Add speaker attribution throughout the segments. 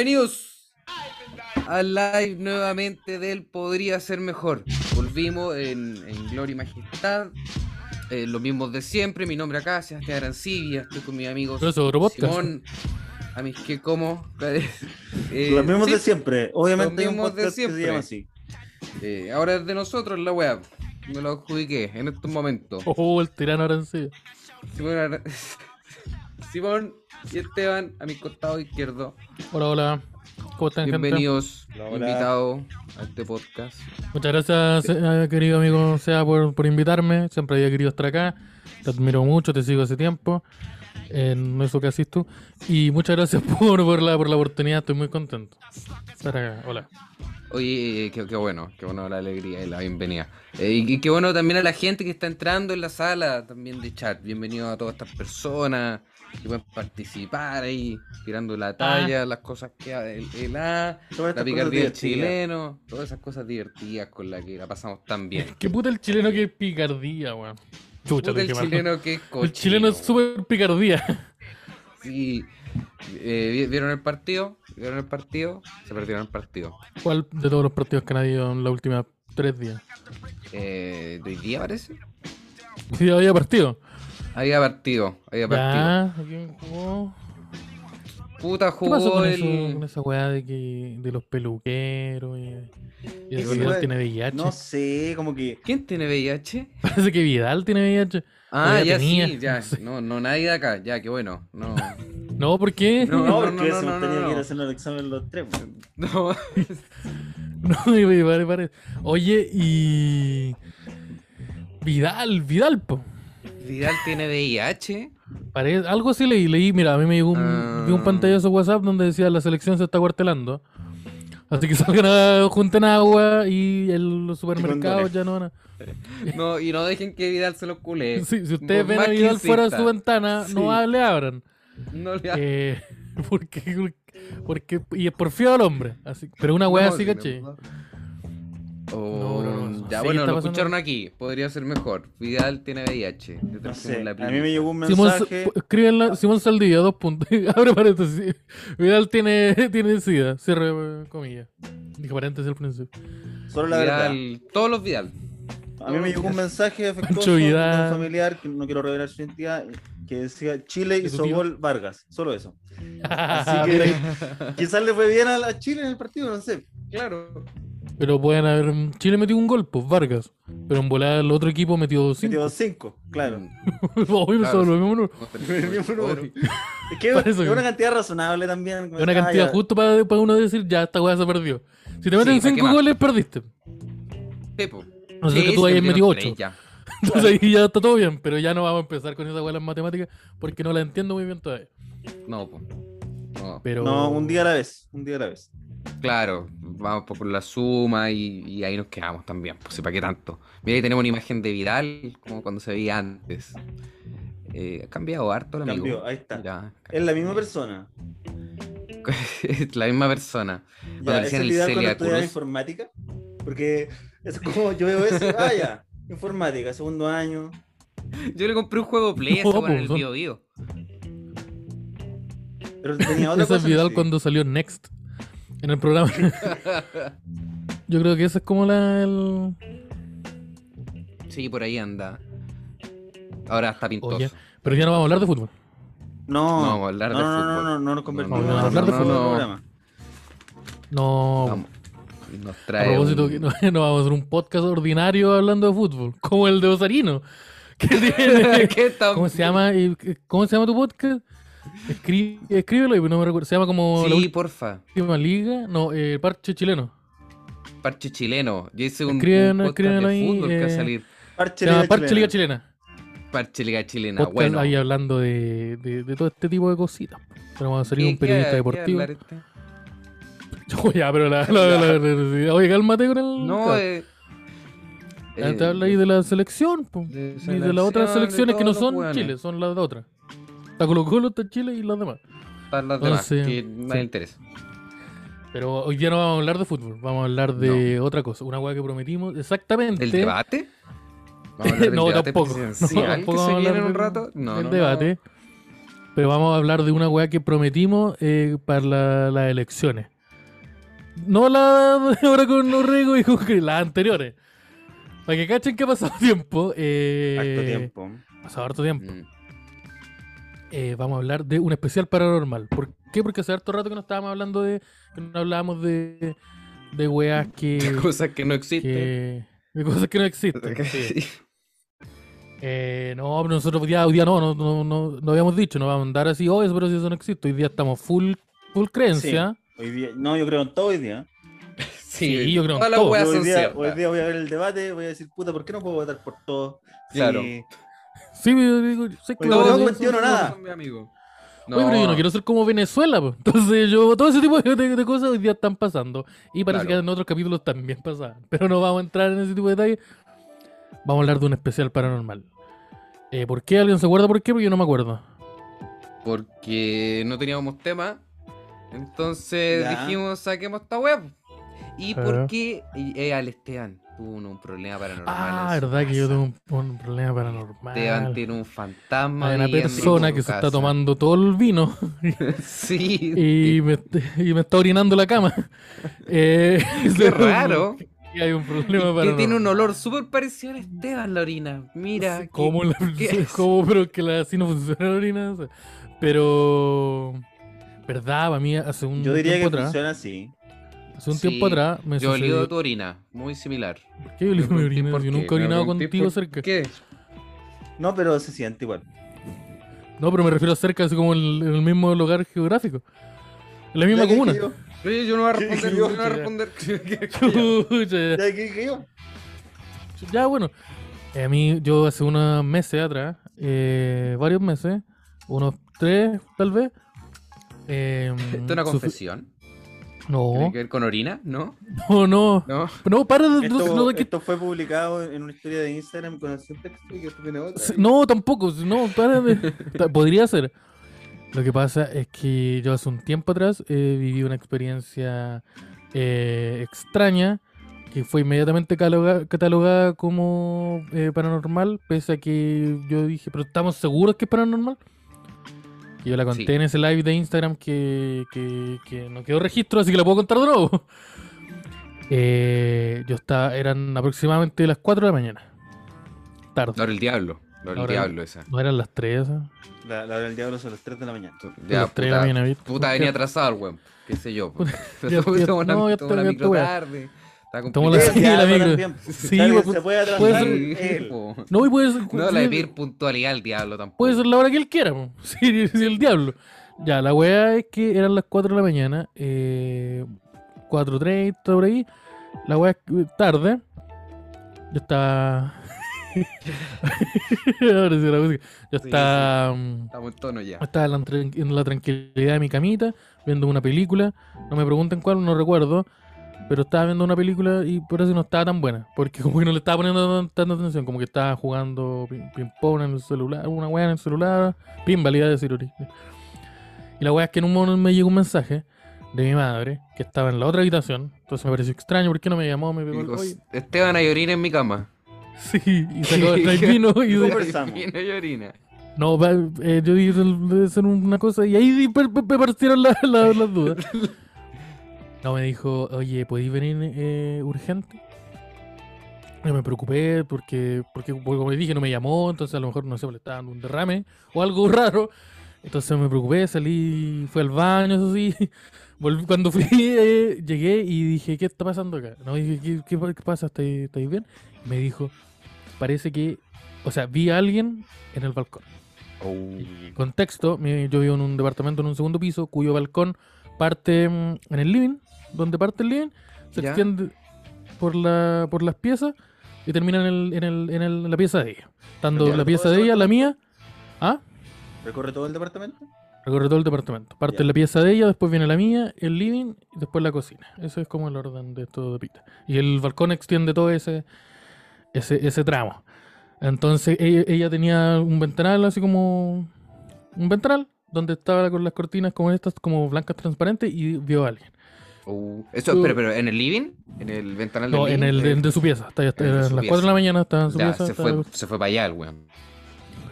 Speaker 1: Bienvenidos al live nuevamente del Podría Ser Mejor. Volvimos en, en Gloria y Majestad. eh, los mismos de siempre. Mi nombre acá, Sebastián Arancibia. Estoy con mis amigos
Speaker 2: Pero eso es otro podcast.
Speaker 1: Simón. A mis que como. Eh,
Speaker 3: Los mismos
Speaker 1: sí,
Speaker 3: de siempre. Obviamente
Speaker 1: los
Speaker 3: hay un
Speaker 1: mismos de
Speaker 3: podcast que se
Speaker 1: siempre.
Speaker 3: llama así.
Speaker 1: eh, ahora es de nosotros la web. Me lo adjudiqué en estos momentos.
Speaker 2: Oh, el tirano arancillo.
Speaker 1: Simón, Ar- Simón y Esteban a mi costado izquierdo.
Speaker 2: Hola, hola. ¿Cómo están, gente?
Speaker 1: Bienvenidos,
Speaker 3: Hola, hola.
Speaker 1: invitados a este podcast.
Speaker 2: Muchas gracias, eh, querido amigo Sea, por, por invitarme. Siempre había querido estar acá. Te admiro mucho, te sigo hace tiempo. En eso que haces tú. Y muchas gracias por, por, la, por la oportunidad. Estoy muy contento. Estar acá. Hola.
Speaker 1: Oye, eh, qué, qué bueno, qué bueno la alegría y la bienvenida. Eh, y, y qué bueno también a la gente que está entrando en la sala también de chat. Bienvenido a todas estas personas que pueden participar ahí, tirando la talla, las cosas que el, el A,
Speaker 3: Ah.
Speaker 1: la
Speaker 3: Todas estas
Speaker 1: picardía
Speaker 3: cosas
Speaker 1: del
Speaker 3: divertidas.
Speaker 1: chileno, todas esas cosas divertidas con las que la pasamos tan bien.
Speaker 2: Qué puta el chileno que es picardía, weón.
Speaker 1: Puta,
Speaker 2: Chucha, lo
Speaker 1: el
Speaker 2: dije mal.
Speaker 1: chileno que es
Speaker 2: El chileno es
Speaker 1: cochino,
Speaker 2: súper picardía.
Speaker 1: Sí. Eh, vi- ¿Vieron el partido? ¿Vieron el partido? Se perdieron el partido.
Speaker 2: ¿Cuál de todos los partidos que han habido en los últimos tres días?
Speaker 1: Eh, ¿De hoy día parece?
Speaker 2: Sí, había partido.
Speaker 1: Había partido, había partido.
Speaker 2: Ya, ¿quién jugó?
Speaker 1: Puta
Speaker 2: ¿Qué pasó
Speaker 1: jugó
Speaker 2: con,
Speaker 1: el.
Speaker 2: eso- con esa weá de que de los peluqueros y, y el
Speaker 3: Eso
Speaker 2: que
Speaker 3: te iba
Speaker 2: Vidal
Speaker 3: a-
Speaker 2: tiene VIH?
Speaker 3: No sé, como que.
Speaker 1: ¿Quién tiene VIH?
Speaker 2: Parece que Vidal tiene VIH.
Speaker 1: Ah, ya
Speaker 2: O ya tenía,
Speaker 1: sí, ya.
Speaker 2: no sé.
Speaker 1: No, no, nadie de acá, ya, qué bueno. No,
Speaker 2: No, ¿por qué?
Speaker 1: No,
Speaker 3: No,
Speaker 1: no,
Speaker 3: porque
Speaker 1: no,
Speaker 3: se
Speaker 1: no, no,
Speaker 3: nos tenía
Speaker 1: no.
Speaker 3: que ir a hacer el examen los tres. weón.
Speaker 1: no.
Speaker 2: No, y me pare- pare- Oye, y Vidal, Vidal, po.
Speaker 1: Vidal tiene VIH.
Speaker 2: Parece, algo así leí, leí, mira, a mí me llegó un, vi
Speaker 1: Ah.
Speaker 2: un pantallazo WhatsApp donde decía la selección se está cuartelando. Así que salgan a, junten agua y el supermercado
Speaker 3: condones.
Speaker 2: ya no van a...
Speaker 1: No, y no dejen que Vidal se lo culé.
Speaker 2: Sí, si ustedes
Speaker 1: Por
Speaker 2: ven a
Speaker 1: Eh, más que
Speaker 2: Vidal fuera de
Speaker 1: insista.
Speaker 2: su ventana, no
Speaker 1: Sí.
Speaker 2: a- le abran.
Speaker 1: No le ha-
Speaker 2: Eh, porque, porque, y es porfiado al hombre. Así, pero una weá
Speaker 1: No,
Speaker 2: así,
Speaker 1: sí,
Speaker 2: caché.
Speaker 1: no.
Speaker 2: No, no, no,
Speaker 1: Oh,
Speaker 2: no
Speaker 1: Ya
Speaker 2: sé qué
Speaker 1: bueno,
Speaker 2: está
Speaker 1: lo
Speaker 2: pasando.
Speaker 1: escucharon aquí. Podría ser mejor. Vidal tiene VIH.
Speaker 3: No
Speaker 1: Determinemos
Speaker 3: sé.
Speaker 1: la
Speaker 3: A mí
Speaker 1: premisa.
Speaker 3: me llegó un
Speaker 2: Simón, Sa-
Speaker 3: mensaje.
Speaker 2: pu- escríbenla, Simón Saldivia, dos puntos. Abre paréntesis. Vidal tiene, tiene sida. Cierre eh, comillas. Dije paréntesis al principio.
Speaker 3: Solo la verdad.
Speaker 1: Vidal, todos los Vidal.
Speaker 3: A mí me llegó un mensaje afectuoso
Speaker 2: Pancho
Speaker 3: de
Speaker 2: Vidal.
Speaker 3: un familiar, que no quiero revelar su identidad, que decía Chile
Speaker 2: ¿Y
Speaker 3: y
Speaker 2: tu Ah,
Speaker 3: Sobol Vargas. Solo eso. Así
Speaker 2: Así
Speaker 3: que quizás le fue bien a la Chile en el partido, no sé.
Speaker 1: Claro.
Speaker 2: Pero pueden haber. Chile metió un gol, pues Vargas. Pero en volar el otro equipo metió cinco.
Speaker 3: Metió cinco, claro.
Speaker 2: Hoy me
Speaker 1: Claro.
Speaker 2: sobrevolvimos uno.
Speaker 3: El mismo número.
Speaker 1: Oye,
Speaker 3: Es que
Speaker 2: Por eso
Speaker 3: es
Speaker 2: que-
Speaker 3: una cantidad razonable también.
Speaker 2: Es una cantidad
Speaker 3: Ah, ya.
Speaker 2: justo para, para uno decir, ya, esta weá se perdió. Si te meten
Speaker 1: ¿para qué
Speaker 2: cinco
Speaker 1: más?
Speaker 2: goles, perdiste.
Speaker 1: Pepo.
Speaker 2: No sé
Speaker 1: Sí,
Speaker 2: que tú
Speaker 1: se
Speaker 2: hayas metido
Speaker 1: metieron
Speaker 2: ocho.
Speaker 1: tres ya.
Speaker 2: Entonces ahí ya está todo bien, pero ya no vamos a empezar con esa hueá de las matemáticas porque no la entiendo muy bien todavía.
Speaker 1: No, po. No.
Speaker 2: Pero...
Speaker 3: No, un día a la vez. Un día a la vez.
Speaker 1: Claro, vamos por por la suma y, y ahí nos quedamos también, pues para qué tanto. Mira, ahí tenemos una imagen de Vidal, como cuando se veía antes. Eh, ha cambiado harto el amigo.
Speaker 3: Cambió, ahí está.
Speaker 1: Ya,
Speaker 3: Es la misma persona.
Speaker 1: es la misma persona.
Speaker 3: Ya,
Speaker 1: decían
Speaker 3: ¿Ese
Speaker 1: el
Speaker 3: el ideal
Speaker 1: Celia
Speaker 3: cuando estudiaba
Speaker 1: Cruz.
Speaker 3: informática? Porque es como yo veo eso, ah, ya, informática, segundo año.
Speaker 1: Yo le compré un juego Play a ese
Speaker 2: No,
Speaker 1: weón en el
Speaker 2: pues,
Speaker 1: Bio Bio.
Speaker 3: Pero tenía otra
Speaker 2: Ese
Speaker 3: cosa.
Speaker 2: es Vidal
Speaker 3: sí.
Speaker 2: cuando salió Next en el programa. Yo creo que esa es como la... el-
Speaker 1: Sí, por ahí anda. Ahora está pintoso.
Speaker 2: Oye, Pero ya no vamos a hablar de fútbol.
Speaker 3: No,
Speaker 1: No,
Speaker 3: no,
Speaker 1: vamos a hablar
Speaker 3: no,
Speaker 1: de
Speaker 3: no,
Speaker 1: fútbol.
Speaker 3: no, no, no nos convertimos
Speaker 2: No, no, no,
Speaker 3: en
Speaker 2: hablar de
Speaker 3: un solo
Speaker 1: fútbol.
Speaker 3: programa.
Speaker 2: No...
Speaker 1: Vamos. Nos
Speaker 2: A
Speaker 1: trae
Speaker 2: propósito,
Speaker 1: un-
Speaker 2: que no, no vamos a hacer un podcast ordinario hablando de fútbol, como el de Osarino. Que tiene...
Speaker 1: ¿Qué tan-
Speaker 2: ¿Cómo se llama? Eh, ¿Cómo se llama tu podcast? Escrí- escríbelo y no me recuerdo. Se llama como la
Speaker 1: Sí, porfa.
Speaker 2: última liga. No, eh, Parche Chileno.
Speaker 1: Parche chileno. Yo hice un,
Speaker 2: Escriban-
Speaker 1: un podcast
Speaker 2: escríbanlo
Speaker 1: de
Speaker 2: ahí,
Speaker 1: fútbol que va a
Speaker 2: eh,
Speaker 1: salir.
Speaker 3: Parche,
Speaker 2: Se llama
Speaker 3: Liga
Speaker 2: Parche Liga
Speaker 3: Chilena.
Speaker 2: Chilena.
Speaker 1: Parche Liga Chilena.
Speaker 2: podcast
Speaker 1: bueno.
Speaker 2: ahí hablando de, de, de todo este tipo de cositas. Pero vamos a salir un
Speaker 1: ¿Qué- qué-
Speaker 2: periodista
Speaker 1: qué
Speaker 2: deportivo.
Speaker 1: hablar este?
Speaker 2: Oh, ya, pero la, la- la- la- la- oye, cálmate con el.
Speaker 1: No,
Speaker 2: claro.
Speaker 1: eh,
Speaker 2: Ya
Speaker 1: eh,
Speaker 2: te habla ahí de la selección, po.
Speaker 1: de
Speaker 2: y de las otras
Speaker 1: selección, de
Speaker 2: selecciones que no
Speaker 1: todos los
Speaker 2: son
Speaker 1: hueones.
Speaker 2: Chile, son las de otras. Está Colo Colo, está Chile y las demás.
Speaker 1: para las demás,
Speaker 2: Entonces,
Speaker 1: que no me
Speaker 2: sí.
Speaker 1: interesa.
Speaker 2: Pero hoy día no vamos a hablar de fútbol, vamos a hablar de otra cosa. Una hueá que prometimos exactamente.
Speaker 1: ¿El debate? Vamos a hablar del
Speaker 2: no,
Speaker 1: debate
Speaker 2: tampoco. No,
Speaker 1: presidencial
Speaker 2: tampoco
Speaker 1: que se
Speaker 2: vamos a
Speaker 1: viene en
Speaker 2: hablar
Speaker 1: un
Speaker 2: del-
Speaker 1: rato. No,
Speaker 2: el
Speaker 1: no, no.
Speaker 2: debate. Pero vamos a hablar de una weá que prometimos eh, para la- las elecciones. No la de ahora con Norrego y con Cri- las anteriores. Para que cachen que ha pasado tiempo. eh,
Speaker 3: Harto tiempo.
Speaker 2: Ha pasado harto tiempo.
Speaker 1: Mm.
Speaker 2: Eh, vamos a hablar de un especial paranormal. ¿Por qué? Porque hace harto rato que no estábamos hablando de. que no hablábamos de. de weas que.
Speaker 1: Cosas que no existen.
Speaker 2: que- de cosas que no existen. sí.
Speaker 1: Sí.
Speaker 2: Eh, no, pero nosotros hoy día, hoy día no, no, no, no, no habíamos dicho, no vamos a andar así, oh, eso, pero si eso no existe. Hoy día estamos full, full creencia.
Speaker 3: Hoy día, no, yo creo en todo hoy día.
Speaker 2: Sí, yo creo
Speaker 1: Todas las
Speaker 2: todo.
Speaker 1: weas
Speaker 3: Yo hoy,
Speaker 1: son
Speaker 3: día
Speaker 1: ciertas.
Speaker 3: hoy día voy a ver el debate, voy a decir, puta, ¿por qué no puedo votar por todo? Sí,
Speaker 1: Claro.
Speaker 2: Sí, yo digo, yo sé que
Speaker 3: Oye,
Speaker 2: lo voy a
Speaker 3: Pues no, no,
Speaker 2: hacer.
Speaker 3: cuestión o nada.
Speaker 1: Son mi amigo.
Speaker 2: Oye, pero yo no quiero ser como Venezuela, po. entonces yo, todo ese tipo de, de- de cosas hoy día están pasando. Y parece
Speaker 1: Claro.
Speaker 2: que en otros capítulos también pasaban, pero no vamos a entrar en ese tipo de detalles. Vamos a hablar de un especial paranormal. Eh, ¿Por qué? ¿Alguien se acuerda por qué? Porque yo no me acuerdo.
Speaker 1: Porque no teníamos tema. Entonces
Speaker 3: Ya.
Speaker 1: dijimos, saquemos esta web. Y
Speaker 2: Ajá.
Speaker 1: porque y, eh, al Esteban tuvo un, un problema paranormal.
Speaker 2: Ah,
Speaker 1: en su
Speaker 2: verdad que yo
Speaker 1: casa.
Speaker 2: tengo un, un problema paranormal.
Speaker 1: Esteban tiene un fantasma.
Speaker 2: Hay una
Speaker 1: viviendo en
Speaker 2: persona
Speaker 1: su
Speaker 2: que se está
Speaker 1: casa.
Speaker 2: tomando todo el vino
Speaker 1: sí.
Speaker 2: y me, y me está orinando la cama. Eh,
Speaker 1: Qué raro.
Speaker 2: Y hay un
Speaker 1: Y
Speaker 2: problema
Speaker 1: que
Speaker 2: para.
Speaker 1: tiene un olor súper parecido al Esteban, la orina. Mira. qué-
Speaker 2: ¿Cómo, la-
Speaker 1: qué-
Speaker 2: cómo, pero que la, así no funciona la orina? O sea, Pero. ¿Verdad? Para mí, hace un
Speaker 3: Yo diría que
Speaker 2: tiempo atrás.
Speaker 3: funciona así.
Speaker 2: Hace un
Speaker 1: Sí,
Speaker 2: tiempo atrás me
Speaker 1: Yo
Speaker 2: sucedió-
Speaker 1: olido tu orina. Muy similar.
Speaker 2: ¿Por qué yo olido mi orina? Yo nunca he orinado contigo cerca.
Speaker 1: ¿Qué?
Speaker 3: No, pero se siente igual.
Speaker 2: No, pero me refiero a cerca, así como en el, en el mismo lugar geográfico. En la misma
Speaker 3: Ya que
Speaker 2: comuna.
Speaker 3: dije yo,
Speaker 1: Oye, yo no voy a
Speaker 3: ¿Qué
Speaker 1: responder.
Speaker 3: dije
Speaker 1: Yo
Speaker 3: yo?
Speaker 1: no voy a responder.
Speaker 2: Chucha, ya.
Speaker 3: ya que dije yo.
Speaker 2: Ya, bueno. Eh, A mí, yo hace unos meses atrás, eh, varios meses, unos tres tal vez. eh,
Speaker 1: ¿Esto es una
Speaker 2: sufrí-
Speaker 1: confesión? ¿Tiene
Speaker 2: No,
Speaker 1: que ver con orina? ¿No?
Speaker 2: no, no.
Speaker 1: ¿No?
Speaker 2: No, para de. No,
Speaker 3: Esto,
Speaker 2: no, que-
Speaker 3: esto fue publicado en una historia de Instagram con el subtexto y que esto viene otra.
Speaker 2: Sí, No, tampoco, sí, no, para de- ta- Podría ser. Lo que pasa es que yo hace un tiempo atrás eh, viví una experiencia eh, extraña que fue inmediatamente cataloga- catalogada como eh, paranormal, pese a que yo dije, pero ¿estamos seguros que es paranormal? Y yo la conté
Speaker 1: Sí.
Speaker 2: en ese live de Instagram que, que- que no quedó registro, así que la puedo contar de nuevo. Eh, yo estaba, eran aproximadamente las 4 de la mañana. Tarde.
Speaker 1: La hora del diablo. La hora del
Speaker 2: Ahora-
Speaker 1: diablo esa.
Speaker 2: No eran las 3, ¿eh?
Speaker 3: La, la hora del diablo son las 3 de la mañana.
Speaker 1: Ya,
Speaker 2: las 3 de la
Speaker 1: puta,
Speaker 2: mañana, ¿viste?
Speaker 1: puta venía atrasado el weón. Qué sé yo. po.
Speaker 2: ya-
Speaker 1: Tomó
Speaker 2: ya-
Speaker 1: una-
Speaker 2: no, ya
Speaker 1: tomó la
Speaker 2: está- ya
Speaker 1: micro
Speaker 2: está, weón.
Speaker 1: tarde. Está
Speaker 2: Tomó la-
Speaker 1: complicado.
Speaker 2: sí, la
Speaker 3: Claro,
Speaker 2: micro.
Speaker 3: también.
Speaker 2: Sí,
Speaker 3: Claro,
Speaker 2: pues,
Speaker 3: se puede
Speaker 2: puede
Speaker 3: atrasar
Speaker 2: ser-
Speaker 1: Sí,
Speaker 3: él.
Speaker 1: po.
Speaker 2: No, y puede ser.
Speaker 1: No, la de
Speaker 2: sí,
Speaker 1: pedir puntualidad al diablo tampoco.
Speaker 2: Puede ser la hora que él quiera, po. Sí, sí, el diablo. Ya, la weá es que eran las 4 de la mañana, eh, 4.30 por ahí. La weá es que- eh, tarde. Yo estaba. Ahora sí, la música. Yo
Speaker 1: sí.
Speaker 2: estaba. mm,
Speaker 1: Estamos en tono ya.
Speaker 2: Estaba en la, tran- en la tranquilidad de mi camita, viendo una película. No me pregunten cuál, no recuerdo. Pero estaba viendo una película y por eso no estaba tan buena. Porque como que no le estaba poniendo tan- tanta atención. Como que estaba jugando pin- ping-pong en el celular, una weá en el celular. Pinball, iba a decir ahorita. Y la weá es que en un momento me llegó un mensaje de mi madre, que estaba en la otra habitación. Entonces me pareció extraño, ¿por qué no me llamó? Me pegó el-
Speaker 1: Digo,
Speaker 2: "Oye".
Speaker 1: Esteban hay orina en mi cama.
Speaker 2: Sí, y sacó el vino y
Speaker 3: Digo,
Speaker 2: dijo,
Speaker 3: Conversamos.
Speaker 1: Vino y orina.
Speaker 2: no, va- eh, yo dije, debe ser una cosa y ahí di- per- per- me partieron la- la- las dudas. No, me dijo, oye, ¿podéis venir eh, urgente? Y me preocupé porque, porque, porque como le dije, no me llamó, entonces a lo mejor, no sé, le estaba dando un derrame o algo raro. Entonces me preocupé, salí, fui al baño, eso sí. Volví, cuando fui, eh, llegué y dije, ¿qué está pasando acá? No, dije, ¿qué, qué, pa- qué pasa? ¿Estáis estáis bien? Me dijo, parece que, o sea, vi a alguien en el balcón. Contexto, mi- yo vivo en un departamento en un segundo piso cuyo balcón parte mm, en el living, donde parte el living, se
Speaker 1: Ya.
Speaker 2: extiende por, la, por las piezas y termina en, el, en, el, en, el- en la pieza de ella. Estando
Speaker 1: Ya.
Speaker 2: la pieza de ella, la mía, ¿ah?
Speaker 3: ¿Recorre todo el departamento?
Speaker 2: recorre todo el departamento. Parte
Speaker 3: Ya.
Speaker 2: la pieza de ella, después viene la mía, el living y después la cocina. Eso es como el orden de todo de pita. Y el balcón extiende todo ese, ese, ese tramo. Entonces ella, ella tenía un ventanal así como un ventanal donde estaba con las cortinas como estas, como blancas transparentes y vio a alguien.
Speaker 1: Uh, Eso, espera, pero ¿en el living? ¿En el ventanal del
Speaker 2: No, en el
Speaker 1: living?
Speaker 2: de, de su pieza. Está, está-
Speaker 1: el de
Speaker 2: eran
Speaker 1: su
Speaker 2: las
Speaker 1: pieza.
Speaker 2: 4 de la mañana estaba en su
Speaker 1: Ya,
Speaker 2: pieza.
Speaker 1: se
Speaker 2: estaba-
Speaker 1: fue, se fue para allá el weón.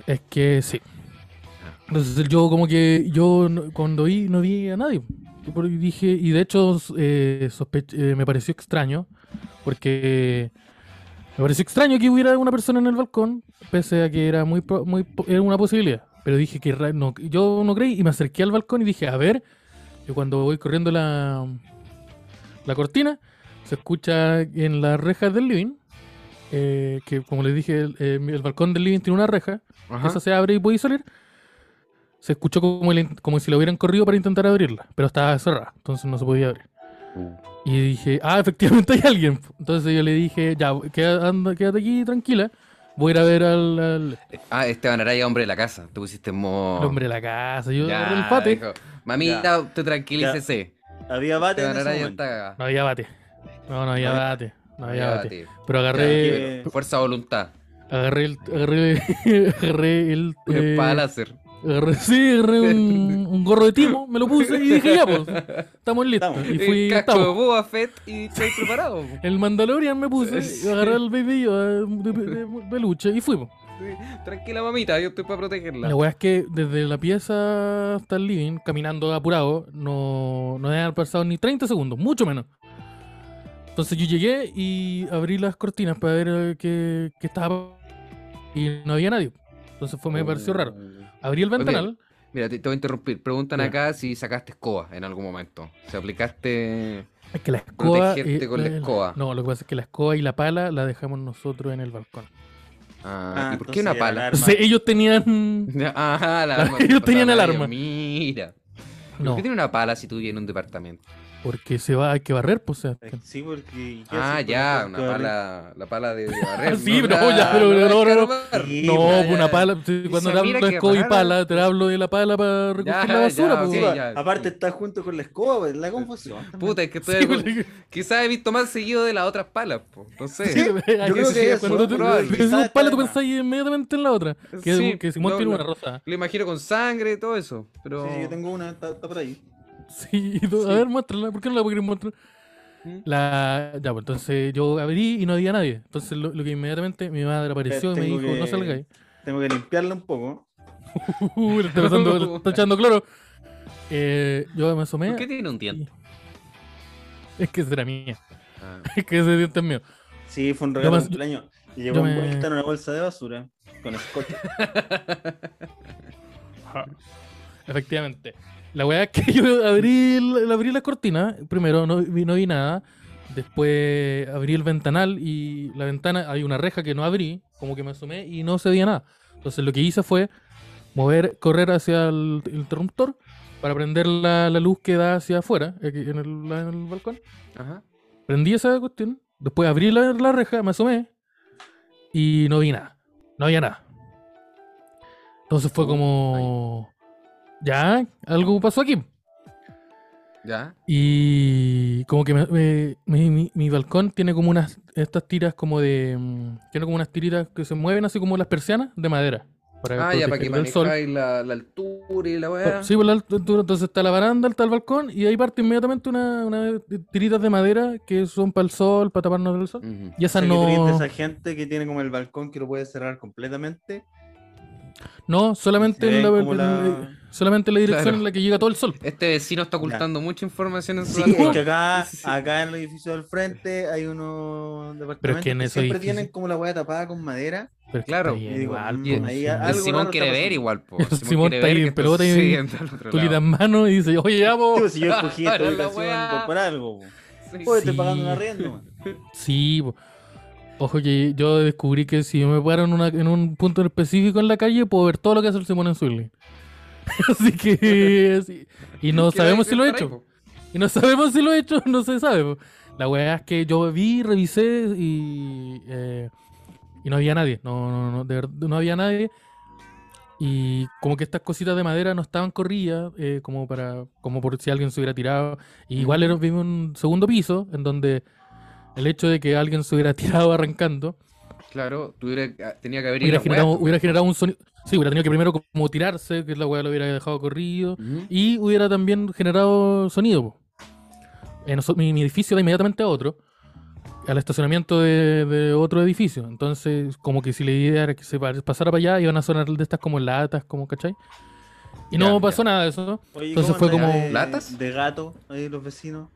Speaker 2: Es que sí. Entonces yo como que, yo no- cuando vi, no vi a nadie. Y por- y dije, y de hecho eh, sospe- eh, me pareció extraño, porque me pareció extraño que hubiera una persona en el balcón, pese a que era muy, pro- muy po- era una posibilidad. Pero dije que ra- no, yo no creí y me acerqué al balcón y dije, a ver, yo cuando voy corriendo la, la cortina, se escucha en las rejas del living, eh, que como les dije, el, eh, el balcón del living tiene una reja,
Speaker 1: Ajá.
Speaker 2: esa se abre y podéis salir. Se escuchó como, el in- como si lo hubieran corrido para intentar abrirla, pero estaba cerrada, entonces no se podía abrir.
Speaker 1: Uh.
Speaker 2: Y dije, ah, efectivamente hay alguien. Entonces yo le dije, ya, queda- anda, quédate aquí tranquila, voy a ir a ver al, al-
Speaker 1: Ah, Esteban Araya, hombre de la casa. Tú pusiste mo...
Speaker 2: al hombre de la casa. Yo
Speaker 1: Oh. Ya,
Speaker 2: agarré el pate,
Speaker 1: dijo, Mamita,
Speaker 3: Ya.
Speaker 1: usted tranquilícese.
Speaker 3: Había bate en
Speaker 1: Esteban
Speaker 3: ese
Speaker 1: Araya
Speaker 3: momento.
Speaker 1: está cagado.
Speaker 2: no había bate. No, no había
Speaker 3: No había-
Speaker 2: bate, no había
Speaker 1: Ya,
Speaker 2: bate.
Speaker 1: tío.
Speaker 2: Pero agarré,
Speaker 3: Ya,
Speaker 1: Fuerza de voluntad.
Speaker 2: agarré el, agarré, agarré el,
Speaker 1: Una
Speaker 2: eh,
Speaker 1: espada láser.
Speaker 2: agarré, sí, agarré un, un gorro de timo, me lo puse y dije, ya, pues, estamos listos.
Speaker 3: Estamos.
Speaker 2: Y fui,
Speaker 1: El casco
Speaker 2: estamos.
Speaker 1: de Eh, Boba Fett y estoy preparado. po.
Speaker 2: El Mandalorian me puse,
Speaker 1: Eh, Sí.
Speaker 2: agarré el Baby Yoda de, de- de peluche y fuimos.
Speaker 1: Sí, Tranquila, mamita, yo estoy para protegerla.
Speaker 2: La weá es que desde la pieza hasta el living, caminando apurado, no, no han pasado ni 30 segundos, mucho menos. Entonces yo llegué y abrí las cortinas para ver eh, qué, qué estaba y no había nadie. Entonces fue, me pareció raro.
Speaker 1: Oh.
Speaker 2: Abrí el
Speaker 1: bien.
Speaker 2: ventanal,
Speaker 1: Mira, te, te voy a interrumpir. Preguntan
Speaker 2: Ya.
Speaker 1: acá si sacaste escoba en algún momento. Si aplicaste.
Speaker 2: es que la escoba... eh,
Speaker 1: Protegerte con la escoba.
Speaker 2: No, lo que pasa es que la escoba y la pala la dejamos nosotros en el balcón.
Speaker 1: Ah, ¿Y por qué
Speaker 3: entonces
Speaker 1: una
Speaker 3: era
Speaker 1: pala?
Speaker 3: el arma.
Speaker 2: Entonces ellos tenían...
Speaker 1: Ah, la arma.
Speaker 2: Ellos
Speaker 1: disparada,
Speaker 2: tenían el
Speaker 1: yo,
Speaker 2: arma.
Speaker 1: Mira. ¿Por
Speaker 2: No,
Speaker 1: qué tiene una pala si tú vives en un departamento?
Speaker 2: porque se va, hay que barrer, pues... Sebastián.
Speaker 3: Eh, Sí, porque. ¿qué
Speaker 1: Ah,
Speaker 3: haces con
Speaker 1: ya,
Speaker 3: la
Speaker 1: una
Speaker 3: puerta de arriba?
Speaker 1: pala. La pala de, de barrer.
Speaker 2: Ah, Sí,
Speaker 1: no,
Speaker 2: pero
Speaker 1: la-
Speaker 2: ya, pero-
Speaker 1: la
Speaker 2: no, no, no.
Speaker 1: escarbar.
Speaker 3: Sí,
Speaker 2: No,
Speaker 1: ya,
Speaker 2: pues
Speaker 1: ya,
Speaker 2: una
Speaker 1: ya.
Speaker 2: pala. sí,
Speaker 1: Dice,
Speaker 2: cuando te hablo
Speaker 1: "Mira
Speaker 2: de
Speaker 1: que
Speaker 2: escoba y
Speaker 1: raro".
Speaker 2: pala, te hablo de la pala para recoger
Speaker 1: ya,
Speaker 2: la basura.
Speaker 1: sí,
Speaker 2: pues.
Speaker 3: Sí,
Speaker 1: ya, sí.
Speaker 3: aparte está junto con la escoba, pues, la confusión. también.
Speaker 1: Puta, es que estoy.
Speaker 2: Sí, porque-
Speaker 1: Quizás he visto más seguido de las otras palas, po. No sé.
Speaker 2: sí, hay
Speaker 3: creo
Speaker 2: que-
Speaker 3: que eso,
Speaker 2: cuando tú
Speaker 1: probable.
Speaker 2: ves un
Speaker 3: Quizás
Speaker 2: palo, tú
Speaker 3: está de
Speaker 2: pensás inmediatamente en la otra. Que,
Speaker 1: Sí,
Speaker 2: que Simón
Speaker 1: no,
Speaker 2: tiene
Speaker 1: no.
Speaker 2: una rosa.
Speaker 1: Lo imagino con sangre y todo eso. Pero.
Speaker 3: Sí, sí, yo tengo una, está, está por ahí.
Speaker 2: Sí, y tú-
Speaker 1: Sí.
Speaker 2: a ver, muéstrala. ¿Por qué no la querer mostrar?
Speaker 1: ¿Mm?
Speaker 2: La... Ya, pues entonces yo abrí y no había nadie. Entonces lo, lo que inmediatamente mi madre apareció y me
Speaker 3: tengo
Speaker 2: dijo, no
Speaker 3: que-
Speaker 2: salgáis.
Speaker 3: Tengo que limpiarla un poco.
Speaker 2: Uh, le está, pasando- le está echando cloro. Eh, yo me asomé.
Speaker 1: ¿Por qué tiene un diente?
Speaker 2: Es que será mía.
Speaker 1: Ah,
Speaker 2: Es que ese diente es mío.
Speaker 3: Sí, fue un regalo
Speaker 2: me-
Speaker 3: de cumpleaños. Y
Speaker 2: yo
Speaker 3: llegó
Speaker 2: me-
Speaker 3: envuelta en una bolsa de basura con scotch.
Speaker 2: Efectivamente. La weá es que yo abrí, el- abrí la cortina, primero no vi, no vi nada, después abrí el ventanal y la ventana, hay una reja que no abrí, como que me asomé y no se veía nada. Entonces lo que hice fue mover, correr hacia el, el interruptor para prender la, la luz que da hacia afuera, aquí en el, la- en el balcón.
Speaker 1: Ajá.
Speaker 2: Prendí esa cuestión, después abrí la, la reja, me asomé y no vi nada. No había nada. Entonces fue
Speaker 1: Uh,
Speaker 2: como. Ya, algo pasó aquí.
Speaker 1: Ya.
Speaker 2: Y como que me- me- me- mi, mi balcón tiene como unas. Estas tiras como de. mm, Tiene como unas tiritas que se mueven así como las persianas de madera. Para
Speaker 1: Ah, ya, para que
Speaker 2: protegerlo del sol.
Speaker 1: manejáis la, la altura y la
Speaker 2: Pa-
Speaker 1: weá.
Speaker 2: Sí, por la altura. Entonces está la baranda, está el balcón y ahí parte inmediatamente unas una tiritas de madera que son para el sol, para taparnos del sol.
Speaker 1: Ujú.
Speaker 2: Y
Speaker 3: O sea,
Speaker 2: esas
Speaker 3: que tú eres de
Speaker 2: no.
Speaker 3: esa gente que tiene como el balcón que lo puede cerrar completamente.
Speaker 2: No, solamente,
Speaker 3: Se
Speaker 2: en
Speaker 3: ven
Speaker 2: la,
Speaker 3: como
Speaker 2: en- eh,
Speaker 3: la-
Speaker 2: solamente en la dirección
Speaker 1: Claro.
Speaker 2: en la que llega todo el sol.
Speaker 1: Este vecino está ocultando mucha información en su
Speaker 3: Sí,
Speaker 1: balcón.
Speaker 3: es que acá,
Speaker 1: Sí.
Speaker 3: acá en el edificio del frente hay unos departamentos
Speaker 2: en
Speaker 3: que
Speaker 2: esos
Speaker 3: siempre
Speaker 2: edificios-
Speaker 3: tienen como la hueá tapada con madera.
Speaker 2: Pero es que
Speaker 1: Claro.
Speaker 2: está bien
Speaker 3: Y digo,
Speaker 2: igual,
Speaker 3: mm,
Speaker 2: po,
Speaker 3: ahí
Speaker 2: sí.
Speaker 1: El
Speaker 3: algo
Speaker 1: Simón
Speaker 3: raro
Speaker 1: quiere
Speaker 3: está
Speaker 1: ver
Speaker 3: pasando.
Speaker 1: igual, po.
Speaker 2: El Simón
Speaker 1: quiere
Speaker 2: está ahí
Speaker 1: ver
Speaker 2: en
Speaker 1: que está
Speaker 2: pelota y-
Speaker 1: sucediendo al otro
Speaker 2: Tú le das
Speaker 1: lado.
Speaker 2: mano y dices, oye, ya, po".
Speaker 3: Tío, si yo escogí esta
Speaker 1: Oh, La
Speaker 3: habitación
Speaker 1: hueá.
Speaker 3: por, por algo. po.
Speaker 1: Sí,
Speaker 3: Oye,
Speaker 1: sí.
Speaker 3: estoy pagando
Speaker 2: Sí.
Speaker 3: un arriendo. man.
Speaker 2: Sí, po. Ojo que yo descubrí que si yo me paro en, una- en un punto en específico en la calle, puedo ver todo lo que hace el Simón en su living. Así que. sí. Y no
Speaker 1: Quiere
Speaker 2: sabemos si lo he
Speaker 1: estar ahí,
Speaker 2: hecho.
Speaker 1: po.
Speaker 2: Y no sabemos si lo he hecho, no se sabe. po. La weá es que yo vi, revisé y. eh, y no había nadie. No, no, no, de verdad, no había nadie. Y como que estas cositas de madera no estaban corridas, eh, como para. como por si alguien se hubiera tirado. Y igual era vivía en un segundo piso, en donde el hecho de que alguien se hubiera tirado arrancando,
Speaker 1: Claro, tuviera, tenía que haber ido
Speaker 2: hubiera
Speaker 1: a
Speaker 2: generado,
Speaker 1: weas, po.
Speaker 2: hubiera generado un sonido. Sí, hubiera tenido que primero como tirarse, que la weá lo hubiera dejado corrido.
Speaker 1: Ujú.
Speaker 2: Y hubiera también generado sonido. po. Eh, noso- mi, mi edificio da inmediatamente a otro, al estacionamiento de, de otro edificio. Entonces, como que si la idea era que se pa- pasara para allá, iban a sonar de estas como latas, como, ¿cachai? Y no
Speaker 1: Ya,
Speaker 2: pasó nada de eso.
Speaker 3: Oye,
Speaker 2: Entonces
Speaker 3: ¿cómo
Speaker 2: fue
Speaker 3: andan
Speaker 2: como-
Speaker 3: de-
Speaker 1: ¿Latas?
Speaker 3: De gato, ahí los vecinos.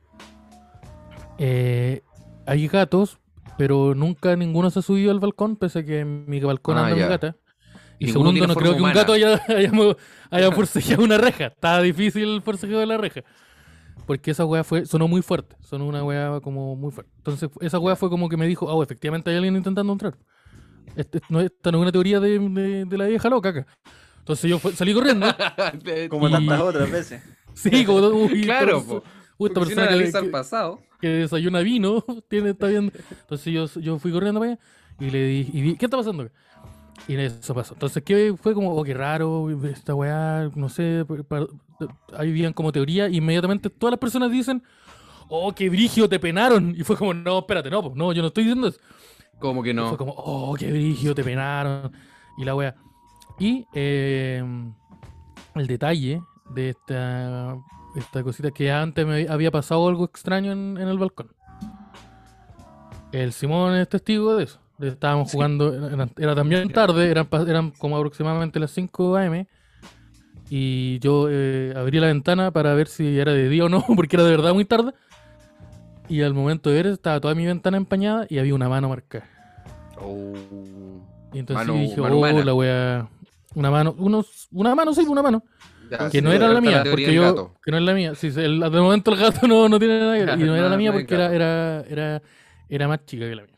Speaker 2: Eh, hay gatos, pero nunca ninguno se ha subido al balcón, pese a que en mi balcón
Speaker 1: Ah,
Speaker 2: anda mi
Speaker 1: ya.
Speaker 2: gata. Y
Speaker 1: Ninguno
Speaker 2: segundo,
Speaker 1: tiene
Speaker 2: no creo
Speaker 1: forma
Speaker 2: que un
Speaker 1: humana.
Speaker 2: gato haya, haya, mo- haya forcejeado una reja. Estaba difícil el forcejeo de la reja. Porque esa weá fue, sonó muy fuerte. Sonó una weá como muy fuerte. Entonces, esa weá fue como que me dijo, ah, oh, efectivamente hay alguien intentando entrar. Este- no, esta no es una teoría de, de- de la vieja loca acá. Entonces yo fue- salí corriendo.
Speaker 3: Como
Speaker 2: Y-
Speaker 3: tantas otras veces.
Speaker 2: sí, como todo. uy,
Speaker 1: claro,
Speaker 2: esta
Speaker 1: po.
Speaker 2: perso- uy, esta
Speaker 1: Porque si uno
Speaker 2: persona que-
Speaker 1: analiza el
Speaker 2: que-
Speaker 1: pasado.
Speaker 2: que desayuna vino, tiene, está bien. Entonces yo, yo fui corriendo para allá y le dije, y vi, ¿qué está pasando? acá?" Y eso pasó. Entonces ¿qué? fue como, oh, qué raro, esta weá, no sé, pa- pa- ahí vivían como teoría, e inmediatamente todas las personas dicen, oh, qué brigio, te penaron. Y fue como, no, espérate, no, po, no, yo no estoy diciendo eso.
Speaker 1: Como que
Speaker 2: Y
Speaker 1: no.
Speaker 2: Fue como, oh, qué brigio, te penaron. Y la weá. Y eh, el detalle de esta, esta cosita es que antes me había pasado algo extraño en, en el balcón. El Simón es testigo de eso. Estábamos jugando, era, era también tarde, eran, pa- eran como aproximadamente las 5 am. Y yo eh, abrí la ventana para ver si era de día o no, porque era de verdad muy tarde. Y al momento de ver, estaba toda mi ventana empañada y había una mano marcada.
Speaker 1: Oh.
Speaker 2: Y entonces
Speaker 1: Mano-
Speaker 2: dije,
Speaker 1: mano
Speaker 2: oh,
Speaker 1: humana".
Speaker 2: la wea. Una mano, unos, una mano, sí, una mano.
Speaker 1: Ya,
Speaker 2: Que
Speaker 1: sí,
Speaker 2: no era la
Speaker 1: esta
Speaker 2: mía,
Speaker 1: teoría
Speaker 2: porque
Speaker 1: del
Speaker 2: yo.
Speaker 1: gato.
Speaker 2: Que no es la mía. Sí, sí, el- de momento el gato no, no tiene nada que ver. Y no era
Speaker 1: No,
Speaker 2: la mía
Speaker 1: no es
Speaker 2: porque era, era, era, era más chica que la mía.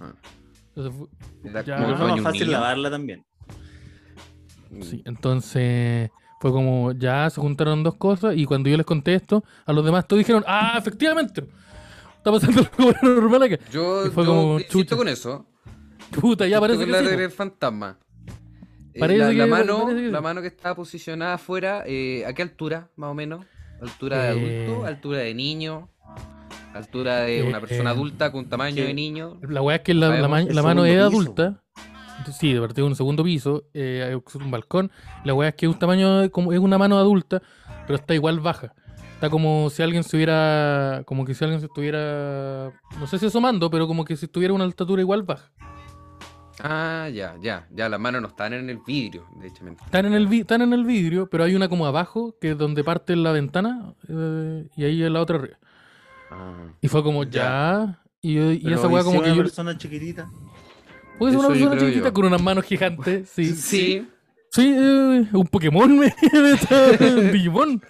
Speaker 1: Ah.
Speaker 2: Entonces, fu-
Speaker 1: Era
Speaker 2: Ya.
Speaker 1: como
Speaker 3: Pero
Speaker 1: el baño
Speaker 3: fue más
Speaker 1: un
Speaker 3: Ah, fácil
Speaker 1: niño.
Speaker 3: lavarla también.
Speaker 1: Mm.
Speaker 2: sí, entonces fue como, ya se juntaron dos cosas. Y cuando yo les conté esto, a los demás todos dijeron, ah, efectivamente. Está pasando algo normal acá.
Speaker 1: Yo,
Speaker 2: Y fue
Speaker 1: yo
Speaker 2: como,
Speaker 1: insisto
Speaker 2: chucha.
Speaker 1: con eso.
Speaker 2: Puta, ya
Speaker 1: Insisto
Speaker 2: parece
Speaker 1: con
Speaker 2: que
Speaker 1: la
Speaker 2: sí,
Speaker 1: teoría
Speaker 2: po.
Speaker 1: del fantasma. Eh,
Speaker 2: Parece
Speaker 1: la, la
Speaker 2: que-
Speaker 1: mano,
Speaker 2: parece que
Speaker 1: la
Speaker 2: sí.
Speaker 1: mano que estaba posicionada afuera, eh, ¿a qué altura, más o menos? ¿Altura de
Speaker 2: Eh.
Speaker 1: adulto? ¿Altura de niño? ¿Altura de
Speaker 2: Eh,
Speaker 1: una persona
Speaker 2: eh,
Speaker 1: adulta con tamaño
Speaker 3: que-
Speaker 1: de niño?
Speaker 2: La weá es que la, la
Speaker 1: Sabemos
Speaker 2: ma-
Speaker 3: el
Speaker 2: la mano es
Speaker 3: segundo piso.
Speaker 2: adulta. Sí, de partida un segundo piso, eh, hay un balcón. La weá es que es un tamaño de- como es una mano adulta, pero está igual baja. Está como si alguien se hubiera, como que si alguien se estuviera, no sé si asomando, pero como que si estuviera a una altura igual baja.
Speaker 1: Ah, ya, ya, ya, las manos no están en el vidrio, de hecho. mentira.
Speaker 2: Están en el vi- están en el vidrio, pero hay una como abajo que es donde parte la ventana eh, y ahí la otra arriba.
Speaker 1: Ah.
Speaker 2: Y fue como ya. Y, yo- y
Speaker 3: Pero
Speaker 2: esa weá
Speaker 3: si
Speaker 2: como
Speaker 3: una
Speaker 2: que yo,
Speaker 3: persona chiquitita.
Speaker 2: Puede ser una
Speaker 1: Eso yo
Speaker 2: persona
Speaker 1: creo
Speaker 2: chiquitita
Speaker 1: yo.
Speaker 2: con unas manos gigantes, sí.
Speaker 1: Sí,
Speaker 2: Sí, eh, un Pokémon, me- un Digimon.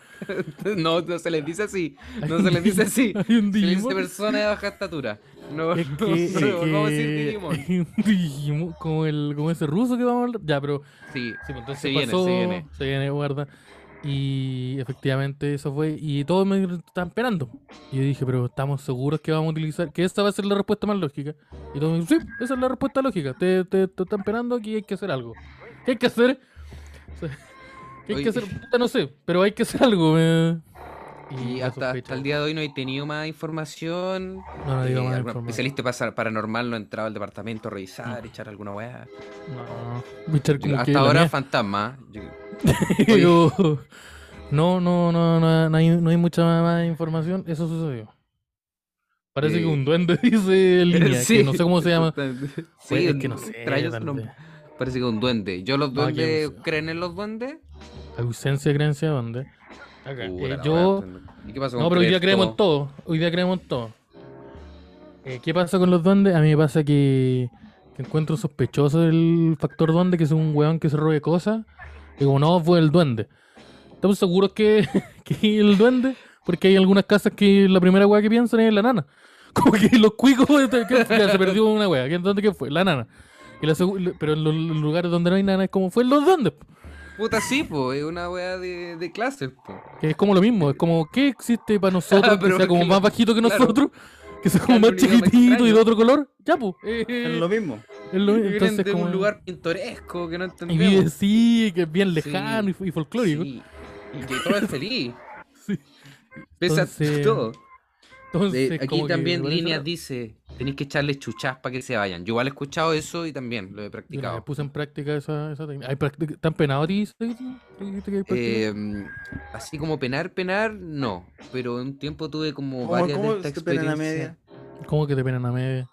Speaker 1: no, no se les dice así, no se les dice así.
Speaker 2: Hay un
Speaker 1: Se les dice
Speaker 2: Digimon.
Speaker 1: persona de baja estatura. No,
Speaker 2: Es
Speaker 1: no,
Speaker 2: que, es
Speaker 1: no, ¿cómo decir
Speaker 2: que-
Speaker 1: Digimon?
Speaker 2: hay un Digimon, como, el, como ese ruso que vamos a hablar. Ya, pero
Speaker 1: Sí,
Speaker 2: sí, pues, entonces
Speaker 1: Se viene,
Speaker 2: pasó,
Speaker 1: se viene.
Speaker 2: se viene, guarda. Y efectivamente eso fue. Y todos me estaban esperando. Y yo dije, pero estamos seguros que vamos a utilizar, que esta va a ser la respuesta más lógica. Y todos me dijeron, sí, esa es la respuesta lógica. Te, te, te están esperando aquí, hay que hacer algo. ¿Qué hay que hacer? O sea, ¿Qué hay
Speaker 1: Oye.
Speaker 2: que hacer? Puta, No sé, pero hay que hacer algo. eh.
Speaker 1: Y
Speaker 2: la
Speaker 1: hasta,
Speaker 2: sospecha.
Speaker 1: hasta el día de hoy no he tenido más información.
Speaker 2: No, no
Speaker 1: Eh,
Speaker 2: digo más
Speaker 1: algún
Speaker 2: información.
Speaker 1: especialista pasa- paranormal no ha entrado al departamento a revisar, echar alguna weá.
Speaker 2: No, Richard, como que
Speaker 1: Hasta
Speaker 2: la
Speaker 1: ahora
Speaker 2: mía.
Speaker 1: fantasma. Yo-
Speaker 2: Yo- No, no, no, no, no hay, no hay mucha más información. Eso sucedió. Parece que
Speaker 1: Eh,
Speaker 2: un duende dice línea, que no sé cómo se llama.
Speaker 1: exactamente.
Speaker 2: Pues,
Speaker 1: Sí,
Speaker 2: es que no sé.
Speaker 1: extraño su
Speaker 2: tal
Speaker 1: nombre.
Speaker 2: vez. Ah,
Speaker 1: Parece que un duende. ¿Yo los
Speaker 2: No, aquí
Speaker 1: duendes
Speaker 2: no sé.
Speaker 1: creen en los duendes?
Speaker 2: Ausencia de creencia de duende. Acá,
Speaker 1: Uh,
Speaker 2: eh,
Speaker 1: la
Speaker 2: yo.
Speaker 1: weá, ¿Y qué pasa con
Speaker 2: No, pero hoy día
Speaker 1: creer
Speaker 2: creemos en todo. Hoy día creemos en todo. Eh, ¿Qué pasa con los duendes? A mí me pasa que, que encuentro sospechoso el factor duende, que es un weón que se robe cosas. Digo, no, fue el duende. Estamos seguros que, que el duende, porque hay algunas casas que la primera weá que piensan es la nana. Como que los cuicos, este, que ya se perdió una weá. ¿Qué- ¿Dónde qué fue? La nana. Y la segu- pero en los lugares donde no hay nana es como fue los duendes. po.
Speaker 1: Puta, sí, po. Es una weá de, de clases, po.
Speaker 2: Que es como lo mismo, es como, ¿qué existe para nosotros que
Speaker 1: pero
Speaker 2: sea como
Speaker 1: que lo-
Speaker 2: más bajito que
Speaker 1: claro.
Speaker 2: nosotros? Que sea como
Speaker 1: Claro,
Speaker 2: más
Speaker 1: lo único más
Speaker 2: chiquitito y de
Speaker 1: extraño.
Speaker 2: otro color. Ya, pues.
Speaker 3: Es lo mismo.
Speaker 1: Vienen
Speaker 2: entonces,
Speaker 1: de
Speaker 2: como-
Speaker 1: un lugar pintoresco que no
Speaker 2: Y vive,
Speaker 1: entendemos.
Speaker 2: sí, que es bien
Speaker 1: Sí.
Speaker 2: lejano y, y folclórico.
Speaker 1: Sí, Y que todo es feliz.
Speaker 2: Sí.
Speaker 1: Pese
Speaker 2: Entonces,
Speaker 1: a todo.
Speaker 2: Entonces,
Speaker 1: Eh, aquí
Speaker 2: como que
Speaker 1: también
Speaker 2: me parece
Speaker 1: líneas
Speaker 2: raro.
Speaker 1: dice, tenéis que echarle chuchas para que se vayan. Yo igual he escuchado eso y también lo he
Speaker 2: Yo una vez
Speaker 1: practicado.
Speaker 2: puse en práctica esa, esa técnica. Ay, practic- ¿Tan penado a ti? Sergio? ¿Tú dijiste que hay práctica?
Speaker 1: Eh, así como penar, penar, no. Pero en un tiempo tuve como
Speaker 3: ¿Cómo,
Speaker 1: varias
Speaker 3: cómo
Speaker 1: de
Speaker 3: se
Speaker 1: estas
Speaker 3: pena la
Speaker 1: experiencias.
Speaker 3: media?
Speaker 2: ¿Cómo que te penan a media?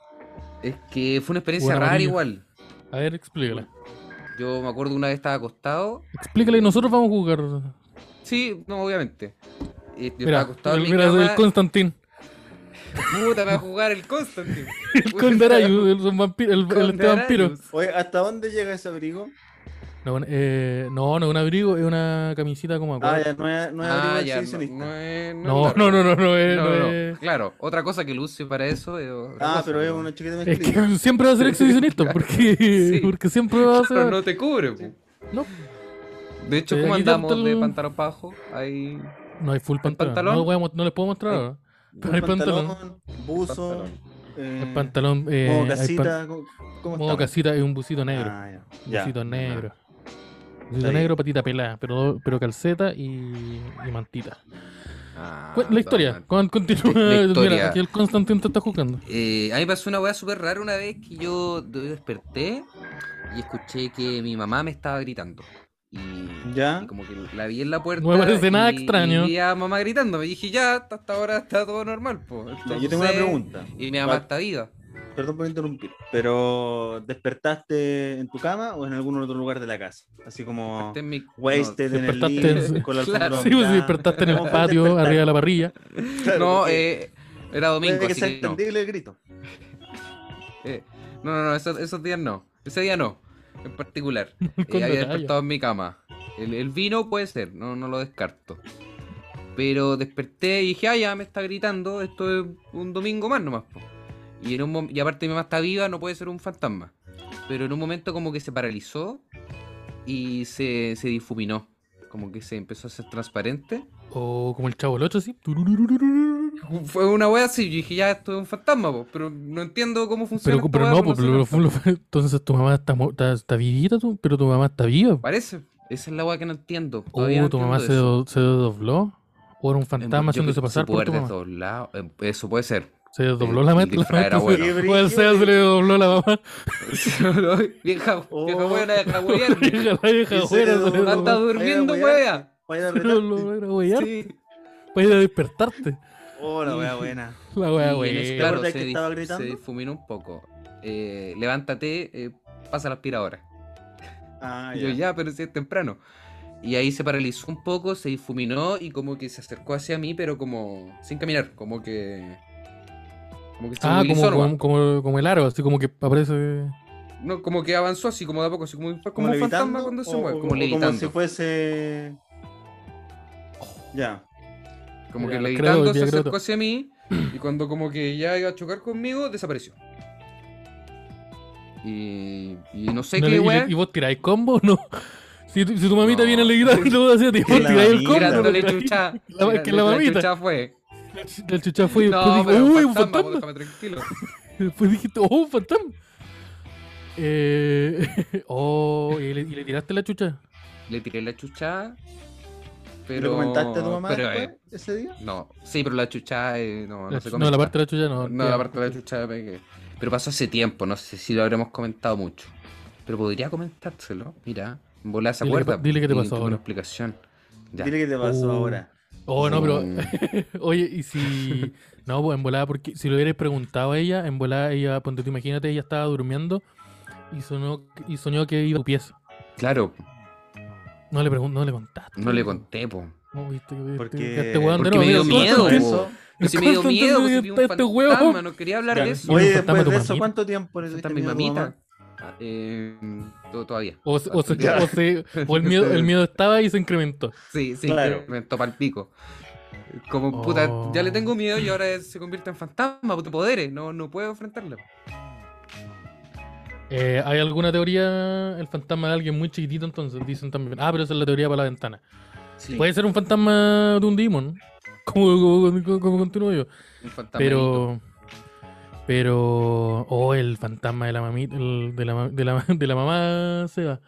Speaker 1: Es que fue una experiencia
Speaker 2: Buena
Speaker 1: rara
Speaker 2: amarilla.
Speaker 1: igual.
Speaker 2: A ver, explícala.
Speaker 1: Yo me acuerdo una vez estaba acostado.
Speaker 2: Explícale y nosotros vamos a jugar.
Speaker 1: Sí, no, obviamente. Y Yo estaba
Speaker 2: Mira,
Speaker 1: acostado en mi
Speaker 2: mira,
Speaker 1: cama.
Speaker 2: el Constantín.
Speaker 1: Puta, me va a jugar el Constantine.
Speaker 2: El Condarayu, el, vampiro, el, el este vampiro.
Speaker 3: Oye, ¿hasta dónde llega ese abrigo?
Speaker 2: No, bueno, eh, no, no es un abrigo, es una camisita como
Speaker 3: Ah,
Speaker 2: cuadros.
Speaker 3: ya no es, no es
Speaker 1: Ah,
Speaker 3: abrigo
Speaker 1: ya, no,
Speaker 3: exhibicionista.
Speaker 1: no es-
Speaker 2: No,
Speaker 1: es
Speaker 2: no,
Speaker 1: largo.
Speaker 2: no, no, no, es-
Speaker 1: No,
Speaker 2: no eh.
Speaker 1: no,
Speaker 2: es-
Speaker 1: Claro, otra cosa que luce para eso. es otra
Speaker 3: Ah,
Speaker 1: cosa,
Speaker 3: pero es
Speaker 1: ¿no?
Speaker 3: una chiquita
Speaker 2: Es
Speaker 3: mezclilla.
Speaker 2: que siempre va a ser exhibicionista, porque,
Speaker 1: Sí.
Speaker 2: porque siempre va a ser.
Speaker 1: Claro, no te cubre. po.
Speaker 2: No.
Speaker 1: De hecho,
Speaker 2: Sí,
Speaker 1: ¿cómo
Speaker 2: aquí está
Speaker 1: andamos
Speaker 2: el-
Speaker 1: de pantalón bajo? Ahí.
Speaker 2: No hay full pantalón.
Speaker 1: pantalón?
Speaker 2: No, voy a mo- no les puedo mostrar ahora.
Speaker 3: Un
Speaker 2: hay pantalón.
Speaker 3: buzo,
Speaker 1: Pantalón.
Speaker 3: eh,
Speaker 2: El pantalón. Eh,
Speaker 3: modo
Speaker 2: hay pan-
Speaker 3: casita. ¿cómo- ¿Cómo
Speaker 2: modo
Speaker 3: está?
Speaker 2: casita es un bucito negro.
Speaker 3: Ah, ya. ya.
Speaker 2: bucito negro.
Speaker 3: Está
Speaker 2: Bucito
Speaker 3: bien.
Speaker 2: negro, patita pelada, pero, pero calceta y, y mantita.
Speaker 1: Ah,
Speaker 2: Cu- la historia,
Speaker 1: bacán.
Speaker 2: con- continúa.
Speaker 1: La historia.
Speaker 2: Mira, aquí el Constantino te está jugando.
Speaker 1: Eh, a mí me pasó una weá súper rara una vez que yo de- desperté y escuché que mi mamá me estaba gritando. Y,
Speaker 3: Ya.
Speaker 1: y como que la vi en la puerta.
Speaker 2: No me parece nada
Speaker 1: y-
Speaker 2: extraño.
Speaker 1: Y vi a mamá gritando. Y dije, ya, hasta hasta ahora está todo normal. Po.
Speaker 3: Ya, Yo tengo una
Speaker 1: Entonces,
Speaker 3: pregunta.
Speaker 1: Y mi mamá
Speaker 3: Va-
Speaker 1: está viva.
Speaker 3: Perdón por interrumpir, pero ¿despertaste en tu cama o en algún otro lugar de la casa? Así como
Speaker 1: Está en mi-
Speaker 3: wasted en el
Speaker 2: despertaste en-
Speaker 3: living, con la
Speaker 1: Claro.
Speaker 3: alfombra
Speaker 2: Sí, pues, si
Speaker 3: doblada.
Speaker 2: despertaste en el
Speaker 3: ¿Cómo
Speaker 1: Ah.
Speaker 3: fue
Speaker 2: patio,
Speaker 3: despertar?
Speaker 2: arriba de la parrilla.
Speaker 3: Claro,
Speaker 1: No,
Speaker 3: porque
Speaker 1: eh, era
Speaker 3: puede
Speaker 1: domingo,
Speaker 3: que
Speaker 1: así
Speaker 3: sea
Speaker 1: que no.
Speaker 3: entendible el grito.
Speaker 1: Eh, no, no, no, esos, esos días no. Ese día no, en particular. Eh,
Speaker 2: Con
Speaker 1: había
Speaker 2: detalle.
Speaker 1: despertado en mi cama. El, el vino puede ser, no, no lo descarto. Pero desperté y dije, ah, ya me está gritando, esto es un domingo más nomás. po". Y, en un mom- y aparte mi mamá está viva, no puede ser un fantasma. Pero en un momento como que se paralizó y se, se difuminó. Como que se empezó a hacer transparente.
Speaker 2: O como el chavo el 8, así.
Speaker 1: Fue una wea así, yo dije, ya esto es un fantasma, po", pero no entiendo cómo funciona.
Speaker 2: Pero,
Speaker 1: esta
Speaker 2: pero
Speaker 1: wea,
Speaker 2: no,
Speaker 1: po,
Speaker 2: pues,
Speaker 1: soy
Speaker 2: lo-
Speaker 1: fantasma".
Speaker 2: lo- entonces tu mamá está, mu- está, está vivita, tú, pero tu mamá está viva.
Speaker 1: Parece. Esa es la weá que no entiendo.
Speaker 2: O
Speaker 1: Todavía no
Speaker 2: Oh, tu mamá se,
Speaker 1: entiendo eso.
Speaker 2: do- se desdobló. O era un
Speaker 1: Eh,
Speaker 2: fantasma
Speaker 1: yo creo
Speaker 2: haciéndose
Speaker 1: que
Speaker 2: pasar
Speaker 1: su
Speaker 2: por
Speaker 1: poder
Speaker 2: tu mamá.
Speaker 1: desdoblado, eh, Eso puede ser. Eh,
Speaker 2: Se desdobló
Speaker 1: el-
Speaker 2: la
Speaker 1: el
Speaker 2: mente.
Speaker 1: disfraz era bueno.
Speaker 2: O al Seba se le desdobló la mamá.
Speaker 1: vieja, vieja
Speaker 3: Oh.
Speaker 1: buena, deja
Speaker 2: La
Speaker 1: huevearme.
Speaker 2: vieja, la vieja,
Speaker 3: Y se
Speaker 2: afuera, se le
Speaker 3: desdobló.
Speaker 1: Anda
Speaker 2: desdobló.
Speaker 3: Vaya
Speaker 1: durmiendo,
Speaker 3: wea.
Speaker 1: wea.
Speaker 3: Vaya a
Speaker 2: Se le
Speaker 3: retarte.
Speaker 2: desdobló, era huear,
Speaker 1: Sí.
Speaker 2: para ir a despertarte.
Speaker 3: Oh, la wea buena.
Speaker 2: La wea,
Speaker 1: Y en eso,
Speaker 2: güey.
Speaker 1: claro,
Speaker 3: acordás
Speaker 1: se,
Speaker 3: que
Speaker 1: dif-
Speaker 3: estaba gritando?
Speaker 1: se difuminó un poco. Eh, levántate, eh, pasa la aspiradora.
Speaker 3: Ah,
Speaker 1: Y yo ya, pero si es temprano. Y ahí se paralizó un poco, se difuminó y como que se acercó hacia mí, pero como sin caminar, como que... Como que se
Speaker 2: Ah, como,
Speaker 1: movilizó nomás.
Speaker 2: como, como, como el aro, así como que aparece.
Speaker 1: No, como que avanzó así, como de a poco, así como, como un
Speaker 3: levitando
Speaker 1: fantasma cuando se
Speaker 3: o-
Speaker 1: mueve,
Speaker 3: o-
Speaker 1: como
Speaker 3: o
Speaker 1: levitando. Oh.
Speaker 3: si fuese. Ya.
Speaker 1: Como
Speaker 2: Ya,
Speaker 1: que
Speaker 2: creo,
Speaker 1: levitando
Speaker 2: ya
Speaker 1: se
Speaker 2: creo
Speaker 1: acercó
Speaker 2: todo.
Speaker 1: hacia mí y cuando como que ya iba a chocar conmigo, desapareció. Y, y no sé
Speaker 2: No le-
Speaker 1: qué,
Speaker 2: y,
Speaker 1: weá.
Speaker 2: le- ¿Y vos tiráis combo o no? Si, tu- si tu mamita
Speaker 1: No.
Speaker 2: viene le gritando hacia ti, vos
Speaker 3: la
Speaker 2: tiráis el
Speaker 3: mamita.
Speaker 2: combo. ¿no?
Speaker 1: Tirándole
Speaker 2: La-
Speaker 1: chucha.
Speaker 2: la-
Speaker 1: tira-
Speaker 2: que la mamita.
Speaker 1: chucha fue.
Speaker 2: La chucha fue y después
Speaker 1: No,
Speaker 2: dije,
Speaker 1: pero
Speaker 2: uy,
Speaker 1: un
Speaker 2: un
Speaker 1: fantasma, pues,
Speaker 2: fantasma.
Speaker 1: déjame tranquilo.
Speaker 2: Después dijiste, oh, un fantasma. Eh, oh, y le, y le tiraste la chucha.
Speaker 1: Le tiré la chucha,
Speaker 3: ¿Y
Speaker 1: pero...
Speaker 3: ¿Le comentaste a tu mamá
Speaker 1: pero,
Speaker 3: después,
Speaker 1: eh,
Speaker 3: ese día?
Speaker 1: no, sí, pero la chucha eh, no,
Speaker 2: La
Speaker 1: no
Speaker 2: chu-
Speaker 1: se
Speaker 2: No,
Speaker 1: comenta.
Speaker 2: la parte de la chucha no.
Speaker 1: No,
Speaker 2: ya.
Speaker 1: la parte de la chucha de pegué. Pero pasó hace tiempo, no sé si lo habremos comentado mucho. Pero podría comentárselo, mira. En volada se
Speaker 2: Dile que
Speaker 1: acuerda.
Speaker 2: pa- dile que te
Speaker 1: y
Speaker 2: pasó
Speaker 1: tuvo
Speaker 2: ahora.
Speaker 1: Una explicación. Ya.
Speaker 3: Dile que te pasó
Speaker 2: Uh.
Speaker 3: ahora.
Speaker 2: Oh, no, pero.
Speaker 1: Mm.
Speaker 2: Oye, y si. No, pues en volada, porque si lo hubieras preguntado a ella, en volada, ella, ponte tú, imagínate, ella estaba durmiendo y, sonó, y soñó que iba a tu pieza.
Speaker 1: Claro,
Speaker 2: No le, pregun- no le contaste.
Speaker 1: no le conté, po.
Speaker 2: No, viste que-
Speaker 3: Porque-
Speaker 2: que este weón de
Speaker 1: Porque
Speaker 2: nuevo,
Speaker 1: me dio
Speaker 2: mira,
Speaker 1: miedo,
Speaker 2: Constantine-
Speaker 1: po.
Speaker 2: el
Speaker 1: Si me dio
Speaker 2: Constantine
Speaker 1: miedo, si
Speaker 2: está
Speaker 1: vi un
Speaker 2: este
Speaker 1: fantasma,
Speaker 2: huevo.
Speaker 1: no quería hablar de
Speaker 2: Ya,
Speaker 1: eso.
Speaker 2: Oye,
Speaker 3: Oye,
Speaker 2: fantasma
Speaker 3: después
Speaker 2: tu
Speaker 3: de eso,
Speaker 2: mamita.
Speaker 3: ¿cuánto tiempo le
Speaker 1: Está
Speaker 3: tuviste
Speaker 1: mi
Speaker 3: miedo a tu
Speaker 1: mamita.
Speaker 3: mamá?
Speaker 1: Ah, eh, to- todavía.
Speaker 2: O, se- o se-
Speaker 1: Ya.
Speaker 2: o se- o el, miedo, el miedo estaba y se incrementó.
Speaker 1: Sí, sí,
Speaker 3: Claro.
Speaker 1: me topa el pico. Como puta,
Speaker 2: Oh.
Speaker 1: ya le tengo miedo y ahora se convierte en fantasma, puto poderes, no, no puedo enfrentarlo.
Speaker 2: Eh, ¿Hay alguna teoría? El fantasma de alguien muy chiquitito, entonces dicen también. Ah, pero esa es la teoría para la ventana.
Speaker 1: Sí,
Speaker 2: Puede ser un fantasma de un demon, como, como, como- como continúo yo.
Speaker 1: un fantasma.
Speaker 2: Pero. Pero. Oh, el fantasma de la mamita. el- de, la, ma- de, la, ma- de la mamá se va.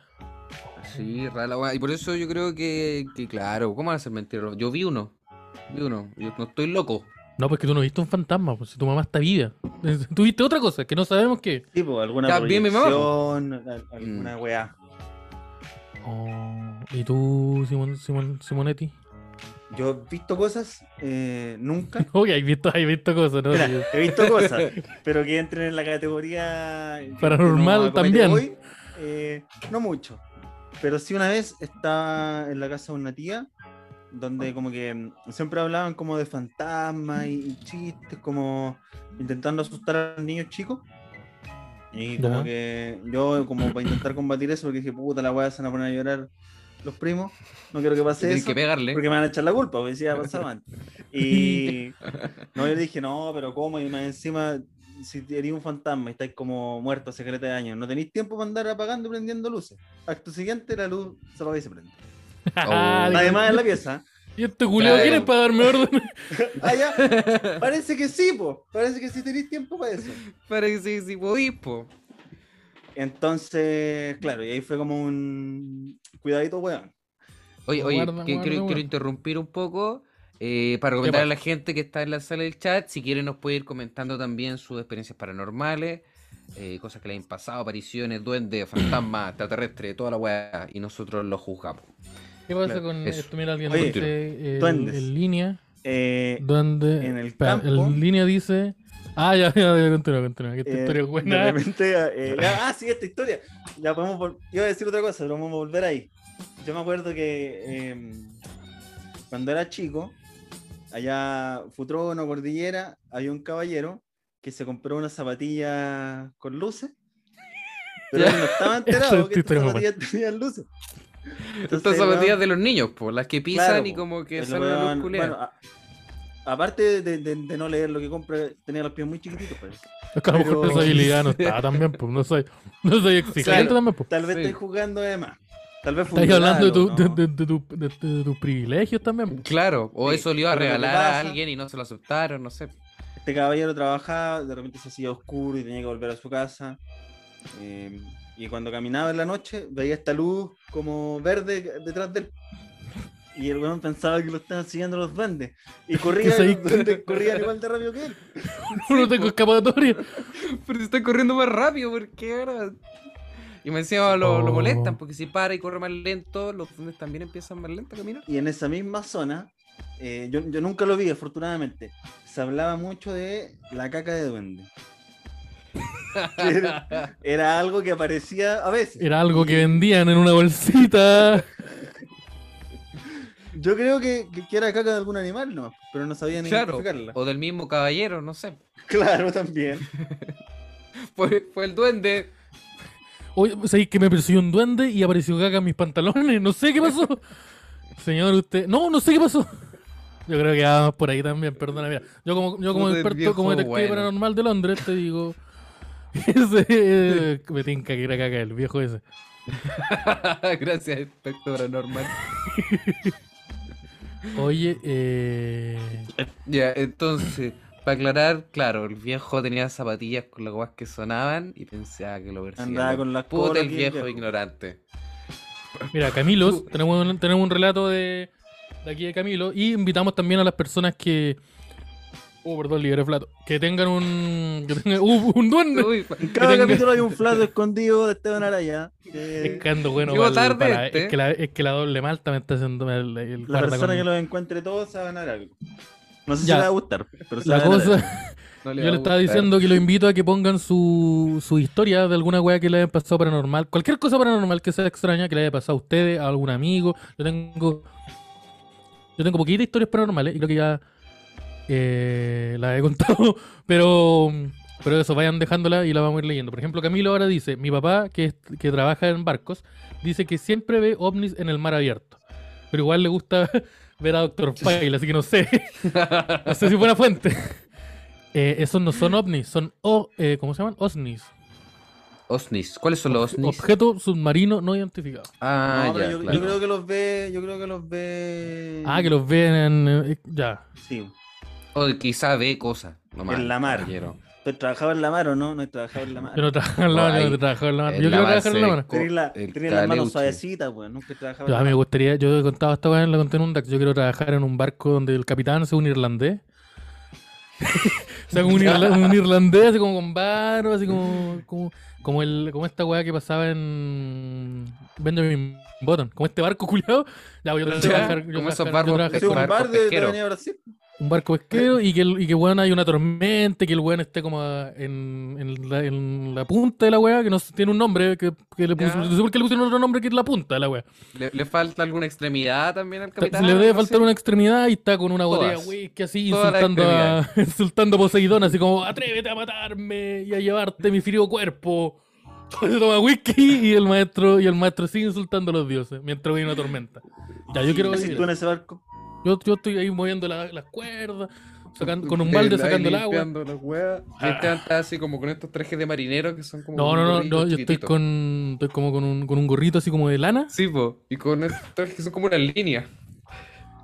Speaker 1: Sí, rara la weá. Y por eso yo creo que, que claro, ¿cómo van a ser mentirosos? Yo vi uno. Vi uno. Yo no estoy loco.
Speaker 2: No, pues que tú no viste un fantasma, pues si tu mamá está viva. Tú viste otra cosa que no sabemos qué.
Speaker 3: Sí, pues, alguna
Speaker 1: Ya, bien, mi mamá,
Speaker 3: proyección, al- alguna weá.
Speaker 2: Oh, ¿Y tú, Simon, Simon- Simonetti?
Speaker 3: Yo he visto cosas, eh, nunca.
Speaker 2: Oye, hay visto, hay visto cosas, ¿no?
Speaker 3: Mira, Oh. he visto cosas, pero que entren en la categoría que- que no
Speaker 2: Paranormal
Speaker 3: acomete
Speaker 2: también.
Speaker 3: hoy, eh, no mucho. Pero sí una vez estaba en la casa de una tía, donde como que mm, siempre hablaban como de fantasmas y, y chistes, como intentando asustar a los niños chicos. Y como
Speaker 2: Ya.
Speaker 3: que yo, como para intentar combatir eso, porque dije, puta, la weá se van a poner a llorar los primos, no quiero que pase
Speaker 1: Tienes
Speaker 3: eso.
Speaker 1: que pegarle.
Speaker 3: Porque me van a echar la culpa, pues, porque si ya pasaba antes. Y no, yo le dije, no, pero ¿cómo? Y más encima, si eres un fantasma y estáis como muerto hace secreta de años, no tenéis tiempo para andar apagando y prendiendo luces. Acto siguiente, la luz se apaga y se prende. Además, en la pieza.
Speaker 2: Ah, ¿Y este culeo
Speaker 1: Claro.
Speaker 2: quién es para darme orden?
Speaker 3: Ah, ya. Parece que sí, po. Parece que sí tenéis tiempo para eso.
Speaker 1: Para que sí, sí, podís, po.
Speaker 3: Entonces, claro, y ahí fue como un cuidadito, weón.
Speaker 1: Oye, oye,
Speaker 2: Guarda,
Speaker 1: que-
Speaker 2: guarda,
Speaker 1: quiero, quiero
Speaker 2: guarda.
Speaker 1: interrumpir un poco eh, para comentar a
Speaker 2: pasa?
Speaker 1: la gente que está en la sala del chat. Si quieren, nos puede ir comentando también sus experiencias paranormales, eh, cosas que le han pasado, apariciones, duendes, fantasmas, extraterrestres, toda la weá. Y nosotros lo juzgamos.
Speaker 2: ¿Qué pasa
Speaker 1: Claro,
Speaker 2: con
Speaker 1: eso.
Speaker 2: esto? Mira, alguien
Speaker 3: Oye,
Speaker 2: dice el-
Speaker 3: duendes.
Speaker 2: en línea.
Speaker 3: Eh,
Speaker 2: Donde
Speaker 3: en el
Speaker 2: espera,
Speaker 3: campo.
Speaker 2: en línea dice. Ah, ya, ya, ya, continúa, continúa. Que esta
Speaker 3: Eh,
Speaker 2: historia es
Speaker 3: De
Speaker 2: buena.
Speaker 3: repente, eh, ya- ah, sí, esta historia. Ya podemos vol- Iba a decir otra cosa, pero vamos a volver ahí. Yo me acuerdo que eh, cuando era chico, allá Futrono, Cordillera, había un caballero que se compró unas zapatillas con luces. Pero él no
Speaker 2: Esa
Speaker 3: estaba enterado
Speaker 2: es
Speaker 3: que estas
Speaker 2: historia, mamá.
Speaker 3: zapatillas tenían luces.
Speaker 1: Estas
Speaker 3: el weón-
Speaker 1: zapatillas de los niños, po, las que pisan
Speaker 3: Claro,
Speaker 1: y
Speaker 3: po.
Speaker 1: como que
Speaker 3: el
Speaker 1: salen a
Speaker 3: weón-
Speaker 1: los
Speaker 3: bueno, a- aparte de, de- de no leer lo que compra, tenía los pies muy chiquititos. parece.
Speaker 2: Es que a lo mejor
Speaker 3: pero-
Speaker 2: esa habilidad no está también, pues. No soy, no soy exigente
Speaker 3: Claro.
Speaker 2: también, pues.
Speaker 3: Tal vez
Speaker 1: Sí.
Speaker 3: estoy jugando de más. Tal vez fue un
Speaker 2: Estás hablando de, tu-
Speaker 3: regalo,
Speaker 2: de-
Speaker 3: ¿no?
Speaker 2: de- de tu- de- de- de tus privilegios también. pues. po.
Speaker 1: Claro, o
Speaker 3: Sí,
Speaker 1: eso le iba a
Speaker 3: pero lo que
Speaker 1: regalar a
Speaker 3: pasa-
Speaker 1: alguien y no se lo aceptaron, no sé.
Speaker 3: Este caballero trabajaba, de repente se hacía oscuro y tenía que volver a su casa. Eh, y cuando caminaba en la noche, veía esta luz como verde detrás de él. Y el weón pensaba que lo estaban siguiendo los duendes. Y corría,
Speaker 2: sabéis?
Speaker 3: los duendes corrían igual de rápido que él.
Speaker 2: No tengo
Speaker 3: pues.
Speaker 2: escapatoria.
Speaker 1: Pero se está corriendo más rápido, ¿por qué ahora? Y me encima lo, lo
Speaker 2: Oh.
Speaker 1: molestan, porque si para y corre más lento, los duendes también empiezan más lento a caminar.
Speaker 3: Y en esa misma zona, eh, yo, yo nunca lo vi, afortunadamente. Se hablaba mucho de la caca de duende. Era, era algo que aparecía a veces.
Speaker 2: Era algo que vendían en una bolsita.
Speaker 3: Yo creo que, que, que era caca de algún animal, no, pero no sabían
Speaker 1: Claro,
Speaker 3: identificarla.
Speaker 1: o del mismo caballero, no sé.
Speaker 3: Claro, también.
Speaker 1: Fue, fue el duende.
Speaker 2: Oye, ¿sabéis que me persiguió un duende y apareció caca en mis pantalones? No sé qué pasó. Señor, usted. No, no sé qué pasó. Yo creo que vamos por ahí también, perdona, mira. Yo como, yo como
Speaker 1: Puta, el
Speaker 2: experto, como
Speaker 1: viejo
Speaker 2: detective
Speaker 1: bueno.
Speaker 2: paranormal de Londres, te digo. Ese, eh, me tinca que era caca el viejo ese.
Speaker 1: Gracias, espectro paranormal.
Speaker 2: Oye, eh.
Speaker 1: Ya, entonces, para aclarar, claro, el viejo tenía zapatillas con las guas que sonaban y pensaba que lo perseguían.
Speaker 3: Andaba
Speaker 1: los
Speaker 3: con las
Speaker 1: Puta,
Speaker 3: colas
Speaker 1: el
Speaker 3: bien
Speaker 1: viejo
Speaker 3: viejo.
Speaker 1: ignorante.
Speaker 2: Mira, Camilos, tenemos un, tenemos un relato de, de aquí de Camilo y invitamos también a las personas que. Oh, perdón, liberé plato. Que tengan un. Que tengan, ¡Uh, un duende!
Speaker 1: Uy,
Speaker 3: En cada
Speaker 2: tenga-
Speaker 3: capítulo hay un flato escondido de Esteban Araya. que
Speaker 2: Es que ando bueno.
Speaker 1: Llegó
Speaker 2: pa'l-
Speaker 1: tarde
Speaker 2: para-
Speaker 1: este.
Speaker 2: es, que la, es que la doble malta me está haciendo el, el
Speaker 3: la
Speaker 2: guarda
Speaker 3: persona
Speaker 2: con-
Speaker 3: que los encuentre todos se va a ganar algo. No sé
Speaker 2: Ya.
Speaker 3: si le va a gustar, pero se va
Speaker 2: La
Speaker 3: a ganar algo.
Speaker 2: cosa,
Speaker 1: no
Speaker 2: yo
Speaker 1: va a
Speaker 2: le estaba
Speaker 1: gustar.
Speaker 2: diciendo que lo invito a que pongan su, su historia de alguna weá que le haya pasado paranormal. Cualquier cosa paranormal que sea extraña, que le haya pasado a ustedes, a algún amigo. Yo tengo. Yo tengo poquitas historias paranormales y creo que ya eh, las he contado. Pero. Pero eso, vayan dejándola y la vamos a ir leyendo. Por ejemplo, Camilo ahora dice, mi papá, que, es- que trabaja en barcos, dice que siempre ve ovnis en el mar abierto. Pero igual le gusta ver a Doctor File, así que no sé. No sé si buena fuente. Eh, esos no son ovnis, son o, eh, ¿cómo se llaman? OSNIs.
Speaker 1: Osnis, ¿cuáles son los osnis?
Speaker 2: Objeto submarino no identificado.
Speaker 1: Ah,
Speaker 3: No, pero
Speaker 1: ya,
Speaker 3: yo, yo
Speaker 1: claro.
Speaker 3: creo que los ve, yo creo que los ve.
Speaker 2: Ah, que los ven en... eh, ya.
Speaker 3: Sí.
Speaker 1: O quizá ve cosas. nomás,
Speaker 3: En la mar.
Speaker 1: caballero.
Speaker 3: ¿Tú has trabajado pues en la mar o no? No he trabajado en la
Speaker 1: Ah,
Speaker 3: mar.
Speaker 2: Yo no trabajaba en la mano, yo no trabajaba en la mano. Yo quiero trabajar en la mano.
Speaker 3: Tenés la,
Speaker 1: el
Speaker 3: tenés las manos
Speaker 1: caleuche.
Speaker 3: suavecitas, pues. Nunca he trabajado
Speaker 2: Yo, a
Speaker 3: en
Speaker 2: mí
Speaker 3: la
Speaker 2: me
Speaker 3: mar.
Speaker 2: gustaría, yo he contado esta vez, la conté en un DAX, yo quiero trabajar en un barco donde el capitán sea un irlandés. o sea, como un, irla- un irlandés, así como con barro, así como, como, como, el, como esta weá que pasaba en Benjamin Button, como este barco culiado. Ya, voy a
Speaker 1: Ya,
Speaker 2: trabajar, yo
Speaker 1: como esos
Speaker 2: trabajar- yo
Speaker 1: barcos
Speaker 2: trabajar
Speaker 1: pesqueros. barco
Speaker 2: con-
Speaker 3: Sí, un bar de, de
Speaker 1: pesquero.
Speaker 3: Avenida Brasil.
Speaker 2: un barco pesquero y que, el- y que weón, hay una tormenta, y que el weón esté como a- en, en la, en la punta de la weá, que no sé- tiene un nombre, que, que le
Speaker 1: Ya.
Speaker 2: pus- no sé por qué le pusieron otro nombre que es la punta de la weá.
Speaker 1: ¿Le, le falta alguna extremidad también al
Speaker 2: Ta-
Speaker 1: capitán?
Speaker 2: Se le debe
Speaker 1: No sé.
Speaker 2: faltar una extremidad y está con una botella
Speaker 1: Todas.
Speaker 2: whisky así,
Speaker 1: Todas las
Speaker 2: insultando a, insultando a Poseidón, así como, atrévete a matarme y a llevarte mi frío cuerpo. Se toma whisky y el maestro y el maestro sigue insultando a los dioses mientras viene una tormenta. Ya, yo quiero
Speaker 3: ¿Qué haces
Speaker 2: ir.
Speaker 3: tú en ese barco?
Speaker 2: Yo, yo estoy ahí moviendo la- las cuerdas, sacando, con un
Speaker 1: Eh,
Speaker 2: balde
Speaker 1: ahí
Speaker 2: sacando el agua.
Speaker 1: limpiando las huevas. Y este
Speaker 2: Ah.
Speaker 1: anda así como con estos trajes de marinero que son como.
Speaker 2: No,
Speaker 1: un
Speaker 2: no, no,
Speaker 1: gorrito
Speaker 2: no, yo estoy
Speaker 1: chiquitito.
Speaker 2: con, estoy como con un, con un gorrito así como de lana.
Speaker 1: Sí, po. Y con estos trajes que son como una línea.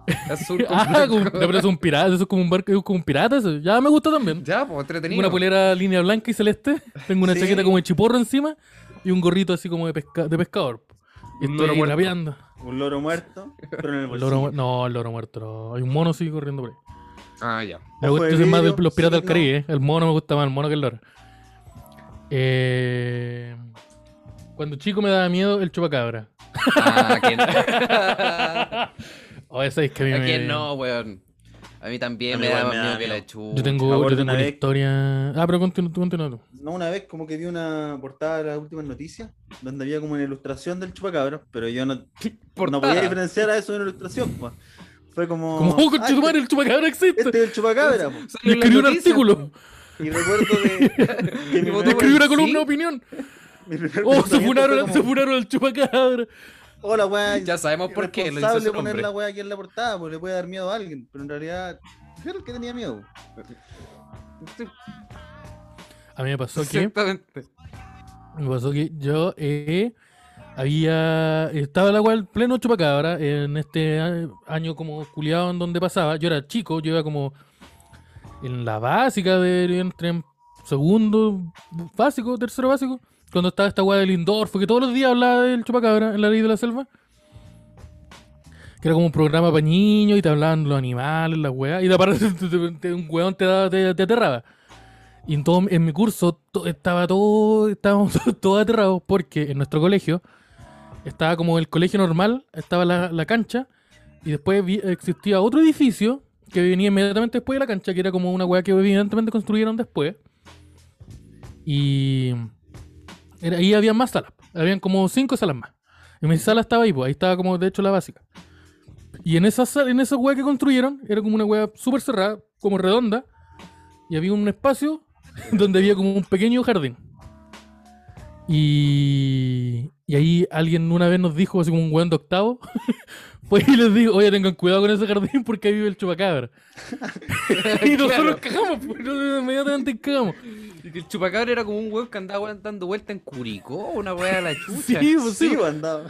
Speaker 1: Azul. con
Speaker 2: Ah,
Speaker 1: blanco.
Speaker 2: como, no, pero eso es un pirata, eso es como un barco, es como un pirata, eso. Ya me gusta también.
Speaker 1: Ya, pues
Speaker 2: Tengo
Speaker 1: entretenido.
Speaker 2: una polera línea blanca y celeste, tengo una
Speaker 3: Sí.
Speaker 2: chaqueta como de chiporro encima y un gorrito así como de, pesca, de pescador. Y
Speaker 1: Un
Speaker 2: estoy
Speaker 1: loro
Speaker 2: ahí
Speaker 1: muerto.
Speaker 2: rapeando.
Speaker 3: Un loro muerto, pero en el
Speaker 2: El
Speaker 3: bolsillo.
Speaker 2: loro mu- no, el loro muerto, no. Hay un mono sigue corriendo por ahí.
Speaker 1: Ah, ya.
Speaker 2: Me
Speaker 3: Ojo
Speaker 2: gusta
Speaker 3: de
Speaker 2: ese más de
Speaker 3: vidrio,
Speaker 2: los piratas del
Speaker 3: signo.
Speaker 2: Caribe, ¿eh? El mono me gusta más, el mono que el loro. Eh, Cuando chico me daba miedo el chupacabra.
Speaker 1: Ah, ¿a
Speaker 2: O Oh, esa es que a mí
Speaker 1: quién, ¿A
Speaker 2: me-
Speaker 1: quién no, weón? A mí también
Speaker 3: A mí
Speaker 1: me
Speaker 3: igual
Speaker 1: da
Speaker 3: me
Speaker 1: miedo
Speaker 3: da
Speaker 1: que la
Speaker 3: miedo.
Speaker 1: chupa.
Speaker 2: Yo
Speaker 3: Me
Speaker 2: tengo,
Speaker 3: acuerdo
Speaker 2: yo
Speaker 3: una
Speaker 2: tengo una
Speaker 3: vez-
Speaker 2: historia. Ah, pero continúa, tú, continúa tú.
Speaker 3: No, una vez como que vi una portada de las últimas noticias, donde había como una ilustración del chupacabra, pero yo no, no podía diferenciar a eso de una ilustración, pues. Fue como.
Speaker 2: Como, oh,
Speaker 3: "Ah,
Speaker 2: conchetumare, el chupacabra existe.
Speaker 3: Este este es el chupacabra, po".
Speaker 2: Y escribí un artículo.
Speaker 3: Y recuerdo que. que mi
Speaker 1: Y vos
Speaker 3: primer-
Speaker 1: te
Speaker 2: Escribí una
Speaker 1: ¿Sí?
Speaker 2: columna de opinión.
Speaker 3: mi primer
Speaker 2: Oh, se
Speaker 3: pensamiento fue
Speaker 2: funaron,
Speaker 3: como,
Speaker 2: se funaron el chupacabra.
Speaker 3: Hola, weá.
Speaker 1: Ya sabemos por qué, lo dice
Speaker 3: irresponsable
Speaker 1: su
Speaker 3: poner
Speaker 1: nombre.
Speaker 3: la weá aquí en la portada, porque le puede dar miedo a alguien, pero en realidad. Yo era el que tenía miedo.
Speaker 2: A mí me pasó que.
Speaker 1: Exactamente.
Speaker 2: Me pasó que yo eh, había. Estaba la cual pleno chupacabra en este a- año como culiado en donde pasaba. Yo era chico, yo iba como en la básica de entre en segundo básico, tercero básico, cuando estaba esta weá del Lindorfo, que todos los días hablaba del chupacabra en la ley de la selva. Que era como un programa para niños y te hablaban de los animales, las weas, y de repente te- te- un weón te, daba- te, te aterraba. Y en, todo, en mi curso to- estaba todo, estábamos todos aterrados porque en nuestro colegio estaba como el colegio normal, estaba la, la cancha, y después vi- existía otro edificio que venía inmediatamente después de la cancha, que era como una weá que evidentemente construyeron después. Y era- ahí había más salas, habían como cinco salas más. Y mi sala estaba ahí, pues, ahí estaba como de hecho la básica. Y en esa sala, en esa weá que construyeron, era como una weá súper cerrada, como redonda, y había un espacio donde había como un pequeño jardín. Y, y ahí alguien una vez nos dijo, así como un weón de octavo, pues y les dijo, oye, tengan cuidado con ese jardín porque ahí vive el chupacabra. y nosotros cagamos, pues, nosotros inmediatamente cagamos.
Speaker 1: Y que El chupacabra era como un weón que andaba dando vuelta en Curicó, una weá a la chucha.
Speaker 2: Sí, pues, sí,
Speaker 3: Sí, weón, andaba.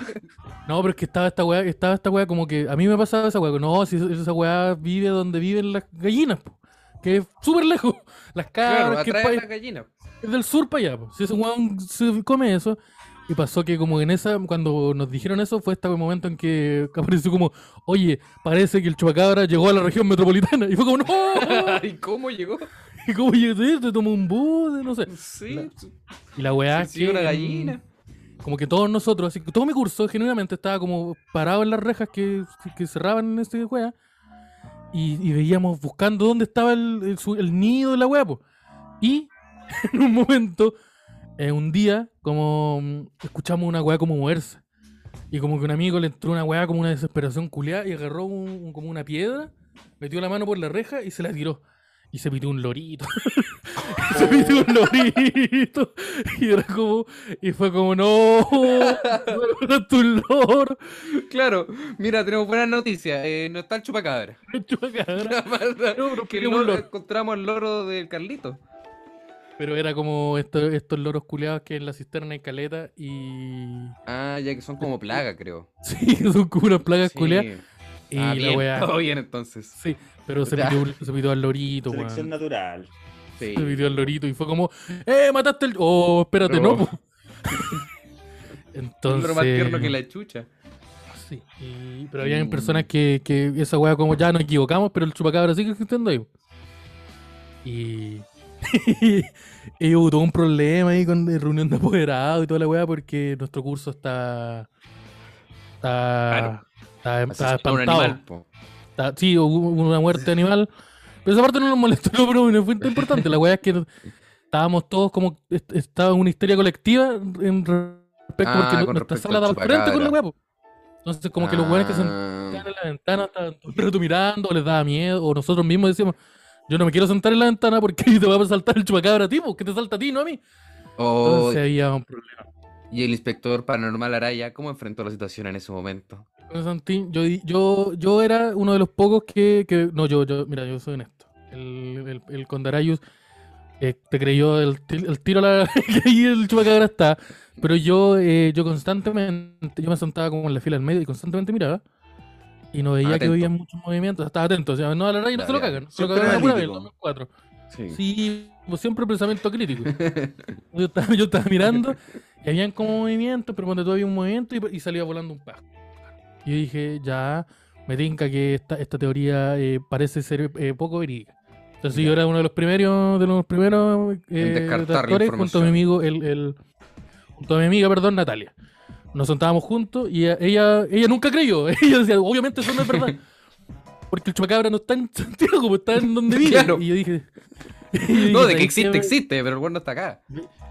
Speaker 2: No, pero es que estaba esta weá, estaba esta weá como que. A mí me pasaba esa weá, que no, si esa- esa weá vive donde viven las gallinas, po, que es súper lejos. Las cabras,
Speaker 1: claro,
Speaker 2: que
Speaker 1: atrás
Speaker 2: pa-
Speaker 1: de la gallina.
Speaker 2: es del sur para allá, po. si ese weón se come eso. Y pasó que como en esa, cuando nos dijeron eso, fue este momento en que apareció como, oye, parece que el chupacabra llegó a la región metropolitana. Y fue como, no,
Speaker 1: ¿Y cómo llegó?
Speaker 2: y como llegó, te tomó un bus, no sé.
Speaker 1: Sí,
Speaker 2: Y la weá
Speaker 1: sí,
Speaker 2: que,
Speaker 1: una
Speaker 2: mm,
Speaker 1: gallina.
Speaker 2: como que todos nosotros, así que todo mi curso genuinamente estaba como parado en las rejas que, que cerraban en este weá. Y, y veíamos buscando dónde estaba el, el su- el nido de la weá, po. Y en un momento, eh, un día, como mm, escuchamos una weá como moverse. Y como que un amigo le entró una weá como una desesperación culeada y agarró un- un- como una piedra, metió la mano por la reja y se la tiró. Y se pitó un lorito. se pitó un lorito. Y era como, y fue como, no, tu loro.
Speaker 1: Claro, mira, tenemos buenas noticias. Eh, no está el chupacabra.
Speaker 2: chupacabra.
Speaker 1: que el
Speaker 2: tenemos
Speaker 1: loro-
Speaker 2: loro.
Speaker 1: encontramos el loro del Carlito.
Speaker 2: Pero era como esto- estos loros culeados que en la cisterna hay caleta y.
Speaker 1: Ah, ya que son como plaga, creo.
Speaker 2: Sí, son como unas plagas
Speaker 1: Sí.
Speaker 2: culeadas. Y
Speaker 1: Ah,
Speaker 2: la
Speaker 1: bien,
Speaker 2: weá.
Speaker 1: todo bien entonces.
Speaker 2: Sí, pero se
Speaker 1: Ya.
Speaker 2: pidió, se pidió al lorito, weón.
Speaker 3: Selección
Speaker 2: Se
Speaker 3: natural.
Speaker 1: Sí.
Speaker 2: pidió al lorito y fue como, ¡eh, mataste el. Oh, espérate,
Speaker 1: No.
Speaker 2: no, po".
Speaker 1: Un
Speaker 2: Entonces.
Speaker 1: loro más tierno que la chucha.
Speaker 2: Sí, y- pero habían
Speaker 1: Mm.
Speaker 2: personas que, que esa weá como ya nos equivocamos, pero el chupacabra sigue existiendo ahí. Y, y hubo todo un problema ahí con de reunión de apoderados y toda la weá porque nuestro curso está... Está,
Speaker 1: Claro.
Speaker 2: está, está
Speaker 1: Asesino a un
Speaker 2: espantado.
Speaker 1: animal, po.
Speaker 2: Está- sí, hubo hubo una muerte animal Pero esa parte no nos molestó, no, pero no fue tan importante. La weá es que estábamos todos como. est- Estaba una histeria colectiva en respecto.
Speaker 1: Ah,
Speaker 2: porque nu-
Speaker 1: con
Speaker 2: nuestra
Speaker 1: respecto
Speaker 2: sala
Speaker 1: al
Speaker 2: daba al frente con la
Speaker 1: chupacabra.
Speaker 2: weá, po. Entonces, como que los weones que se
Speaker 1: Ah,
Speaker 2: estaban en la ventana estaban todo el rato mirando, les daba miedo, o nosotros mismos decíamos. Yo no me quiero sentar en la ventana porque ahí te va a saltar el chupacabra a ti, po, que te salta a ti, no a mí.
Speaker 1: oh,
Speaker 2: Entonces había un problema.
Speaker 1: y el inspector paranormal Araya, ¿cómo enfrentó la situación en ese momento?
Speaker 2: Con Santín, yo, di- yo, yo era uno de los pocos que, que- No, yo, yo, mira, yo soy honesto. El, el, el Condarayus eh, te creyó el, ti- el tiro a la. que ahí el chupacabra está. Pero yo, eh, yo constantemente. Yo me sentaba como en la fila del medio y constantemente miraba. Y no veía que
Speaker 1: Atento.
Speaker 2: había muchos movimientos. Estaba atento. O sea, no, a la raya no
Speaker 1: Ya,
Speaker 2: se lo
Speaker 1: ya.
Speaker 2: cagan. Se lo
Speaker 3: Siempre
Speaker 2: cagan a pura vez, el
Speaker 3: analítico.
Speaker 2: 2004. Sí, pues siempre pensamiento crítico. Yo estaba, yo estaba mirando y habían como movimientos, pero cuando todavía había un movimiento y, y salía volando un pájaro. Y yo dije, ya, me tinca que esta, esta teoría eh, parece ser eh, poco verídica. Entonces yo
Speaker 1: Ya.
Speaker 2: era uno de los primeros, de los primeros eh,
Speaker 1: descartar la
Speaker 2: detractores junto a mi
Speaker 1: información.
Speaker 2: amigo, el, el- junto a mi amiga, perdón, Natalia. Nos sentábamos juntos y ella, ella, ella nunca creyó. Ella decía, obviamente eso no es verdad. Porque el chupacabra no está en Santiago, como está en donde vive.
Speaker 1: Claro.
Speaker 2: Y yo dije, y yo dije,
Speaker 1: No, de
Speaker 2: "¿Sabes
Speaker 1: que
Speaker 2: qué,
Speaker 1: existe,
Speaker 2: wey?".
Speaker 1: existe, pero el bueno está acá.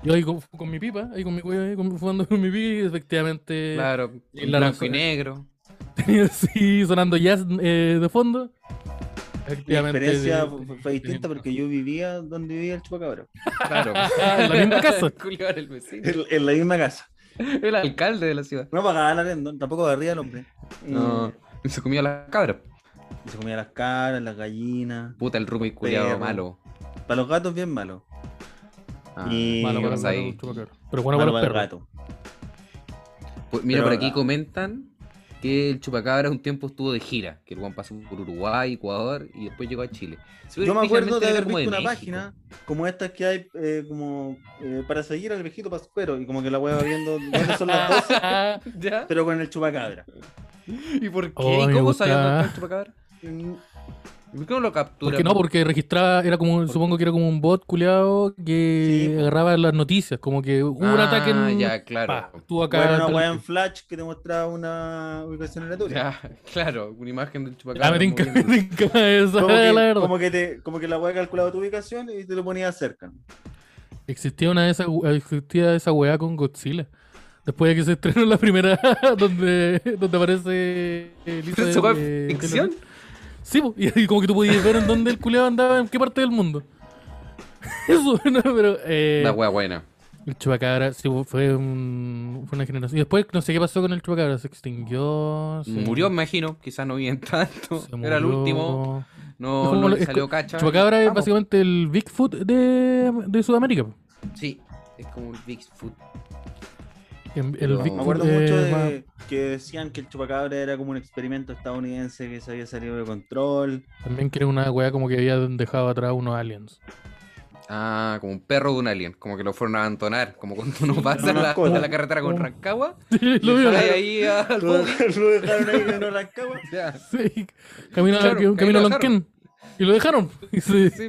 Speaker 2: Yo ahí con, con mi pipa, ahí con mi cuello, ahí con- fumando con mi pipa y efectivamente
Speaker 1: Claro,
Speaker 2: y
Speaker 1: en
Speaker 2: la
Speaker 1: blanco y
Speaker 2: razón-
Speaker 1: negro.
Speaker 2: tenía así sonando jazz eh, de fondo.
Speaker 3: Mi
Speaker 2: Efectivamente.
Speaker 3: experiencia
Speaker 2: de-
Speaker 3: fu- fue, distinta porque yo vivía donde vivía el chupacabra.
Speaker 1: Claro.
Speaker 2: Ah, En la misma casa.
Speaker 1: Culiar el vecino.
Speaker 3: En, en la misma casa.
Speaker 1: El alcalde de la ciudad. Mm.
Speaker 3: No pagaba el arriendo, tampoco barría el hombre.
Speaker 1: No. Se comió las cabras.
Speaker 3: Y Se comía las caras, las gallinas.
Speaker 1: Puta, el y culiado
Speaker 3: Perro.
Speaker 1: malo.
Speaker 3: Para los gatos bien malo.
Speaker 1: Ah,
Speaker 3: Y-
Speaker 2: Malo
Speaker 1: ¿qué
Speaker 2: para,
Speaker 1: pasa
Speaker 2: para
Speaker 1: ahí?
Speaker 2: los chupacabras, Pero bueno para
Speaker 3: malo
Speaker 2: los
Speaker 3: para el
Speaker 2: perros.
Speaker 3: gato.
Speaker 1: Pues mira,
Speaker 3: Pero
Speaker 1: por aquí
Speaker 3: la-
Speaker 1: comentan que el Chupacabra un tiempo estuvo de gira, que el Juan pasó por Uruguay, Ecuador y después llegó a Chile.
Speaker 3: Yo me acuerdo
Speaker 1: Originalmente
Speaker 3: de haber
Speaker 1: era como
Speaker 3: visto una
Speaker 1: México.
Speaker 3: página como estas que hay eh, como eh, para seguir al viejito pascuero y como que la hueva viendo dónde son las dos,
Speaker 2: Ah,
Speaker 1: ¿Ya?
Speaker 3: pero con el chupacabra.
Speaker 1: ¿Y por qué?
Speaker 2: Oh, a mí
Speaker 1: ¿Y
Speaker 2: me
Speaker 1: cómo
Speaker 2: gusta-
Speaker 1: sabían dónde está el Chupacabra?
Speaker 3: Mm,
Speaker 1: ¿Y ¿Por qué no lo capturan?
Speaker 2: porque no, porque registraba, era como, un-
Speaker 1: Por-
Speaker 2: supongo que era como un bot culeado que
Speaker 3: Sí, po.
Speaker 2: agarraba las noticias, como que hubo un ataque
Speaker 1: Ah,
Speaker 2: en...
Speaker 1: ya, claro.
Speaker 2: pa, estuvo acá.
Speaker 3: bueno, una
Speaker 2: tal-
Speaker 3: hueá en flash que te mostraba una ubicación aleatoria.
Speaker 1: Ya, claro, una imagen del Chupacabra.
Speaker 2: Ah, me tinca, me
Speaker 1: moviendo.
Speaker 2: tinca esa,
Speaker 3: Como
Speaker 2: la
Speaker 3: que,
Speaker 2: verdad.
Speaker 3: como que te, como que la hueá calculaba tu ubicación y te lo ponía cerca.
Speaker 2: Existía una de esas, existía esa weá con Godzilla. Después de que se estrenó la primera, donde, donde aparece
Speaker 1: ¿Pero
Speaker 2: Elizabeth,
Speaker 1: ¿Eso fue
Speaker 2: eh,
Speaker 1: ficción?
Speaker 2: Taylor. Sí, po, y, ahí como que tú podías ver en dónde el culeado andaba, en qué parte del mundo. Eso, no, pero eh,
Speaker 1: Una wea buena.
Speaker 2: el Chupacabra sí, po, fue, un- fue una generación. Y después no sé qué pasó con el Chupacabra, se extinguió. se-
Speaker 1: Murió, me imagino, quizás no vivían tanto.
Speaker 2: se
Speaker 1: Era el
Speaker 2: murió.
Speaker 1: último,
Speaker 2: Es
Speaker 1: no,
Speaker 2: como
Speaker 1: no
Speaker 2: lo-
Speaker 1: le
Speaker 2: es
Speaker 1: salió
Speaker 2: co-
Speaker 1: cacha.
Speaker 2: Chupacabra es
Speaker 1: Vamos.
Speaker 2: básicamente el Bigfoot de, de Sudamérica. po.
Speaker 1: Sí, es como un Bigfoot.
Speaker 2: El, el
Speaker 1: Pero- Me
Speaker 2: Bigfoot,
Speaker 3: Me acuerdo
Speaker 2: eh,
Speaker 3: mucho
Speaker 2: más-
Speaker 3: de que decían que el chupacabra era como un experimento estadounidense que se había salido de control.
Speaker 2: También que era una weá como que habían dejado atrás unos aliens.
Speaker 1: Ah, como un perro de un alien, como que lo fueron a abandonar, como cuando uno pasa a
Speaker 3: una
Speaker 1: la,
Speaker 3: mascota.
Speaker 1: a la carretera con
Speaker 2: Como-
Speaker 1: Rancagua.
Speaker 2: Lo
Speaker 1: y
Speaker 2: veo.
Speaker 1: sale ahí al
Speaker 3: Lo, lo dejaron ahí en Rancagua.
Speaker 1: Ya,
Speaker 2: Sí. Camino,
Speaker 1: Claro,
Speaker 2: que-
Speaker 1: ahí
Speaker 2: camino
Speaker 1: lo
Speaker 2: a
Speaker 1: dejaron.
Speaker 2: Lonquén. Y lo dejaron. Y se-
Speaker 1: sí.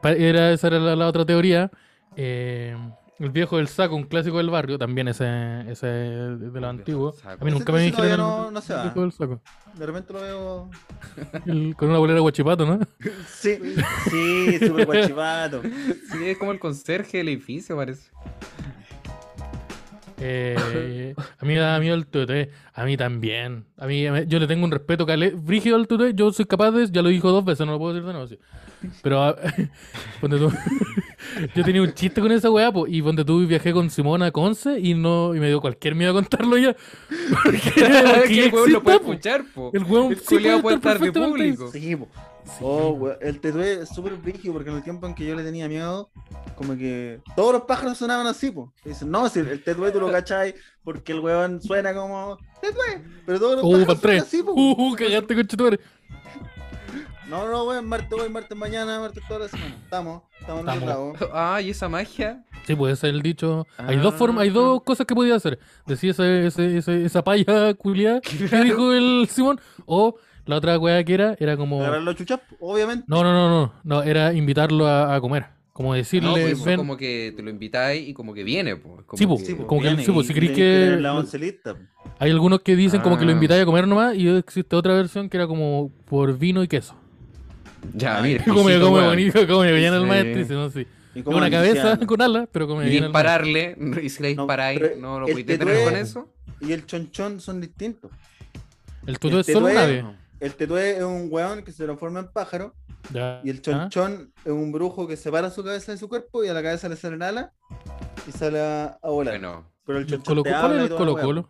Speaker 2: pa- era, esa era la, la otra teoría. Eh, el viejo del saco, un clásico del barrio, también ese, ese de lo
Speaker 1: El
Speaker 2: antiguo.
Speaker 1: viejo del
Speaker 2: A
Speaker 1: saco.
Speaker 2: mí nunca me
Speaker 3: Ese- ese todavía
Speaker 2: dijeron
Speaker 3: no- no se
Speaker 2: el
Speaker 3: va.
Speaker 2: viejo del saco.
Speaker 3: De repente lo veo.
Speaker 2: El- con una bolera guachipato, ¿no?
Speaker 3: Sí, sí, súper guachipato.
Speaker 1: Sí, es como el conserje del edificio, parece.
Speaker 2: Eh, a mí me da miedo el tuete. A mí también. A mí, a mí- yo le tengo un respeto cale, brígido al tuete. Yo soy capaz de. Ya lo dijo dos veces, no lo puedo decir de nuevo. sí. Pero. a- ponte tú. yo tenía un chiste con esa weá, po, y ponte tú y viajé con Simona a Conce y no y me dio cualquier miedo a contarlo ya. Porque, porque
Speaker 1: que el hueón
Speaker 2: existe,
Speaker 1: lo puede
Speaker 2: po.
Speaker 1: escuchar, po.
Speaker 2: El weón
Speaker 1: El culiao puede estar de
Speaker 2: perfectamente ahí.
Speaker 1: público.
Speaker 3: Sí, po. Oh, wea- el tetué es súper brígido porque en el tiempo en que yo le tenía miedo, como que todos los pájaros sonaban así, po. Y Dicen, no, si el tetué tú lo cachai porque el huevón suena como tetué, pero todos los
Speaker 2: Uh,
Speaker 3: pájaros
Speaker 2: para
Speaker 3: sonan
Speaker 2: tres.
Speaker 3: así, po.
Speaker 2: Uh, cagaste con chetumare.
Speaker 3: No, no, weón, martes hoy, martes mañana, martes toda la semana. Estamos, estamos en
Speaker 2: Estamos.
Speaker 3: otro lado.
Speaker 1: Ah, y esa magia.
Speaker 2: Sí, puede ser el dicho. Hay dos
Speaker 1: Ah.
Speaker 2: formas, hay dos cosas que podía hacer. Decía ese, ese, ese- esa paya culiada que dijo el Simón. O la otra weá que era, era como.
Speaker 3: Agarrar los chuchas, obviamente.
Speaker 2: No, no, no, no. No, era invitarlo a, a comer. Como decirle,
Speaker 1: No, pues,
Speaker 2: ven.
Speaker 1: como que te lo invitáis y como que viene, po. Como
Speaker 2: Sí, po.
Speaker 1: que-
Speaker 2: Sí, po.
Speaker 3: po,
Speaker 2: como que-
Speaker 3: viene
Speaker 2: sí, po,
Speaker 3: y
Speaker 2: si querés
Speaker 3: tenés
Speaker 2: que-
Speaker 3: tener la pues. once lista. po.
Speaker 2: Hay algunos que dicen como que lo
Speaker 1: Ah.
Speaker 2: invitáis a comer nomás. Y existe otra versión que era como por vino y queso.
Speaker 1: Ya, mira.
Speaker 2: Come,
Speaker 1: Luisito,
Speaker 2: come
Speaker 1: weón.
Speaker 2: bonito, come bien el
Speaker 1: Sí.
Speaker 2: maestrísimo, sí.
Speaker 3: Y
Speaker 2: Es
Speaker 3: como
Speaker 2: una cabeza
Speaker 3: Luciano.
Speaker 2: con alas, pero come
Speaker 1: Y
Speaker 2: bien el
Speaker 1: dispararle, y si le
Speaker 3: No,
Speaker 1: disparáis,
Speaker 3: pero
Speaker 1: no lo
Speaker 3: el
Speaker 1: pudiste
Speaker 3: tetue-
Speaker 1: tener con eso.
Speaker 3: Y el chonchón son distintos.
Speaker 2: maestro. El tuto
Speaker 3: el
Speaker 2: es solo un
Speaker 3: tetué-
Speaker 2: ave.
Speaker 1: No.
Speaker 3: El tetué es un weón que se transforma en pájaro.
Speaker 2: Ya.
Speaker 3: Y el
Speaker 2: Ah,
Speaker 3: chonchón es un brujo que separa su cabeza de su cuerpo y a la cabeza le salen alas y sale a, a volar.
Speaker 1: Bueno,
Speaker 3: Pero el
Speaker 2: el
Speaker 3: chonchón
Speaker 2: Colo
Speaker 3: te
Speaker 2: ¿Cuál
Speaker 3: habla
Speaker 2: es
Speaker 3: y
Speaker 2: el
Speaker 3: toda la
Speaker 2: Colo
Speaker 3: weá.
Speaker 2: Colo?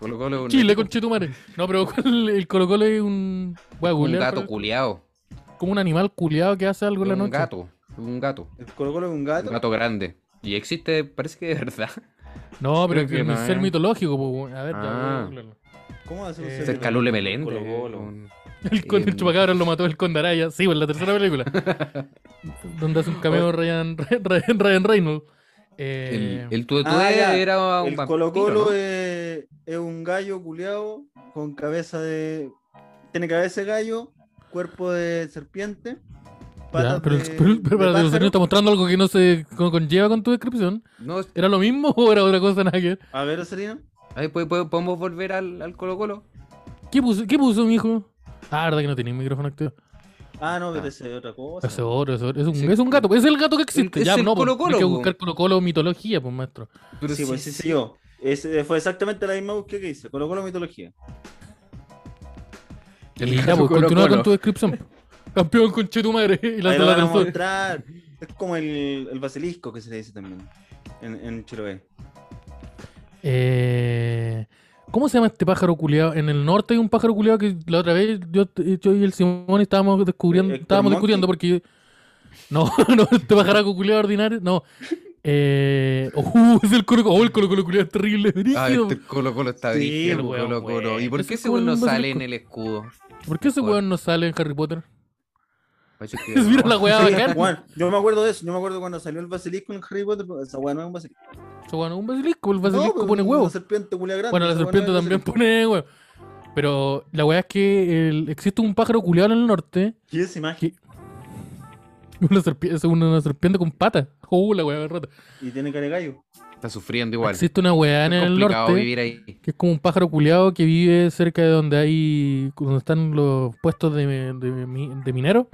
Speaker 1: Colo Colo es un,
Speaker 2: Chile, conchetumare. No, pero ¿cuál- el Colo Colo es un. Voy a
Speaker 1: un
Speaker 2: googlear,
Speaker 1: gato
Speaker 2: pero-
Speaker 1: culiao.
Speaker 2: Como un animal culiado que hace algo en la
Speaker 1: Un
Speaker 2: noche.
Speaker 1: gato, un gato,
Speaker 3: El Colo Colo es un
Speaker 1: un
Speaker 3: gato.
Speaker 1: gato grande. Y existe, parece que de verdad.
Speaker 2: No, pero
Speaker 1: Creo
Speaker 2: es
Speaker 1: que
Speaker 2: un
Speaker 1: no,
Speaker 2: ser
Speaker 1: eh.
Speaker 2: mitológico. po, weón. A ver, ya, voy a
Speaker 1: Ah.
Speaker 2: googlearlo.
Speaker 3: ¿Cómo hace un
Speaker 2: Eh,
Speaker 1: Es
Speaker 3: ser
Speaker 1: el
Speaker 2: Cerca
Speaker 3: humano?
Speaker 1: Calule Melende.
Speaker 3: Colo-Colo.
Speaker 1: un-
Speaker 2: El, con el
Speaker 1: Em.
Speaker 2: chupacabras lo mató el Condaraya. Sí, pues la tercera película. donde hace un cameo Ryan, Ryan, Ryan Reynolds. Eh,
Speaker 1: El, el tuetue
Speaker 3: Ah, ya.
Speaker 1: era un
Speaker 3: El
Speaker 1: vampiro,
Speaker 3: Colo Colo
Speaker 1: ¿no?
Speaker 3: es, es un gallo culeado con cabeza de. Tiene cabeza de gallo, cuerpo de serpiente.
Speaker 2: ya,
Speaker 3: patas
Speaker 2: pero,
Speaker 3: de-
Speaker 2: pero, pero,
Speaker 3: de
Speaker 2: pero,
Speaker 3: pájaro.
Speaker 2: está mostrando algo que no se co- conlleva con tu descripción.
Speaker 1: No,
Speaker 2: ¿Era lo mismo o era otra cosa? Nada que ver?
Speaker 3: A ver, Ocelina.
Speaker 1: ahí po- po- podemos volver al, al Colo Colo.
Speaker 2: ¿Qué puso, ¿Qué puso mi hijo? Ah, verdad que no tenía el micrófono activo.
Speaker 3: Ah, no, pero
Speaker 1: Ah.
Speaker 3: ese es otra cosa.
Speaker 2: Ese otro, ese otro. Es, un,
Speaker 1: Sí.
Speaker 2: es un gato, es el gato que existe.
Speaker 1: es
Speaker 2: ya,
Speaker 1: el
Speaker 2: no, pues,
Speaker 1: Colo-Colo,
Speaker 2: hay que
Speaker 1: po.
Speaker 2: buscar Colo Colo mitología, pues, maestro.
Speaker 1: Pero
Speaker 3: sí,
Speaker 1: sí,
Speaker 3: pues sí, sí, yo. Ese fue exactamente la misma búsqueda que hice. Colo Colo mitología.
Speaker 1: El
Speaker 2: y ya,
Speaker 1: gato
Speaker 2: pues, continúa
Speaker 1: Colo-Colo.
Speaker 2: con tu descripción. pues. Campeón con tu madre. Y la
Speaker 3: Ahí lo
Speaker 2: la
Speaker 3: van a
Speaker 2: tercera.
Speaker 3: mostrar. Es como el, el basilisco que se le dice también en, en Chiloé.
Speaker 2: Eh, ¿Cómo se llama este pájaro culiado? En el norte hay un pájaro culiado que la otra vez yo, yo y el Simón estábamos descubriendo,
Speaker 3: ¿Héctor
Speaker 2: estábamos
Speaker 3: Monti?
Speaker 2: discutiendo porque yo- no, no, este pájaro culiado ordinario, no. Eh, uh, es el colo, oh, el colo colo culiado es terrible,
Speaker 1: Ah,
Speaker 2: brígido.
Speaker 1: este Colo Colo está
Speaker 3: Sí,
Speaker 1: brígido,
Speaker 2: el pues, weón,
Speaker 1: Colo Colo. ¿Y
Speaker 2: weón.
Speaker 1: por
Speaker 2: Ese
Speaker 1: qué ese weón no
Speaker 2: weón va a ser
Speaker 1: sale
Speaker 2: el
Speaker 1: en
Speaker 2: co-
Speaker 1: el escudo?
Speaker 2: ¿Por qué ese weón no sale en Harry Potter?
Speaker 1: Parece que-
Speaker 2: Mira la weá
Speaker 3: Sí,
Speaker 2: Ah,
Speaker 3: este
Speaker 2: bacán.
Speaker 3: bueno, yo me acuerdo de eso. Yo me acuerdo cuando salió el basilisco en Harry Potter. pero Esa weá no es un basilisco.
Speaker 2: Ese weón es un basilisco, el basilisco
Speaker 3: No, pues,
Speaker 2: pone huevos.
Speaker 3: Una serpiente culia grande.
Speaker 2: Bueno, la
Speaker 3: esa weá no
Speaker 2: serpiente
Speaker 3: es
Speaker 2: también
Speaker 3: basilisco.
Speaker 2: pone huevos. Pero la weá es que el- existe un pájaro culiado en el norte.
Speaker 3: ¿Qué es imagen?
Speaker 2: Una serpiente, es una serpiente con patas. Uh, la weá de rata.
Speaker 3: Y tiene cara de gallo.
Speaker 2: Ah,
Speaker 1: Está sufriendo igual.
Speaker 2: Existe una weá en
Speaker 1: Es
Speaker 2: el
Speaker 1: complicado
Speaker 2: norte
Speaker 1: vivir ahí.
Speaker 2: que es como un pájaro culeado que vive cerca de donde hay. donde están los puestos de, de, mi- de minero.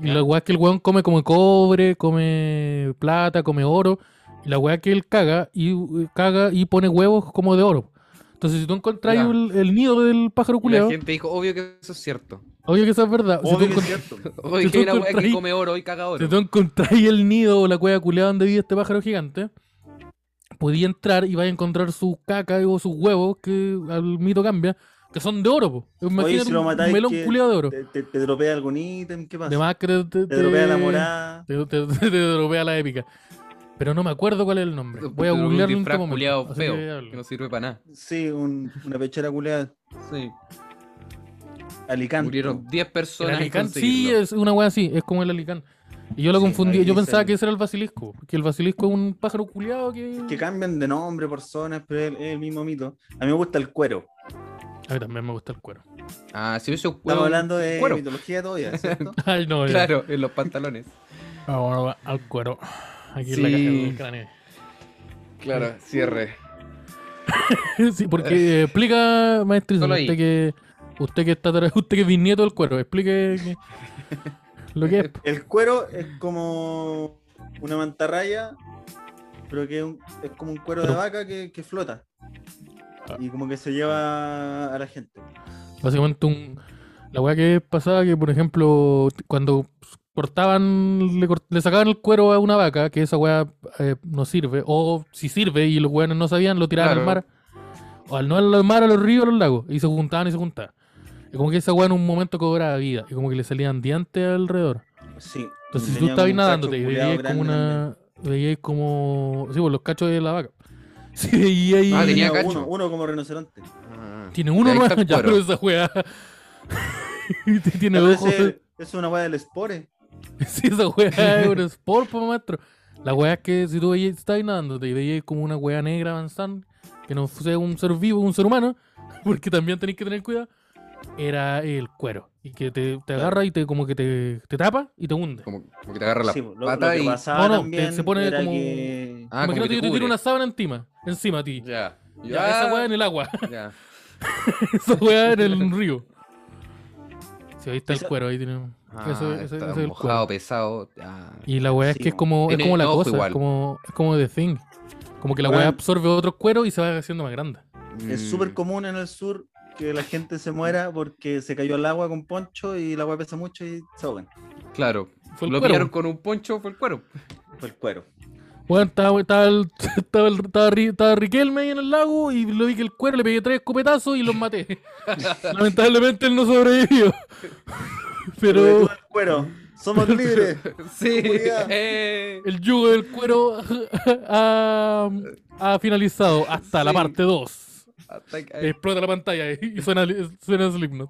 Speaker 2: Y
Speaker 1: Ya.
Speaker 2: la weá que el weón come come cobre, come plata, come oro. Y la weá que él caga y eh, caga y pone huevos como de oro. Entonces, si tú encontrás
Speaker 1: Ya.
Speaker 2: el, el nido del pájaro
Speaker 1: Y La
Speaker 2: culeado,
Speaker 1: gente dijo, obvio que eso es cierto.
Speaker 2: obvio que esa es verdad. Si tú
Speaker 3: Obvio que
Speaker 2: encont-
Speaker 3: es cierto.
Speaker 1: Obvio
Speaker 2: Si
Speaker 1: que
Speaker 2: tú
Speaker 1: hay una weá que
Speaker 2: encontráis-
Speaker 1: come oro y caga oro.
Speaker 2: Si tú encontráis el nido o la cueva culeada donde vive este pájaro gigante, podía entrar y vais a encontrar sus cacas o sus huevos, que al mito cambia, que son de oro, po. Imagínate
Speaker 3: si lo
Speaker 2: un-
Speaker 3: matáis,
Speaker 2: un melón
Speaker 3: ¿qué?
Speaker 2: culeado de oro.
Speaker 3: Te, te, te dropea algún ítem, ¿qué pasa?
Speaker 2: De más que te, te,
Speaker 3: te dropea la
Speaker 2: te-
Speaker 3: morada.
Speaker 2: Te, te- te- te dropea la épica. Pero no me acuerdo cuál es el nombre. Voy a
Speaker 1: Un
Speaker 2: googlearlo en este
Speaker 1: disfraz culiao
Speaker 2: momento. así que
Speaker 1: feo,
Speaker 2: voy a hablar.
Speaker 1: que no sirve para nada.
Speaker 3: Sí, un- una pechera culeada.
Speaker 1: Sí.
Speaker 3: Alicante.
Speaker 1: Murieron 10
Speaker 2: El
Speaker 1: personas. en
Speaker 2: alicán, sí,
Speaker 1: conseguirlo.
Speaker 2: es una wea así, es como el alicán. Y yo lo
Speaker 3: Sí,
Speaker 2: confundí,
Speaker 3: ahí
Speaker 2: yo pensaba
Speaker 3: dicen-
Speaker 2: que ese era el basilisco, porque el basilisco es un pájaro culeado que...
Speaker 3: Que cambian de nombre por zonas, pero es el, es el mismo mito. A mí me gusta el cuero.
Speaker 2: A mí también me gusta el cuero.
Speaker 1: Ah, si hubiese un
Speaker 3: Estamos
Speaker 1: huevo-
Speaker 3: hablando de
Speaker 1: cuero.
Speaker 3: mitología todavía, ¿cierto?
Speaker 2: Ay, no, ya.
Speaker 1: Claro, en los pantalones.
Speaker 2: Vamos ahora al cuero. Aquí en la
Speaker 1: Sí.
Speaker 2: caja del cráneo.
Speaker 1: Claro, cierre.
Speaker 2: sí, porque eh, explica, maestrísimo,
Speaker 1: Solo ahí.
Speaker 2: usted que, usted que está tra- usted que es bisnieto del cuero, explique que- lo que es. po.
Speaker 3: El cuero es como una mantarraya, pero que es, un- es como un cuero de
Speaker 2: Pero- Ah.
Speaker 3: vaca que, que flota. Y como que se lleva a la gente.
Speaker 2: Básicamente un, la weá que pasaba que, por ejemplo, cuando cortaban, le, cort- le sacaban el cuero a una vaca, que esa weá eh, no sirve, o si sirve y los weones no sabían, lo tiraban al
Speaker 1: Claro.
Speaker 2: mar. O al no al mar, a los ríos, a los lagos. Y se juntaban y se juntaban. Y como que esa weá en un momento cobraba vida. Y como que le salían dientes alrededor.
Speaker 3: Sí.
Speaker 2: Entonces, si tú
Speaker 3: Tenía como
Speaker 2: estabas
Speaker 3: un
Speaker 2: nadándote
Speaker 3: cacho
Speaker 2: y
Speaker 3: culeado
Speaker 2: veías como
Speaker 3: grande también.
Speaker 2: una. Veías como. Sí, pues los cachos de la vaca. Sí, y ahí.
Speaker 1: Ah, tenía cacho.
Speaker 3: uno, uno como rinoceronte.
Speaker 1: Ah,
Speaker 2: Tiene uno
Speaker 1: ahí está
Speaker 2: nuevo,
Speaker 1: el
Speaker 2: ya,
Speaker 1: cuero.
Speaker 2: pero esa weá. Tiene
Speaker 3: Pero
Speaker 2: ojos.
Speaker 3: ese- Es una weá del Spore.
Speaker 2: Sí, esa weá es un sport, po, maestro. La weá es que si tú veías, estabas nadándote y veías como una weá negra avanzando, que no sea un ser vivo, un ser humano, porque también tenéis que tener cuidado, era el cuero. Y que te, te agarra y te como que te, te tapa y te hunde.
Speaker 1: como, como que te agarra la
Speaker 3: Sí, lo, lo
Speaker 1: pata
Speaker 3: que
Speaker 1: y.
Speaker 2: No,
Speaker 3: pasaba
Speaker 2: no,
Speaker 3: también
Speaker 2: se pone
Speaker 3: era
Speaker 2: como-
Speaker 3: que...
Speaker 1: Ah, como que
Speaker 2: Imagínate
Speaker 1: te
Speaker 2: yo te tiro
Speaker 1: cubre.
Speaker 2: una sábana encima, encima a ti.
Speaker 1: Ya.
Speaker 2: Ya, esa weá en el agua.
Speaker 1: ya.
Speaker 2: esa weá en el río. Si ahí está el
Speaker 3: Esa-
Speaker 2: cuero, ahí tiene.
Speaker 1: Ah,
Speaker 2: Eso-
Speaker 1: está
Speaker 2: eso- eso es el
Speaker 1: mojado,
Speaker 2: cuero.
Speaker 1: pesado. Ah.
Speaker 2: Y la weá es
Speaker 3: Sí,
Speaker 2: que es
Speaker 3: weón.
Speaker 2: como, es
Speaker 1: Tiene
Speaker 2: como la
Speaker 1: ojo
Speaker 2: cosa,
Speaker 1: igual.
Speaker 2: es como, es como The Thing. Como que la weá
Speaker 3: Weón.
Speaker 2: absorbe otro cuero y se va haciendo más grande.
Speaker 3: Es
Speaker 1: Mm.
Speaker 3: súper común en el sur que la gente se muera porque se cayó al agua con poncho y el agua pesa mucho y se ahogan
Speaker 1: Claro.
Speaker 2: Fue el
Speaker 1: Lo
Speaker 2: cuero.
Speaker 1: pillaron con un poncho, fue el cuero.
Speaker 3: por el cuero.
Speaker 2: Weón, estaba, estaba, el- estaba, el- estaba Ri- estaba Riquelme ahí en el lago y lo vi que el cuero le pegué tres escopetazos y los maté. Lamentablemente él no sobrevivió. Pero
Speaker 3: Tú del cuero, somos libres.
Speaker 1: Sí.
Speaker 3: Seguridad.
Speaker 1: Eh,
Speaker 2: el yugo del cuero ha, ha finalizado hasta la
Speaker 1: Sí. Eh.
Speaker 2: parte 2.
Speaker 1: hasta que-
Speaker 2: Explota la pantalla y suena, suena Slipknot.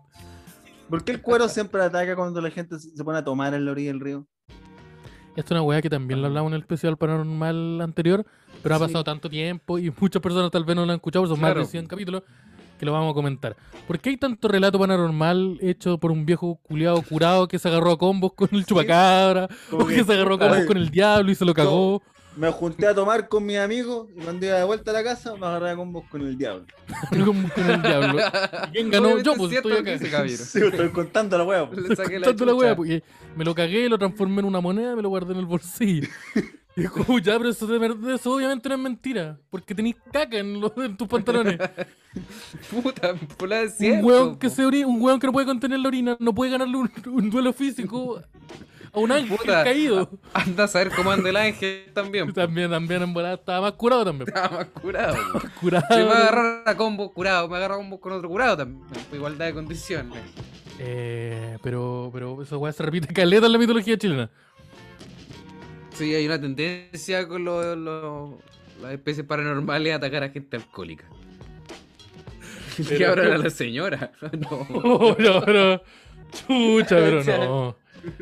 Speaker 3: ¿Por qué el cuero siempre ataca cuando la gente se se pone a tomar en la orilla del río?
Speaker 2: Esta es una weá que también la hablamos en el especial paranormal anterior, pero ha
Speaker 1: Sí.
Speaker 2: pasado tanto tiempo y muchas personas tal vez no lo han escuchado, son más
Speaker 1: Claro.
Speaker 2: de 100 capítulos, que lo vamos a comentar. ¿Por qué hay tanto relato paranormal hecho por un viejo culiado curado que se agarró a combos con el chupacabra, o
Speaker 3: Como
Speaker 2: que
Speaker 3: que
Speaker 2: se agarró a combos
Speaker 3: Oye.
Speaker 2: con el diablo y se lo cagó?
Speaker 3: me junté a tomar con mis amigos y cuando iba de vuelta a la casa me agarraba a combos con el diablo.
Speaker 2: Combos con el diablo. ¿Y ¿Quién ganó?
Speaker 1: Obviamente
Speaker 2: Yo,
Speaker 1: es
Speaker 2: pues
Speaker 1: cierto
Speaker 2: estoy
Speaker 1: lo que
Speaker 2: acá.
Speaker 1: dice Javier.
Speaker 3: Sí, pues, estoy contando la pues. hueá. po.
Speaker 1: Le saqué la
Speaker 2: Tanto la wea,
Speaker 1: chucha.
Speaker 2: porque me lo cagué, lo transformé en una moneda, me lo guardé en el bolsillo. Y es como, ya, pero eso, de verdad, eso obviamente no es mentira, porque tenés caca en, los- en tus pantalones.
Speaker 1: Puta, por la de
Speaker 2: pues. un,
Speaker 1: cierto,
Speaker 2: hueón que
Speaker 1: po.
Speaker 2: se ori- un hueón que no puede contener la orina no puede ganarle un, un duelo físico a un ángel
Speaker 1: Puta.
Speaker 2: caído.
Speaker 1: Anda a saber cómo anda el ángel también. po.
Speaker 2: También, también en volada estaba más curado también.
Speaker 1: Estaba más curado. po.
Speaker 2: Curado.
Speaker 1: Si me agarrar a combo curado, me agarra a combo con otro curado también. por Igualdad de condiciones.
Speaker 2: Eh, pero, pero esa weá se repite caleta en la mitología chilena.
Speaker 1: Sí, hay una tendencia con lo- lo- las especies paranormales a atacar a gente alcohólica. Y
Speaker 2: Pero-
Speaker 1: ahora a la señora. No.
Speaker 2: Oh, no, pero. Chucha, pero no.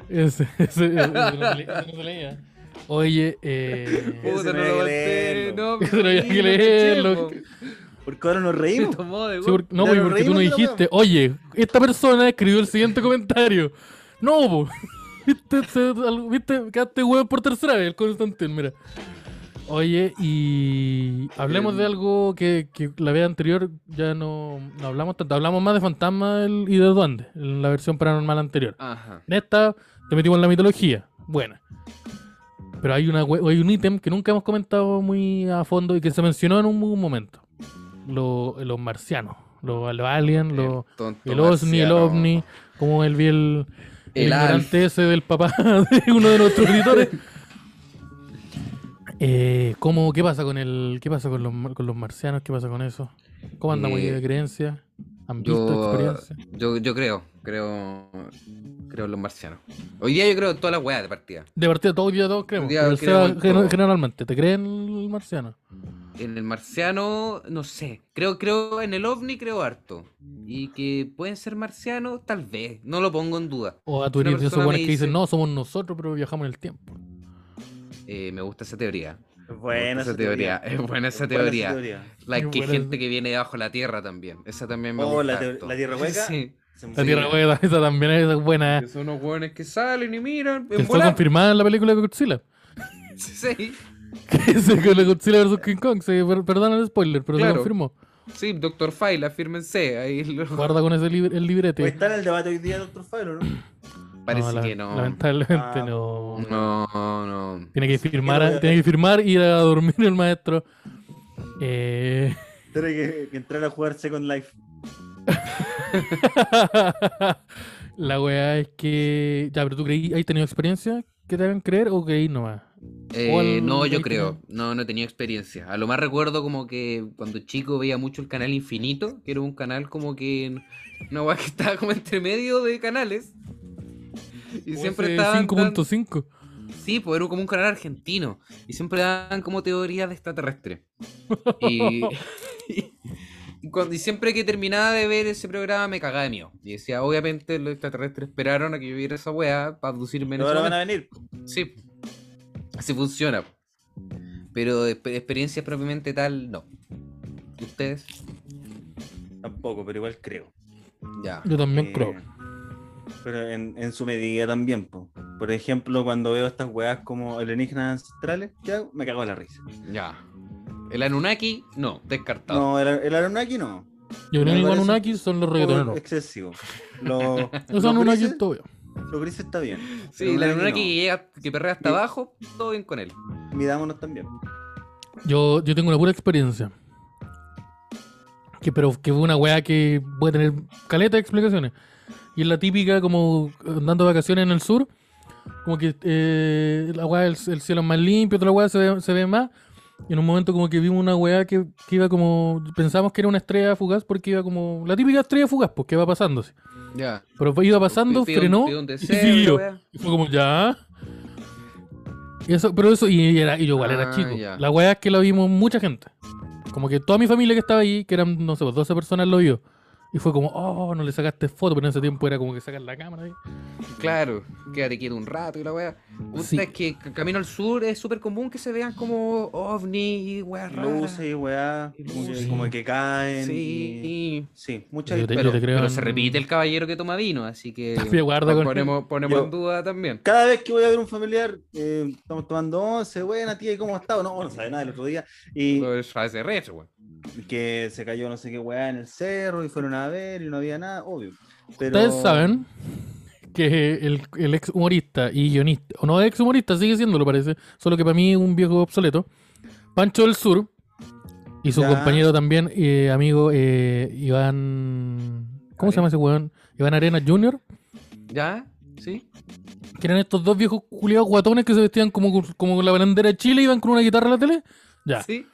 Speaker 2: Ese, ese, ese no se le- ese no se leía. Oye, eh.
Speaker 1: Puta,
Speaker 3: Ese no
Speaker 1: no
Speaker 3: hay que
Speaker 1: lo volteé.
Speaker 3: leerlo.
Speaker 1: No,
Speaker 2: Ese no había que
Speaker 1: sí, lo
Speaker 2: leerlo.
Speaker 1: cheché, po.
Speaker 3: Porque ahora nos
Speaker 1: Se
Speaker 3: reímos.
Speaker 1: tomó de
Speaker 2: sí, por- no,
Speaker 3: Ya
Speaker 2: pues,
Speaker 3: nos
Speaker 2: porque tú no
Speaker 3: reímos de la
Speaker 2: dijiste, oye, esta persona escribió el siguiente comentario. No, po. Viste, se- al- viste, quedaste huevo por tercera vez, el Constantín, mira. Oye, y hablemos de
Speaker 1: Em.
Speaker 2: algo que, que la vez anterior ya no, no hablamos tanto. Hablamos más de fantasmas y de duendes en la versión paranormal anterior.
Speaker 1: Ajá.
Speaker 2: En esta te metimos en la mitología. Buena. Pero hay, una, we- hay un ítem que nunca hemos comentado muy a fondo y que se mencionó en un, un momento. Lo- los marcianos, los, los aliens, los,
Speaker 1: El tonto
Speaker 2: el OSNI, el
Speaker 1: marciano.
Speaker 2: OVNI, como el vi el, el
Speaker 1: El alf.
Speaker 2: ignorante ese del papá de uno de nuestros editores. Eh, ¿cómo, ¿Qué pasa con el qué pasa con los, mar- con los marcianos? ¿Qué pasa con eso? ¿Cómo andamos ahí
Speaker 1: Eh,
Speaker 2: de creencias? ¿Han visto
Speaker 1: Yo,
Speaker 2: experiencias?
Speaker 1: yo, yo creo, creo, creo en los marcianos. Hoy día yo creo en todas las weas de partida.
Speaker 2: De partida, todos día todos creemos.
Speaker 1: día
Speaker 2: pero el
Speaker 1: creemos
Speaker 2: Seba,
Speaker 1: en
Speaker 2: gen-
Speaker 1: todo.
Speaker 2: generalmente, ¿te creen el marciano?
Speaker 1: En el marciano, no sé. Creo, creo en el ovni, creo harto. Y que pueden ser marcianos, tal vez. No lo pongo en duda.
Speaker 2: O a tu
Speaker 1: Una
Speaker 2: eres de esos
Speaker 1: persona me
Speaker 2: buenos que dicen,
Speaker 1: dice-
Speaker 2: no, somos nosotros, pero viajamos en el tiempo.
Speaker 1: Eh, me gusta esa teoría.
Speaker 3: Buena
Speaker 1: esa teoría, es buena esa teoría. La
Speaker 2: Qué
Speaker 1: que
Speaker 2: buena
Speaker 1: gente que viene debajo de la tierra también. Esa también me
Speaker 3: Oh,
Speaker 1: gusta.
Speaker 3: la teo-
Speaker 1: harto.
Speaker 3: la tierra hueca.
Speaker 1: Sí.
Speaker 3: Se
Speaker 2: La
Speaker 1: Sí.
Speaker 2: tierra hueca, esa también es esa es buena.
Speaker 1: Que son unos hueones que salen y miran.
Speaker 2: Que
Speaker 1: En
Speaker 2: fue
Speaker 1: volar.
Speaker 2: confirmada en la película de Godzilla.
Speaker 1: Sí,
Speaker 2: Que se- con la Godzilla vs King Kong. se- per- perdón el spoiler, pero se
Speaker 1: Claro.
Speaker 2: confirmó.
Speaker 1: sí, doctor File, afírmense. Ahí lo-
Speaker 2: Guarda con ese lib- el
Speaker 3: Pues
Speaker 2: librete.
Speaker 3: está en el debate hoy día, doctor Fabio, ¿no?
Speaker 1: Parece
Speaker 2: la-
Speaker 1: que no.
Speaker 2: Lamentablemente
Speaker 3: Ah,
Speaker 2: no.
Speaker 1: No, no.
Speaker 2: Tiene que firmar,
Speaker 3: voy a
Speaker 2: tiene que firmar ir a dormir el maestro. Eh.
Speaker 3: Tiene que, que entrar a jugar Second Life.
Speaker 2: La weá es que. Ya, pero tú creí, ¿has tenido experiencia que te hagan creer o creí nomás?
Speaker 1: Eh,
Speaker 2: ¿Cuál
Speaker 1: no, yo
Speaker 2: crees que
Speaker 1: creo. No, no he tenido experiencia. A lo más recuerdo como que cuando chico veía mucho el canal Infinito, que era un canal como que. en- Una weá que estaba como entre medio de canales. Y
Speaker 2: O
Speaker 1: siempre
Speaker 2: ese
Speaker 1: estaban. dando-
Speaker 2: 5.5.
Speaker 1: Sí, pues era como un canal argentino. Y siempre daban como teorías de extraterrestres. Y, y cuando, y siempre que terminaba de ver ese programa me cagaba de miedo. Y decía, obviamente los extraterrestres esperaron a que yo viera esa weá para abducirme en
Speaker 3: Pero
Speaker 1: ese
Speaker 3: ahora van
Speaker 1: momento".
Speaker 3: a venir.
Speaker 1: Sí, así funciona. Pero de exper- experiencia propiamente tal, no. ¿Ustedes?
Speaker 3: Tampoco, pero igual creo.
Speaker 1: Ya.
Speaker 2: Yo también
Speaker 3: Eh,
Speaker 2: creo.
Speaker 3: Pero en, en su medida también, po. Por ejemplo, cuando veo estas weas como alienígenas ancestrales, ¿qué hago? Me cago en la risa.
Speaker 1: Ya. El Anunnaki, no, descartado.
Speaker 3: No, el, el Anunnaki no.
Speaker 2: Yo creo
Speaker 3: me
Speaker 2: que
Speaker 3: parece
Speaker 2: Anunnaki son los
Speaker 3: Todo
Speaker 2: reggaetoneros.
Speaker 3: Excesivo.
Speaker 2: Los
Speaker 3: Los, los
Speaker 2: Anunnaki
Speaker 3: grises-
Speaker 2: todavía.
Speaker 3: Lo gris está bien.
Speaker 1: Sí, la
Speaker 3: luna
Speaker 1: luna
Speaker 3: que
Speaker 1: que llega, que perrea hasta
Speaker 3: Sí.
Speaker 1: abajo, todo bien con él.
Speaker 3: Midámonos también.
Speaker 2: Yo, yo tengo una pura experiencia. Que, pero que fue una weá que puede tener caleta de explicaciones. Y es la típica, como andando de vacaciones en el sur, como que eh, la weá, el, el cielo es más limpio, otra weá se ve, se ve más. Y en un momento como que vimos una weá que, que iba como... Pensamos que era una estrella fugaz porque iba como... La típica estrella fugaz, pues que va pasándose.
Speaker 1: Ya.
Speaker 2: Pero iba pasando,
Speaker 1: Pide un-
Speaker 2: frenó
Speaker 1: pide un
Speaker 2: y
Speaker 1: deseo,
Speaker 2: siguió.
Speaker 1: la wea.
Speaker 2: Y fue como, ya. Y eso, pero eso, y, y era, y yo igual
Speaker 1: Ah,
Speaker 2: era chico.
Speaker 1: ya.
Speaker 2: La weá es que la vimos mucha gente. Como que toda mi familia que estaba ahí, que eran, no sé, pues, 12 personas, lo vio. Y fue como, oh, no le sacaste foto, pero en ese tiempo era como que sacar la cámara. ahí.
Speaker 1: Claro, quédate quieto un rato y la weá. Puta,
Speaker 2: Sí.
Speaker 1: es que c- camino al sur es súper común que se vean como ovni y weá
Speaker 3: Luces y weá, como que,
Speaker 2: Sí.
Speaker 3: como que caen.
Speaker 1: Sí,
Speaker 3: y-
Speaker 1: y-
Speaker 3: Sí, muchas
Speaker 2: Yo te-
Speaker 1: pero,
Speaker 2: creo
Speaker 1: pero
Speaker 2: en-
Speaker 1: se repite el caballero que toma vino, así que
Speaker 2: Me guardo
Speaker 1: pon-
Speaker 2: con-
Speaker 1: ponemos, ponemos
Speaker 3: Yo-
Speaker 1: en duda también.
Speaker 3: Cada vez que voy a ver un familiar, eh, estamos tomando once, buena tía, ¿y cómo has estado? No, no sabe nada del otro día. Y
Speaker 1: Todo eso hace recho, weón.
Speaker 3: que se cayó no sé qué weá en el cerro y fueron a ver y no había nada, obvio. Pero...
Speaker 2: Ustedes saben que el, el ex humorista y guionista, o no ex humorista, sigue siendo, lo parece, solo que para mí es un viejo obsoleto. Pancho del Sur y su
Speaker 3: Ya.
Speaker 2: compañero también, eh, amigo eh, Iván. ¿Cómo se llama ese weón? Iván Arena Jr.,
Speaker 1: ¿Ya? ¿Sí?
Speaker 2: que eran estos dos viejos culiados guatones que se vestían como, como con la bandera de Chile y iban con una guitarra a la tele. Ya.
Speaker 1: ¿Sí?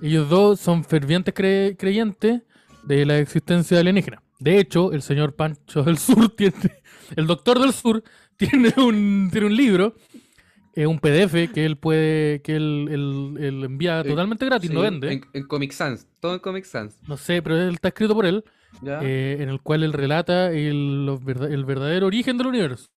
Speaker 2: Ellos dos son fervientes cre- creyentes de la existencia alienígena. De hecho, el señor Pancho del Sur tiene, el doctor del Sur tiene un, tiene un libro, eh, un PDF que él puede, que él, él- él envía
Speaker 1: Eh,
Speaker 2: totalmente gratis,
Speaker 1: Sí,
Speaker 2: no vende.
Speaker 1: En, en Comic Sans, todo en Comic Sans.
Speaker 2: No sé, pero él está escrito por él,
Speaker 1: ¿Ya?
Speaker 2: eh, en el cual él relata el, los verda- el verdadero origen del universo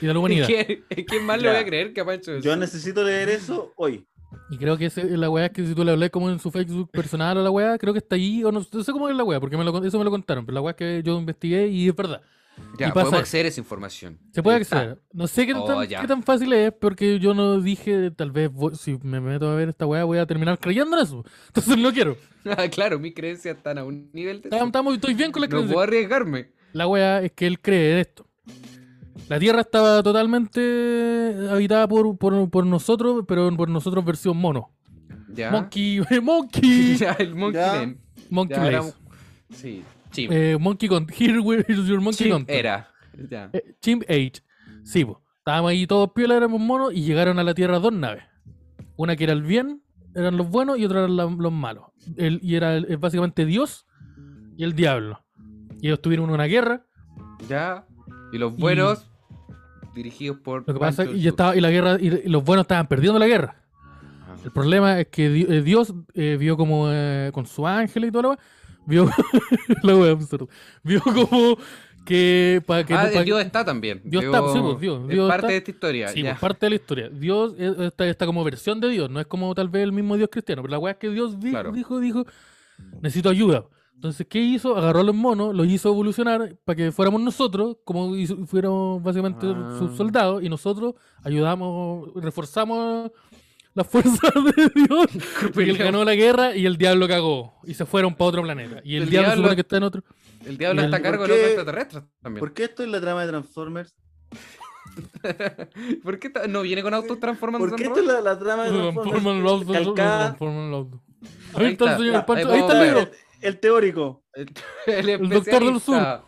Speaker 2: y de la
Speaker 1: ¿Y
Speaker 2: humanidad.
Speaker 1: ¿Quién, y quién más le voy
Speaker 3: Ya.
Speaker 1: a creer que a Pancho del
Speaker 3: Yo
Speaker 1: Sur?
Speaker 3: necesito leer eso hoy.
Speaker 2: Y creo que ese- la weá es que si tú le hablás como en su Facebook personal o la weá, creo que está ahí, o no, no sé cómo es la weá, porque me lo, con- eso me lo contaron, pero la weá es que yo investigué y es verdad.
Speaker 1: Ya,
Speaker 2: y pasa
Speaker 1: podemos
Speaker 2: eso.
Speaker 1: acceder a esa información.
Speaker 2: Se puede
Speaker 1: Ahí está.
Speaker 2: acceder. No sé qué,
Speaker 1: Oh,
Speaker 2: tan,
Speaker 1: ya.
Speaker 2: qué tan fácil es, porque yo no dije, tal vez voy- si me meto a ver esta weá voy a terminar creyendo en eso. Entonces no quiero.
Speaker 1: Ah, claro, mis creencias están a un nivel de...
Speaker 2: Estamos, estamos- estoy bien con la
Speaker 1: no
Speaker 2: creencia.
Speaker 1: puedo arriesgarme.
Speaker 2: La weá es que él cree en esto. La Tierra estaba totalmente habitada por, por, por nosotros, pero por nosotros versión mono.
Speaker 1: Ya.
Speaker 2: Monkey, monkey,
Speaker 1: ya, el Monkey
Speaker 3: Ya.
Speaker 1: Man.
Speaker 2: monkey
Speaker 1: Ya, era
Speaker 2: Blaze.
Speaker 1: un- Sí, Chimp.
Speaker 2: Eh, Monkey Con Here we- here's your Monkey
Speaker 1: Chimp
Speaker 2: Content.
Speaker 1: era. Ya.
Speaker 2: Eh, Chimp Age. Sí, po. Estábamos ahí todos piola, éramos monos y llegaron a la Tierra dos naves. Una que era el bien, eran los buenos y otra eran la- los malos. El- y era el- básicamente Dios y el diablo. Y ellos tuvieron una guerra.
Speaker 1: Ya. Y los buenos, dirigidos por.
Speaker 2: Lo que pasa
Speaker 1: Pancho
Speaker 2: y
Speaker 1: Sur.
Speaker 2: ya estaba y la guerra y los buenos estaban perdiendo la guerra.
Speaker 1: Ah,
Speaker 2: El problema es que Di- eh, Dios eh, vio como eh, con su ángel y toda la wea, vio la wea absurda. Vio como que para que
Speaker 1: Ah,
Speaker 2: pa-
Speaker 1: el Dios está también.
Speaker 2: Dios está, sí, pues, Dios-
Speaker 1: es
Speaker 2: Dios
Speaker 1: parte
Speaker 2: está.
Speaker 1: de esta historia.
Speaker 2: Sí,
Speaker 1: ya.
Speaker 2: pues, parte de la historia. Dios eh, está, está como versión de Dios, no es como tal vez el mismo Dios cristiano, pero la weá es que Dios di-
Speaker 1: Claro.
Speaker 2: dijo, dijo, necesito ayuda. Entonces, ¿qué hizo? Agarró a los monos, los hizo evolucionar para que fuéramos nosotros, como hizo- fuéramos básicamente
Speaker 1: Ah.
Speaker 2: sus soldados, y nosotros ayudamos, reforzamos las fuerzas de Dios, porque él ganó la guerra y el diablo cagó, y se fueron para otro planeta. Y el,
Speaker 1: El
Speaker 2: diablo, se
Speaker 1: diablo-
Speaker 2: supone que está en otro...
Speaker 1: El diablo
Speaker 2: y
Speaker 1: está a
Speaker 2: el-
Speaker 1: cargo de
Speaker 3: ¿Por
Speaker 1: los
Speaker 3: qué?
Speaker 1: extraterrestres también.
Speaker 3: ¿Por qué esto es la trama de Transformers?
Speaker 1: ¿Por qué ta- no viene con autos transformando
Speaker 3: ¿Por qué
Speaker 1: en
Speaker 3: esto es la, la trama de
Speaker 2: Transforman el auto,
Speaker 3: Transformers? Calcada,
Speaker 2: transforman el auto.
Speaker 1: Ahí
Speaker 2: Ahí está
Speaker 1: está.
Speaker 2: el señor
Speaker 1: Ahí
Speaker 2: Pancho, ahí
Speaker 1: podemos
Speaker 2: está
Speaker 1: ver.
Speaker 2: el Este libro.
Speaker 3: el, el teórico.
Speaker 1: El,
Speaker 2: El doctor del sur.
Speaker 1: especialista.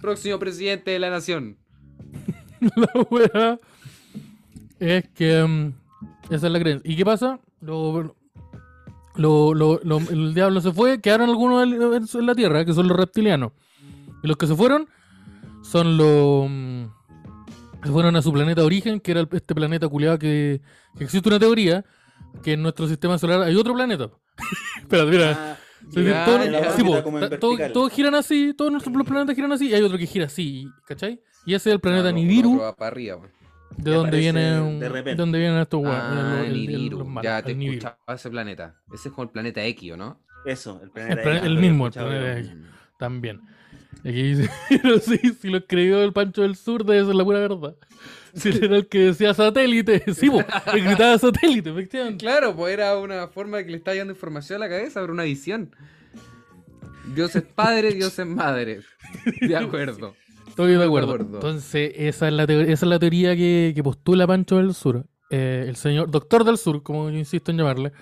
Speaker 1: Próximo presidente de la nación.
Speaker 2: La wea es que mm, esa es la creencia. ¿Y qué pasa? Lo- lo- lo- lo- el diablo se fue, quedaron algunos en, en- en la tierra, que son los reptilianos. Y los que se fueron son los. mm, Se fueron a su planeta de origen, que era el- este planeta culiado que, que existe una teoría que en nuestro sistema solar hay otro planeta. Espera, mira.
Speaker 3: Ah,
Speaker 2: Sí, sí,
Speaker 1: Ya,
Speaker 2: todo-
Speaker 1: en la
Speaker 2: sí,
Speaker 3: órbita
Speaker 2: po,
Speaker 3: como en
Speaker 2: ta- todo-
Speaker 3: vertical.
Speaker 2: todos giran así, todos nuestros planetas giran así, y hay otro que gira así, ¿cachai? Y ese es el planeta
Speaker 1: Ah, No, no,
Speaker 2: Nibiru,
Speaker 1: otro va para arriba, weón.
Speaker 2: de
Speaker 3: que
Speaker 2: donde
Speaker 3: aparece
Speaker 2: viene
Speaker 3: de
Speaker 2: un-
Speaker 3: repente.
Speaker 2: de donde vienen estos weones,
Speaker 1: Ah,
Speaker 2: el- el- el-
Speaker 1: Nibiru.
Speaker 2: los malos,
Speaker 1: ya te
Speaker 2: el Nibiru.
Speaker 1: escuchaba ese planeta. Ese es como el planeta X, ¿o no? Mm.
Speaker 3: eso, el planeta
Speaker 2: El plan-
Speaker 3: X,
Speaker 2: el
Speaker 3: lo
Speaker 2: mismo, el
Speaker 3: escuchaba
Speaker 2: planeta
Speaker 3: yo.
Speaker 2: X. También. Y Aquí dice, no sé si lo escribió el Pancho del Sur, debe ser la pura verdad. Si él era el que decía satélite, sí, po, él gritaba satélite, efectivamente.
Speaker 1: Claro, pues era una forma de que le estaba dando información a la cabeza, era una visión. Dios es padre, Dios es madre. De acuerdo.
Speaker 2: Estoy de acuerdo.
Speaker 1: acuerdo.
Speaker 2: Entonces, esa es la, teo- esa es la teoría que, que postula Pancho del Sur. Eh, el señor Doctor del Sur, como yo insisto en llamarle.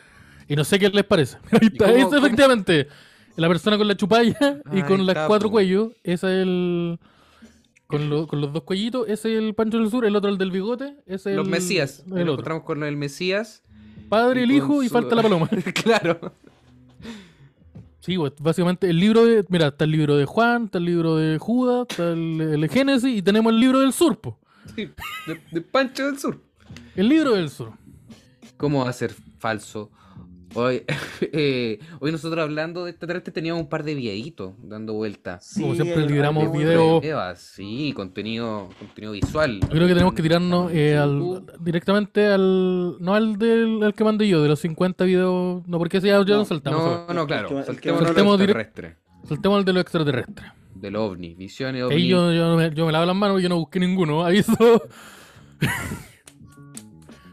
Speaker 2: Y no sé qué les parece. Ahí está,
Speaker 1: cómo-
Speaker 2: eso
Speaker 1: cómo?
Speaker 2: efectivamente. La persona con la chupalla y
Speaker 1: Ahí
Speaker 2: con los
Speaker 1: está,
Speaker 2: cuatro
Speaker 1: po.
Speaker 2: cuellos. Ese es el. Con, lo- con los dos cuellitos, ese es el Pancho del Sur, el otro el del bigote, ese es
Speaker 1: Los
Speaker 2: el-
Speaker 1: Mesías. Ahí
Speaker 2: el
Speaker 1: nos
Speaker 2: otro.
Speaker 1: encontramos con el Mesías.
Speaker 2: Padre,
Speaker 1: y
Speaker 2: el
Speaker 1: con
Speaker 2: hijo y
Speaker 1: su-
Speaker 2: falta la paloma.
Speaker 1: claro.
Speaker 2: Sí, pues, básicamente el libro de. Mira, está el libro de Juan, está el libro de Judas, está el, el Génesis y tenemos el libro del sur, po.
Speaker 1: Sí, de, de Pancho del Sur.
Speaker 2: El libro del sur.
Speaker 1: ¿Cómo va a ser falso? Hoy, eh, hoy nosotros hablando de extraterrestres teníamos un par de videitos dando vuelta.
Speaker 2: Como
Speaker 3: Sí,
Speaker 2: siempre
Speaker 3: el-
Speaker 2: lideramos
Speaker 3: algo-
Speaker 2: video.
Speaker 1: Eva, sí, contenido, contenido visual.
Speaker 2: Yo creo que tenemos que tirarnos eh,
Speaker 1: pues.
Speaker 2: al, directamente al. No al del al que mandé yo, de los 50 videos. No, porque ese ya, ya
Speaker 3: No,
Speaker 2: lo saltamos.
Speaker 1: No,
Speaker 3: sobre-
Speaker 1: no,
Speaker 3: el que-
Speaker 1: claro.
Speaker 3: el que-
Speaker 1: Saltemos al
Speaker 2: Saltemos dire-
Speaker 1: extraterrestre.
Speaker 2: Saltemos al de los extraterrestres.
Speaker 1: Del ovni, visiones
Speaker 2: Ahí
Speaker 1: ovni.
Speaker 2: yo, yo, me, yo me lavo las manos y yo no busqué ninguno, aviso.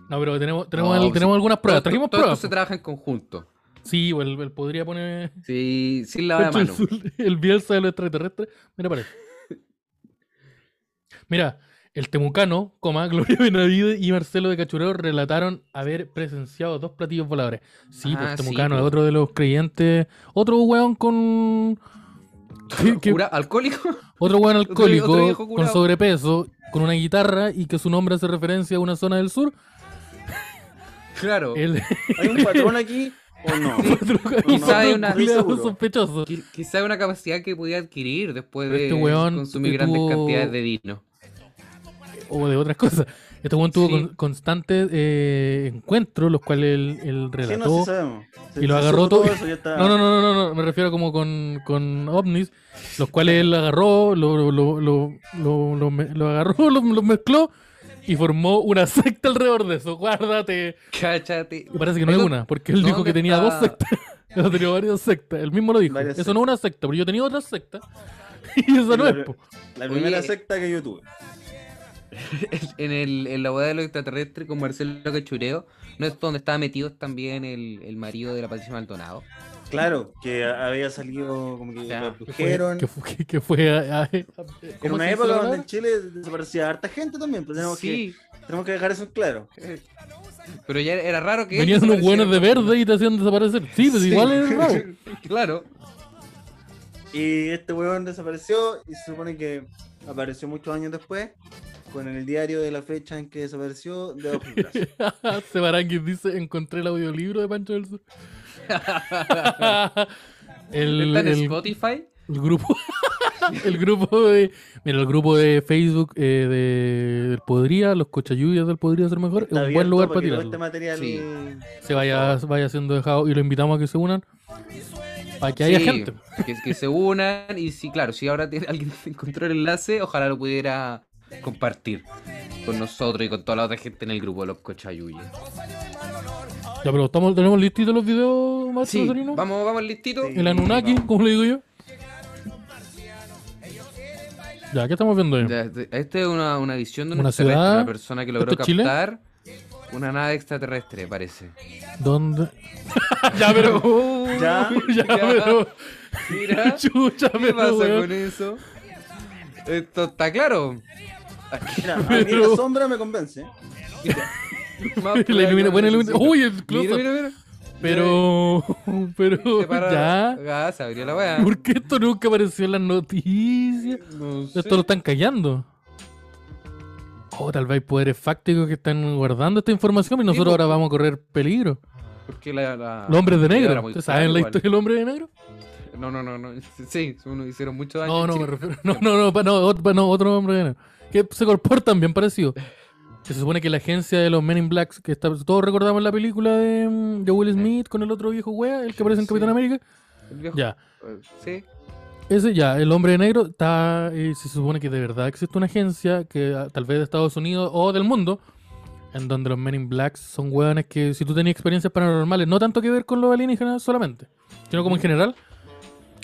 Speaker 2: no, pero tenemos, tenemos,
Speaker 1: No,
Speaker 2: el-
Speaker 1: pues,
Speaker 2: tenemos algunas pruebas.
Speaker 1: Todo-
Speaker 2: Trajimos
Speaker 1: todo
Speaker 2: pruebas.
Speaker 1: esto se trabaja en conjunto.
Speaker 2: Sí, o el, el podría poner.
Speaker 1: Sí, sin lavar de
Speaker 2: Pancho
Speaker 1: mano.
Speaker 2: del Sur, el Bielsa de los extraterrestres. Mira, parece. Mira, el temucano, coma, Gloria Benavides y Marcelo de Cachureo relataron haber presenciado dos platillos voladores. Sí, pues
Speaker 1: Ah, sí,
Speaker 2: temucano es
Speaker 1: pues.
Speaker 2: otro de los creyentes. Otro hueón con. que- que-
Speaker 1: ¿Cura alcohólico?
Speaker 2: otro hueón alcohólico,
Speaker 1: otro viejo
Speaker 2: con
Speaker 1: curado.
Speaker 2: sobrepeso, con una guitarra y que su nombre hace referencia a una zona del sur.
Speaker 1: Claro.
Speaker 2: El,
Speaker 3: ¿Hay un patrón aquí o no?
Speaker 2: otro hueón
Speaker 1: Quizá hay una-
Speaker 2: culiao
Speaker 3: Seguro.
Speaker 2: sospechoso.
Speaker 1: Qui- Quizá una capacidad que podía adquirir después
Speaker 2: Pero
Speaker 1: de
Speaker 2: este weón
Speaker 1: consumir
Speaker 2: que
Speaker 1: grandes
Speaker 2: tuvo-
Speaker 1: cantidades de vino.
Speaker 2: o de otras cosas. Este weón tuvo
Speaker 1: Sí.
Speaker 2: con- constantes eh, encuentros, los cuales él, él
Speaker 3: Sí,
Speaker 2: relató.
Speaker 3: no sí sabemos. Se-
Speaker 2: Y lo
Speaker 3: se
Speaker 2: agarró
Speaker 3: supo
Speaker 2: todo.
Speaker 3: eso, ya está.
Speaker 2: no, no, no, no, no, me refiero como con, con ovnis, los cuales él agarró, lo, lo, lo, lo, lo me- lo agarró, lo, lo mezcló y formó una secta alrededor de eso. Guárdate.
Speaker 1: Cáchate.
Speaker 2: Y parece que no es
Speaker 1: Eso-
Speaker 2: una, porque él
Speaker 1: ¿no?
Speaker 2: dijo que
Speaker 1: ¿Dónde
Speaker 2: tenía
Speaker 1: está?
Speaker 2: dos sectas. Él ha tenido varias sectas, él mismo lo dijo.
Speaker 3: Varias
Speaker 2: eso no es una secta, pero yo tenía otra secta. Y eso no es. po.
Speaker 3: La primera
Speaker 1: Oye.
Speaker 3: secta que yo tuve.
Speaker 1: En, el, en la boda de los extraterrestres con Marcelo Cachureo, ¿no es donde estaba metido también el, el marido de la Patricia Maldonado?
Speaker 3: Claro, que a- había salido como que
Speaker 1: Ya.
Speaker 3: lo
Speaker 2: Que fue,
Speaker 3: abdujeron.
Speaker 2: que fue, que fue a- a- a-
Speaker 3: En
Speaker 2: ¿cómo se
Speaker 3: una
Speaker 2: dice
Speaker 3: época
Speaker 2: la
Speaker 3: donde
Speaker 2: palabra?
Speaker 3: en Chile desaparecía harta gente también, pues tenemos,
Speaker 1: sí,
Speaker 3: que, tenemos que dejar eso en claro.
Speaker 1: eh, pero ya era raro que... él
Speaker 2: Venían unos buenos de
Speaker 1: desapareciera.
Speaker 2: verde y te hacían desaparecer. Sí, pues igual es raro.
Speaker 1: Claro.
Speaker 3: Y este huevón desapareció y se supone que apareció muchos años después con el diario de la fecha en que desapareció de bajo el brazo.
Speaker 2: Sebaranguis dice, encontré el audiolibro de Pancho del Sur. el,
Speaker 1: ¿Está en
Speaker 2: el-
Speaker 1: Spotify?
Speaker 2: el grupo el grupo de mira el grupo de Facebook eh, de del podría los cochayuyas del podría ser mejor es
Speaker 3: Está
Speaker 2: un buen lugar
Speaker 3: abierto
Speaker 2: para
Speaker 3: que todo
Speaker 2: tirarlo
Speaker 3: este material
Speaker 1: Sí.
Speaker 2: se vaya vaya siendo dejado y lo invitamos a que se unan para que haya
Speaker 1: Sí,
Speaker 2: gente
Speaker 1: Que, que se unan y sí, claro, si ahora tiene, alguien encontró el enlace, ojalá lo pudiera compartir con nosotros y con toda la otra gente en el grupo de los cochayuyes.
Speaker 2: ya pero estamos tenemos listitos los videos Marco
Speaker 1: Sí,
Speaker 2: Nazarino?
Speaker 1: vamos, vamos listito.
Speaker 3: Sí.
Speaker 2: El Anunnaki,
Speaker 3: Vamos.
Speaker 2: como le digo yo. Ya, ¿qué estamos viendo ahí?
Speaker 1: Ya, este- Esta es una, una visión de un
Speaker 2: Una
Speaker 1: extraterrestre,
Speaker 2: ciudad.
Speaker 1: una persona que logró
Speaker 2: ¿Esto es Chile?
Speaker 1: captar una nave extraterrestre, parece.
Speaker 2: ¿Dónde? ya, pero.
Speaker 3: Ya.
Speaker 2: Ya, pero.
Speaker 1: Mira,
Speaker 2: Chucha,
Speaker 1: ¿qué
Speaker 2: pero.
Speaker 1: pasa
Speaker 2: weón.
Speaker 1: con este? eso? Esto está claro.
Speaker 3: Mira, a mí
Speaker 2: Pero-
Speaker 3: la sombra me convence.
Speaker 1: Más
Speaker 2: La ilumina- buena ilumina-
Speaker 1: necesito.
Speaker 2: Uy, el
Speaker 1: Mira,
Speaker 2: closet.
Speaker 1: mira, mira.
Speaker 2: Pero. Pero.
Speaker 1: Se para-
Speaker 2: Ya.
Speaker 1: Ah, se abrió la weá.
Speaker 2: ¿Por qué esto nunca apareció en las noticias?
Speaker 1: No sé.
Speaker 2: Esto lo están callando. Oh, tal vez hay poderes fácticos que están guardando esta información y nosotros
Speaker 1: pues.
Speaker 2: ahora vamos a correr peligro.
Speaker 1: Porque la, la-
Speaker 2: Los hombres de
Speaker 1: la
Speaker 2: negro.
Speaker 1: Ah, era muy
Speaker 2: ¿Ustedes
Speaker 1: clara
Speaker 2: saben la
Speaker 1: igual.
Speaker 2: historia del hombre de negro?
Speaker 1: No, no, no, no. Sí, uno hicieron mucho daño.
Speaker 2: No, no,
Speaker 1: sí.
Speaker 2: me refiero. No, no, no, pa- no, otro, pa- no, otro hombre de negro. Que se comportan bien parecido. Que se supone que la agencia de los Men in Blacks, que está, todos recordamos la película de, mm, de Will Smith con el otro viejo wea, el que aparece en
Speaker 1: Eh. Sí.
Speaker 2: Capitán América.
Speaker 1: El viejo-
Speaker 2: Ya,
Speaker 1: eh, Sí.
Speaker 2: ese ya, el hombre de negro está. eh, se supone que de verdad existe una agencia, que ah, tal vez de Estados Unidos o del mundo, en donde los Men in Blacks son weones que, si tú tenías experiencias paranormales, no tanto que ver con los alienígenas solamente, sino como en general.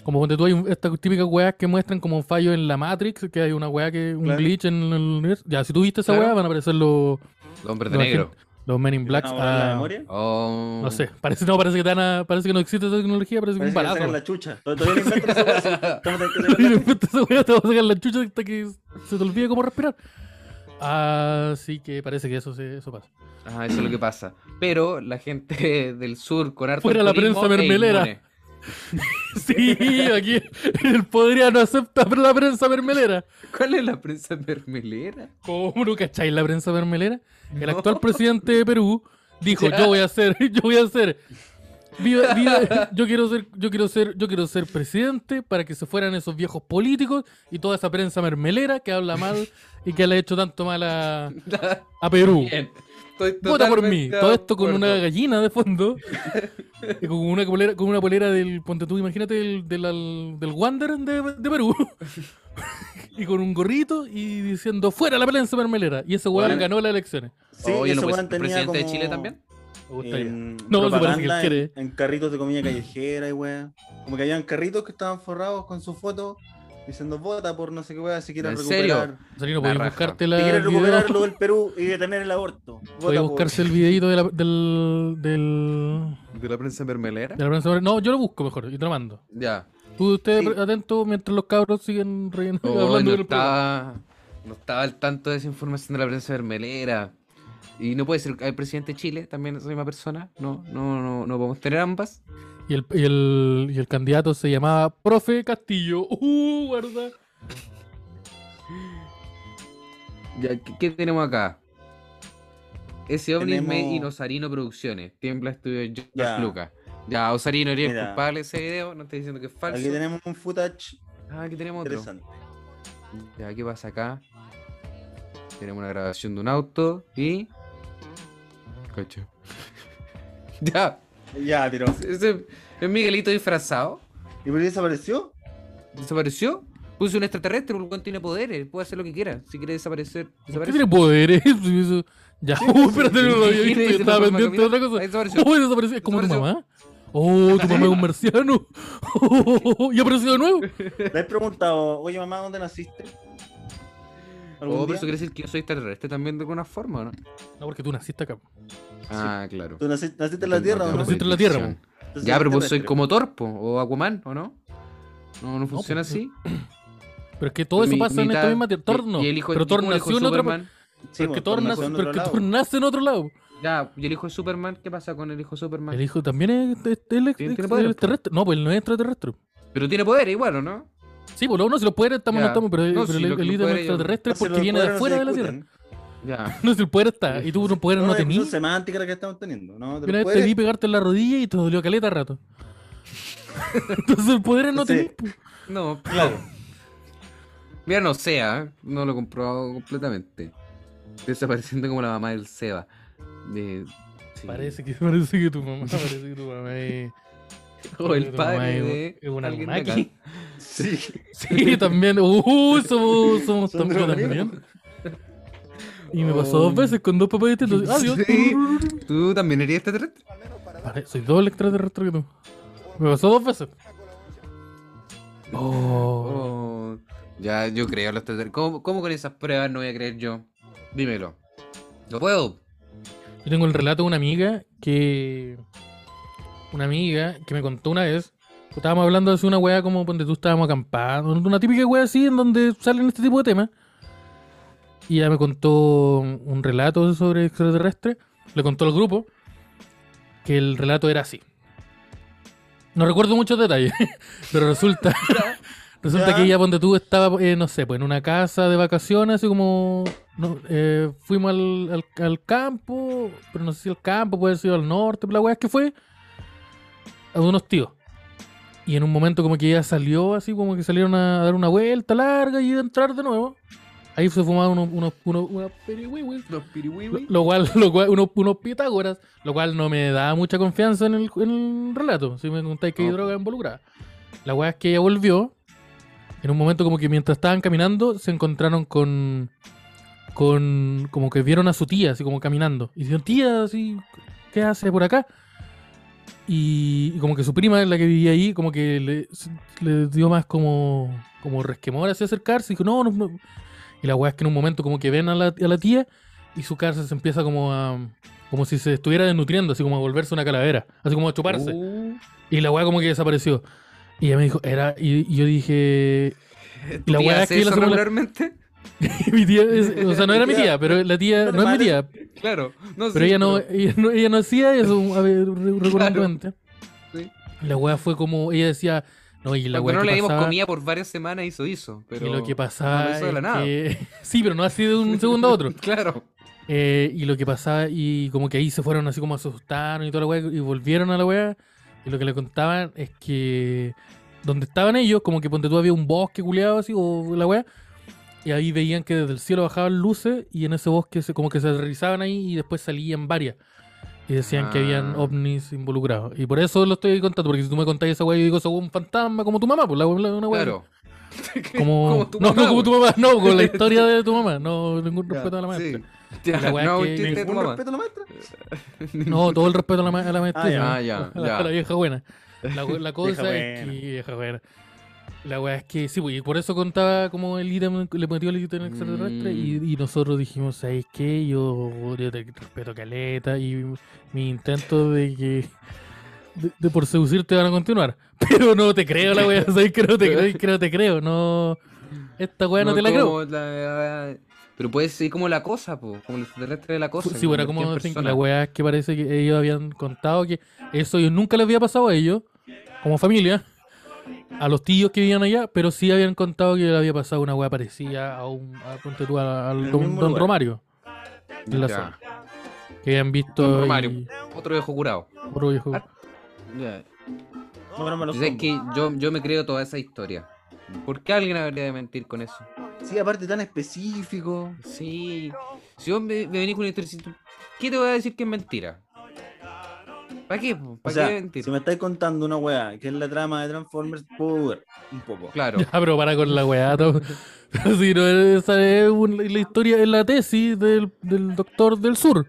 Speaker 2: Como cuando tú hay un- estas típicas weas que muestran como un fallo en la Matrix, que hay una wea que. un
Speaker 3: Claro.
Speaker 2: glitch en el universo. Ya, si tú viste esa
Speaker 1: Claro.
Speaker 2: wea, van a aparecer los.
Speaker 1: Los hombres de
Speaker 2: los
Speaker 1: negro.
Speaker 2: agen- Los Men in
Speaker 3: ¿Te van
Speaker 2: Black.
Speaker 3: a borrar la
Speaker 2: ah,
Speaker 3: memoria?
Speaker 1: Oh.
Speaker 2: no sé, parece, no, parece, que te van a- parece que no existe esa tecnología, parece que es
Speaker 3: Parece
Speaker 2: un
Speaker 3: que le sacan
Speaker 2: balazo.
Speaker 3: la chucha. Todavía no inventan esa weá, así, estamos tratando de
Speaker 2: Y de
Speaker 3: sacar la-
Speaker 2: repente esa weá te va a sacar la chucha hasta que se te olvide cómo respirar. Así que parece que eso, se, eso pasa.
Speaker 1: Ajá, Ah, eso es lo que pasa. Pero la gente del sur con harto
Speaker 2: Fuera la
Speaker 1: alcoholismo
Speaker 2: prensa
Speaker 1: es
Speaker 2: mermelera.
Speaker 1: inmune.
Speaker 2: Sí, aquí el podría no acepta la prensa mermelera.
Speaker 1: ¿Cuál es la prensa mermelera?
Speaker 2: ¿Cómo no cacháis la prensa mermelera? El
Speaker 1: No.
Speaker 2: actual presidente de Perú dijo,
Speaker 1: Ya.
Speaker 2: yo voy a ser, yo voy a ser, viva- viva- yo quiero ser, yo quiero ser, yo quiero ser presidente para que se fueran esos viejos políticos y toda esa prensa mermelera que habla mal y que le ha hecho tanto mal a, a Perú.
Speaker 1: Bien. Estoy
Speaker 2: Vota por mí.
Speaker 1: totalmente
Speaker 2: Todo esto con
Speaker 1: de
Speaker 2: una
Speaker 1: acuerdo.
Speaker 2: gallina de fondo. y con una polera, con una polera del Ponte tú, imagínate, del, del, al- del Wander de, de Perú. y con un gorrito y diciendo fuera la prensa mermelera. Y ese weón
Speaker 3: Bueno.
Speaker 2: ganó las elecciones.
Speaker 3: Sí,
Speaker 1: Oye,
Speaker 3: ese
Speaker 1: ¿no puede ser
Speaker 3: weón tenía
Speaker 1: presidente de
Speaker 3: como,
Speaker 1: Chile también?
Speaker 2: Me gusta ya.
Speaker 3: em,
Speaker 2: No, eso parece que él
Speaker 3: propaganda
Speaker 2: quiere.
Speaker 3: en, en carritos de comida callejera y weá. Como que habían carritos que estaban forrados con su foto diciendo vota por no sé qué weá si quieres
Speaker 1: ¿En serio?
Speaker 3: recuperar.
Speaker 2: Salino,
Speaker 1: La
Speaker 2: podéis
Speaker 1: raja.
Speaker 2: buscarte
Speaker 3: Si
Speaker 2: la.
Speaker 3: quieres
Speaker 2: video-
Speaker 3: recuperar lo del Perú y detener el aborto.
Speaker 2: podéis
Speaker 3: Vota por.
Speaker 2: buscarse el videito de la, del, del,
Speaker 1: ¿De la prensa mermelera?
Speaker 2: de la prensa mermelera. No, yo lo busco mejor y te lo mando.
Speaker 1: Ya.
Speaker 2: Tú, ustedes
Speaker 3: Sí.
Speaker 2: atento mientras los cabros siguen rellenando-
Speaker 1: Oh,
Speaker 2: hablando
Speaker 1: no,
Speaker 2: del programa.
Speaker 1: estaba, no estaba al tanto de esa información de la prensa mermelera. Y no puede ser el presidente de Chile, también es la misma persona. No, no, no, no podemos tener ambas.
Speaker 2: Y el, y el, y el candidato se llamaba Profe Castillo. Uh, guarda.
Speaker 1: Ya, ¿qué, qué tenemos acá? Ese ovni
Speaker 3: Tenemos-
Speaker 1: me y Osarino Producciones. Tiembla estudio George
Speaker 3: Ya.
Speaker 1: Lucas. Ya, Osarino eres el
Speaker 3: Mira.
Speaker 1: culpable de ese video. No estoy diciendo que es falso.
Speaker 3: Aquí tenemos un footage
Speaker 1: Ah, aquí tenemos otro.
Speaker 3: interesante.
Speaker 1: Ya, ¿qué pasa acá? Tenemos una grabación de un auto y. Cacho. ya,
Speaker 3: Ya, pero.
Speaker 1: ese es Miguelito disfrazado.
Speaker 3: ¿Y por qué desapareció?
Speaker 1: Desapareció. Puse un extraterrestre, el weón tiene poderes, puede hacer lo que quiera. Si quiere desaparecer,
Speaker 2: ¿Por ¿Qué
Speaker 1: desaparece.
Speaker 2: tiene poderes? Y eso- Ya, uh, espérate, no lo
Speaker 1: Sí,
Speaker 2: había visto.
Speaker 1: sí,
Speaker 2: yo
Speaker 1: sí,
Speaker 2: Estaba
Speaker 1: no,
Speaker 2: pendiente de otra
Speaker 1: no,
Speaker 2: cosa.
Speaker 1: ahí desapareció.
Speaker 2: Oh, desapareció. Es como tu
Speaker 1: Desapareció.
Speaker 2: mamá. Oh, tu mamá es un marciano. Oh, y apareció de nuevo.
Speaker 3: Le he preguntado, oye mamá, ¿dónde naciste? ¿Algún
Speaker 1: Oh, pero
Speaker 3: día?
Speaker 1: eso quiere decir que yo soy extraterrestre también de alguna forma, ¿o ¿no?
Speaker 2: No, porque tú naciste acá.
Speaker 1: Ah, claro.
Speaker 3: ¿Tú naciste, naciste en la tierra o no?
Speaker 2: Naciste en la Tierra,
Speaker 3: Entonces,
Speaker 1: Ya, pero vos soy
Speaker 3: extraterrestre.
Speaker 1: como Torpo o Aquaman, ¿o no? No, no funciona
Speaker 2: pues,
Speaker 1: así.
Speaker 2: Pero es que todo eso
Speaker 1: Mi-
Speaker 2: pasa en
Speaker 1: mitad-
Speaker 2: esta misma tierra. Torno.
Speaker 1: Y el hijo,
Speaker 2: pero
Speaker 1: y como
Speaker 2: Torno
Speaker 1: el hijo
Speaker 2: nació
Speaker 1: de
Speaker 2: en otra parte.
Speaker 1: Superman.
Speaker 3: Sí,
Speaker 2: Pero es que
Speaker 3: pues,
Speaker 2: Torno
Speaker 3: nació
Speaker 2: nace-
Speaker 3: en
Speaker 2: pero
Speaker 3: otro
Speaker 2: es que
Speaker 3: lado.
Speaker 2: Thor nace en otro lado.
Speaker 1: Ya, y el hijo de Superman, ¿qué pasa con el hijo de Superman?
Speaker 2: El hijo también es, es- es- es-
Speaker 1: Tiene- tiene poderes,
Speaker 2: es
Speaker 1: po.
Speaker 2: extraterrestre. No, pues él no es extraterrestre.
Speaker 1: Pero tiene poder igual, ¿o no?
Speaker 2: Sí, pues no, si los poderes estamos,
Speaker 1: Ya.
Speaker 2: no estamos, pero,
Speaker 1: No,
Speaker 2: pero
Speaker 1: sí,
Speaker 2: el,
Speaker 1: lo que
Speaker 2: el
Speaker 1: los
Speaker 2: ídolo
Speaker 1: poderes-
Speaker 2: extraterrestre es porque
Speaker 3: Entonces, los
Speaker 2: viene de
Speaker 3: poderes no
Speaker 2: afuera
Speaker 3: se
Speaker 2: de la Tierra.
Speaker 3: discuten.
Speaker 1: Ya.
Speaker 2: No, si el poder está. Y tú unos poderes no,
Speaker 3: No, discusión
Speaker 2: tenías.
Speaker 3: semántica la que estamos teniendo, ¿no?
Speaker 2: Una vez te vi pegarte en la rodilla y te dolió caleta rato. Entonces el poder no pues.
Speaker 3: Sí.
Speaker 2: tenías. po.
Speaker 1: No,
Speaker 3: Claro.
Speaker 1: mira, no sea, ¿eh? no lo he comprobado completamente. Desapareciendo como la mamá del Seba. De- sí.
Speaker 2: Parece que, parece que tu mamá, parece que tu mamá es.
Speaker 1: O
Speaker 2: tu
Speaker 1: el
Speaker 2: mamá
Speaker 1: padre
Speaker 2: es-
Speaker 1: de.
Speaker 2: es una
Speaker 1: alguien de
Speaker 2: almaki.
Speaker 1: acá.
Speaker 3: Sí.
Speaker 2: Sí, también. Uh, somos, somos
Speaker 3: Son
Speaker 2: tan- yo
Speaker 3: drogadictos.
Speaker 2: también. Y me pasó
Speaker 1: Oh.
Speaker 2: dos veces con dos papás distintos. Adiós.
Speaker 1: Sí. ¿Tú también eres extraterrestre?
Speaker 2: Pare- Soy doble extraterrestre que tú. Me pasó dos veces.
Speaker 1: Oh,
Speaker 2: Oh.
Speaker 1: ya, yo creo los extraterrestres. ¿Cómo, cómo con esas pruebas no voy a creer yo? Dímelo. No puedo.
Speaker 2: Yo tengo el relato de una amiga que. Una amiga que me contó una vez. que Estábamos hablando de una weá como donde tú estábamos acampando. Una típica weá así en donde salen este tipo de temas. Y ella me contó un relato sobre extraterrestres. Le contó al grupo que el relato era así. No recuerdo muchos detalles, pero resulta. resulta
Speaker 3: Ya.
Speaker 2: que ella donde tú estaba, eh, no sé, pues en una casa de vacaciones, así como. no, eh, fuimos al, al- al campo, pero no sé si al campo, puede ser al norte, la weá es que fue. A unos tíos. Y en un momento como que ella salió así, como que salieron a dar una vuelta larga y a entrar de nuevo. Ahí se fumaban unos, unos, unos, unos perihuihuis,
Speaker 1: Los
Speaker 2: lo,
Speaker 1: pirihuihui.
Speaker 2: lo cual, lo cual unos, unos Pitágoras, lo cual no me da mucha confianza en el, en el relato. Si me contáis que hay
Speaker 1: No,
Speaker 2: droga involucrada. La weá es que ella volvió. En un momento como que mientras estaban caminando, se encontraron con. con. como que vieron a su tía, así como caminando. Y dijeron, tía, así, ¿qué hace por acá? Y, y como que su prima, la que vivía ahí, como que le, le dio más como. como resquemor hacia acercarse. Y dijo, no, no, no". Y la weá es que en un momento como que ven a la, a la tía y su casa se empieza como a, Como si se estuviera desnutriendo, así como a volverse una calavera, así como a chuparse.
Speaker 1: Uh,
Speaker 2: Y la weá como que desapareció. Y ella me dijo, era. Y, y yo dije.
Speaker 1: ¿tu
Speaker 2: La
Speaker 1: tía
Speaker 2: weá
Speaker 1: hace
Speaker 2: es que la
Speaker 1: eso
Speaker 2: simula-
Speaker 1: regularmente?
Speaker 2: mi tía es- o sea, no era mi tía, pero la tía. No es mi tía,
Speaker 1: Claro. No, sí,
Speaker 2: pero ella no, ella no, ella no hacía eso a ver, re- recurrentemente.
Speaker 1: Sí.
Speaker 2: La weá fue como. Ella decía. No, y la
Speaker 1: Cuando
Speaker 2: weá
Speaker 1: no
Speaker 2: que
Speaker 1: le dimos
Speaker 2: pasaba-
Speaker 1: comida por varias semanas, hizo hizo. Pero
Speaker 2: Y lo que pasaba
Speaker 1: no lo hizo de la
Speaker 2: es
Speaker 1: nada.
Speaker 2: que- Sí, pero no así de un segundo a otro.
Speaker 1: Claro.
Speaker 2: Eh, y lo que pasaba, y como que ahí se fueron así como asustaron y toda la weá, y volvieron a la weá. Y lo que le contaban es que donde estaban ellos, como que ponte tú había un bosque culeado así, o la weá. Y ahí veían que desde el cielo bajaban luces y en ese bosque se, como que se aterrizaban ahí y después salían varias. Y decían que habían
Speaker 1: Ah.
Speaker 2: ovnis involucrados. Y por eso lo estoy contando, porque si tú me contás esa weá, yo digo, eso es un fantasma como tu mamá, pues la weá, la- una weá. así.
Speaker 1: Claro.
Speaker 2: Como,
Speaker 1: Ah, tu
Speaker 2: no,
Speaker 1: mamá,
Speaker 2: no como tu
Speaker 1: güey.
Speaker 2: mamá, no, con la historia de tu mamá. No, ningún respeto a la maestra.
Speaker 1: Sí. Ya,
Speaker 2: La weá
Speaker 1: no,
Speaker 2: que-
Speaker 1: un chiste de tu
Speaker 3: Ningún
Speaker 1: mamá.
Speaker 3: respeto a la maestra.
Speaker 2: No, todo el respeto a la, ma- a la maestra.
Speaker 1: Ah, ya,
Speaker 2: A, la-
Speaker 1: ya.
Speaker 2: a la vieja buena. La, we- la cosa es
Speaker 3: buena.
Speaker 2: que. Vieja buena. La weá es que sí, pues, y por eso contaba como el ítem, le metió el ítem extraterrestre
Speaker 1: Mm.
Speaker 2: y, y nosotros dijimos, ¿sabes qué? Yo, yo te respeto caleta y mi intento de que de, de por seducirte van a continuar. Pero no te creo la weá, ¿sabes que no te creo? que no te creo, no. Esta weá no, te la creo.
Speaker 1: como la- Pero puede ser como la cosa, po, como el extraterrestre de la cosa.
Speaker 2: Sí, bueno,
Speaker 1: como
Speaker 2: como
Speaker 1: cualquier
Speaker 2: la
Speaker 1: persona.
Speaker 2: weá es que parece que ellos habían contado que eso ellos nunca les había pasado a ellos, como familia, a los tíos que vivían allá, pero sí habían contado que le había pasado una weá parecida a un, a, ponte tú, a- al
Speaker 3: En el
Speaker 2: don,
Speaker 3: mismo
Speaker 2: don
Speaker 3: lugar.
Speaker 2: Romario, en la
Speaker 1: Ya.
Speaker 2: zona. que habían visto
Speaker 1: Don
Speaker 2: y-
Speaker 1: Romario. Otro viejo curado.
Speaker 2: puro viejo.
Speaker 1: Ya.
Speaker 3: Bueno, me lo
Speaker 1: Entonces es
Speaker 3: como.
Speaker 1: que yo, yo me creo toda esa historia. ¿Por qué alguien habría de mentir con eso?
Speaker 3: Sí, aparte tan específico.
Speaker 1: Sí. Si vos me, me venís con una historia, sin tu- ¿qué te voy a decir que es mentira? ¿Para qué? po?
Speaker 3: O
Speaker 1: ¿Para qué
Speaker 3: sea,
Speaker 1: mentir?
Speaker 3: si me estáis contando una weá que es la trama de Transformers, puedo dudar un poco.
Speaker 1: Claro.
Speaker 2: Ya, pero para con la weá, to- pero si no, esa es un- la historia, es la tesis del, del doctor del sur.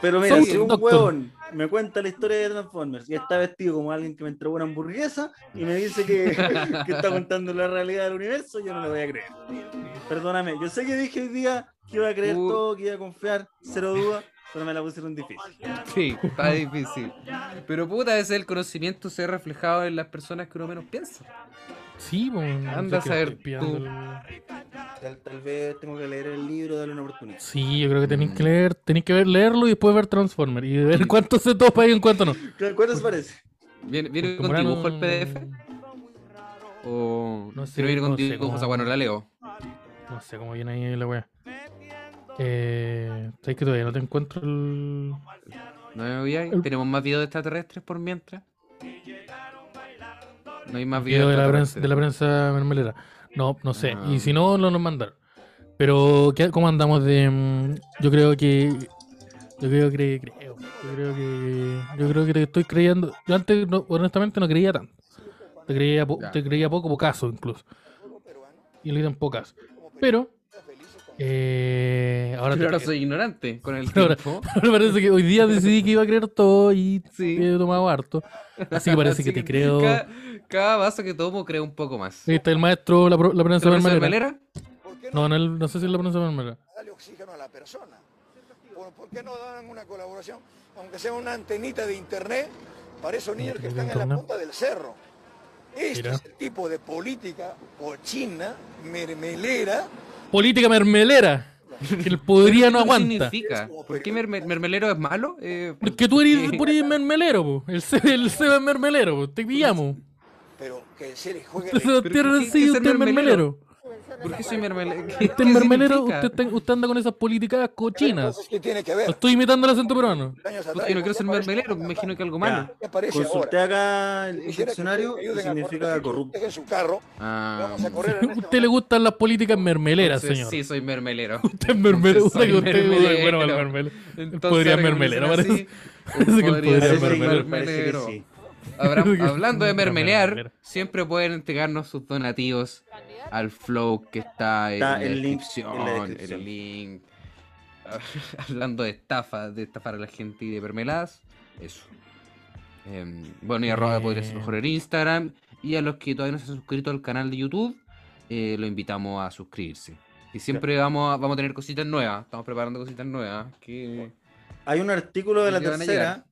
Speaker 3: Pero mira,
Speaker 2: South
Speaker 3: si un
Speaker 2: Doctor.
Speaker 3: huevón me cuenta la historia de Transformers y está vestido como alguien que me entregó una hamburguesa y me dice que, que está contando la realidad del universo, yo no le voy a creer. Perdóname, yo sé que dije hoy día que iba a creer
Speaker 1: Uh.
Speaker 3: todo, que iba a confiar, cero duda, pero me la pusieron difícil.
Speaker 1: Sí, está difícil. Pero puta, a veces el conocimiento se ve reflejado en las personas que uno menos piensa.
Speaker 2: Sí, pues,
Speaker 1: Anda a
Speaker 2: que
Speaker 1: saber
Speaker 2: estoy
Speaker 1: tú.
Speaker 2: pillando el-
Speaker 3: Tal, tal vez tengo que leer el libro, darle una oportunidad.
Speaker 2: Sí, yo creo que tenéis que
Speaker 1: Mm.
Speaker 2: leer, tenéis que ver, leerlo y después ver Transformer y ver cuánto se topa y en cuánto no.
Speaker 3: ¿Cu- ¿Cuál os parece?
Speaker 1: ¿Viene, viene
Speaker 2: Porque
Speaker 1: con
Speaker 2: Morano-
Speaker 1: dibujo el PDF? ¿O
Speaker 2: No
Speaker 1: si
Speaker 2: sé,
Speaker 1: no viene con
Speaker 2: no sé
Speaker 1: dibujo? O sea,
Speaker 2: cómo-
Speaker 1: bueno, la leo.
Speaker 2: No sé cómo viene ahí la weá. Eh, sabes que todavía no te encuentro el.
Speaker 1: No me voy ahí. Tenemos más videos de extraterrestres por mientras. No hay más
Speaker 2: video
Speaker 1: videos
Speaker 2: de la, prensa,
Speaker 1: extraterrestres.
Speaker 2: de la prensa mermelera. No, no sé.
Speaker 1: Ah.
Speaker 2: Y si no, no nos mandaron. Pero, ¿qué- ¿cómo andamos de.? mm, Yo creo que. Yo creo que. Creo, yo creo que. Yo creo que te estoy creyendo. Yo antes, no- honestamente, no creía tanto. Te creía, po-
Speaker 1: Ya.
Speaker 2: te creía poco, pocaso incluso. Y lo hice en pocas. Pero. eh, ahora,
Speaker 1: Pero
Speaker 2: te
Speaker 1: ahora
Speaker 2: creo.
Speaker 1: soy ignorante con el
Speaker 2: Ahora-
Speaker 1: tiempo.
Speaker 2: Ahora parece que hoy día decidí que iba a creer todo y
Speaker 1: Sí.
Speaker 2: he tomado harto. Así que parece
Speaker 1: Así
Speaker 2: que te creo.
Speaker 1: Cada, cada vaso que tomo creo un poco más.
Speaker 2: Ahí está el maestro, la, pro- la prensa
Speaker 1: ¿Cerveza
Speaker 2: mermelera.
Speaker 1: mermelera?
Speaker 4: ¿Por qué no,
Speaker 2: No, no, el- no sé si es la pronuncia mermelera.
Speaker 4: darle oxígeno a la persona? ¿Por, por qué no dan una colaboración, aunque sea una antenita de internet, para esos niños que
Speaker 2: Antenita de
Speaker 4: están en la
Speaker 2: internet.
Speaker 4: punta del cerro? Este
Speaker 2: Mira.
Speaker 4: es el tipo de política cochina, mermelera.
Speaker 2: Política mermelera. Que el podría no
Speaker 1: ¿Qué
Speaker 2: aguanta.
Speaker 1: significa? ¿Por qué merme- mermelero es malo? Eh,
Speaker 2: Porque tú eres, tú eres mermelero, po. El se- el Seba es mermelero, po. Te pillamos.
Speaker 4: Pero que se le juegue
Speaker 2: Usted se
Speaker 4: la
Speaker 2: lo
Speaker 1: ¿por
Speaker 2: tiene
Speaker 1: qué hay
Speaker 2: así,
Speaker 1: que ser
Speaker 2: usted es mermelero.
Speaker 1: ¿Por qué soy mermelero? ¿Qué-
Speaker 2: Usted
Speaker 1: qué
Speaker 2: es ¿Este mermelero,
Speaker 1: significa?
Speaker 2: usted, está- usted anda con esas políticas cochinas.
Speaker 4: Entonces, ¿Qué tiene que
Speaker 2: Lo
Speaker 4: ver?
Speaker 2: estoy imitando el acento peruano.
Speaker 4: Años
Speaker 1: Puta,
Speaker 4: atrás,
Speaker 1: yo Pues no quiero
Speaker 4: ¿qué
Speaker 1: ser
Speaker 4: aparece
Speaker 1: mermelero, me
Speaker 4: ahora?
Speaker 1: imagino que algo malo.
Speaker 4: ¿Qué aparece
Speaker 3: Consulté
Speaker 4: ahora?
Speaker 3: acá el
Speaker 4: Quisiera que
Speaker 3: diccionario
Speaker 4: ustedes
Speaker 3: que
Speaker 4: ayuden a
Speaker 3: significa
Speaker 4: correr,
Speaker 3: corrupto.
Speaker 4: dejen su carro,
Speaker 1: Ah,
Speaker 4: vamos a correr en
Speaker 2: A
Speaker 4: este
Speaker 2: usted le gustan las políticas mermeleras,
Speaker 1: entonces
Speaker 2: señor.
Speaker 1: Sí, soy mermelero.
Speaker 2: Usted es mermelero.
Speaker 1: Entonces soy
Speaker 2: puta que usted-
Speaker 1: mermelero.
Speaker 2: Bueno, el mermelero.
Speaker 1: Entonces,
Speaker 2: podría
Speaker 1: ahora que
Speaker 2: mermelero,
Speaker 1: lo dicen así,
Speaker 2: parece. Parece que
Speaker 1: ser
Speaker 2: podría ser mermelero.
Speaker 3: Parece que sí.
Speaker 1: Habrá-
Speaker 2: Creo que es
Speaker 1: hablando de
Speaker 2: una
Speaker 1: mermelear,
Speaker 2: mermelera.
Speaker 1: siempre pueden entregarnos sus donativos al flow que está en,
Speaker 3: Está
Speaker 1: la,
Speaker 3: el link en
Speaker 1: descripción,
Speaker 3: la descripción.
Speaker 1: el link. hablando de estafas, de estafar a la gente y de mermeladas, eso. Em, bueno, y arroba podría ser
Speaker 2: Bien.
Speaker 1: mejor en Instagram. Y a los que todavía no se han suscrito al canal de YouTube, eh, lo invitamos a suscribirse. Y siempre vamos a, vamos a tener cositas nuevas, estamos preparando cositas nuevas que
Speaker 3: Hay un artículo de
Speaker 1: ¿Y
Speaker 3: la
Speaker 1: qué van a
Speaker 3: tercera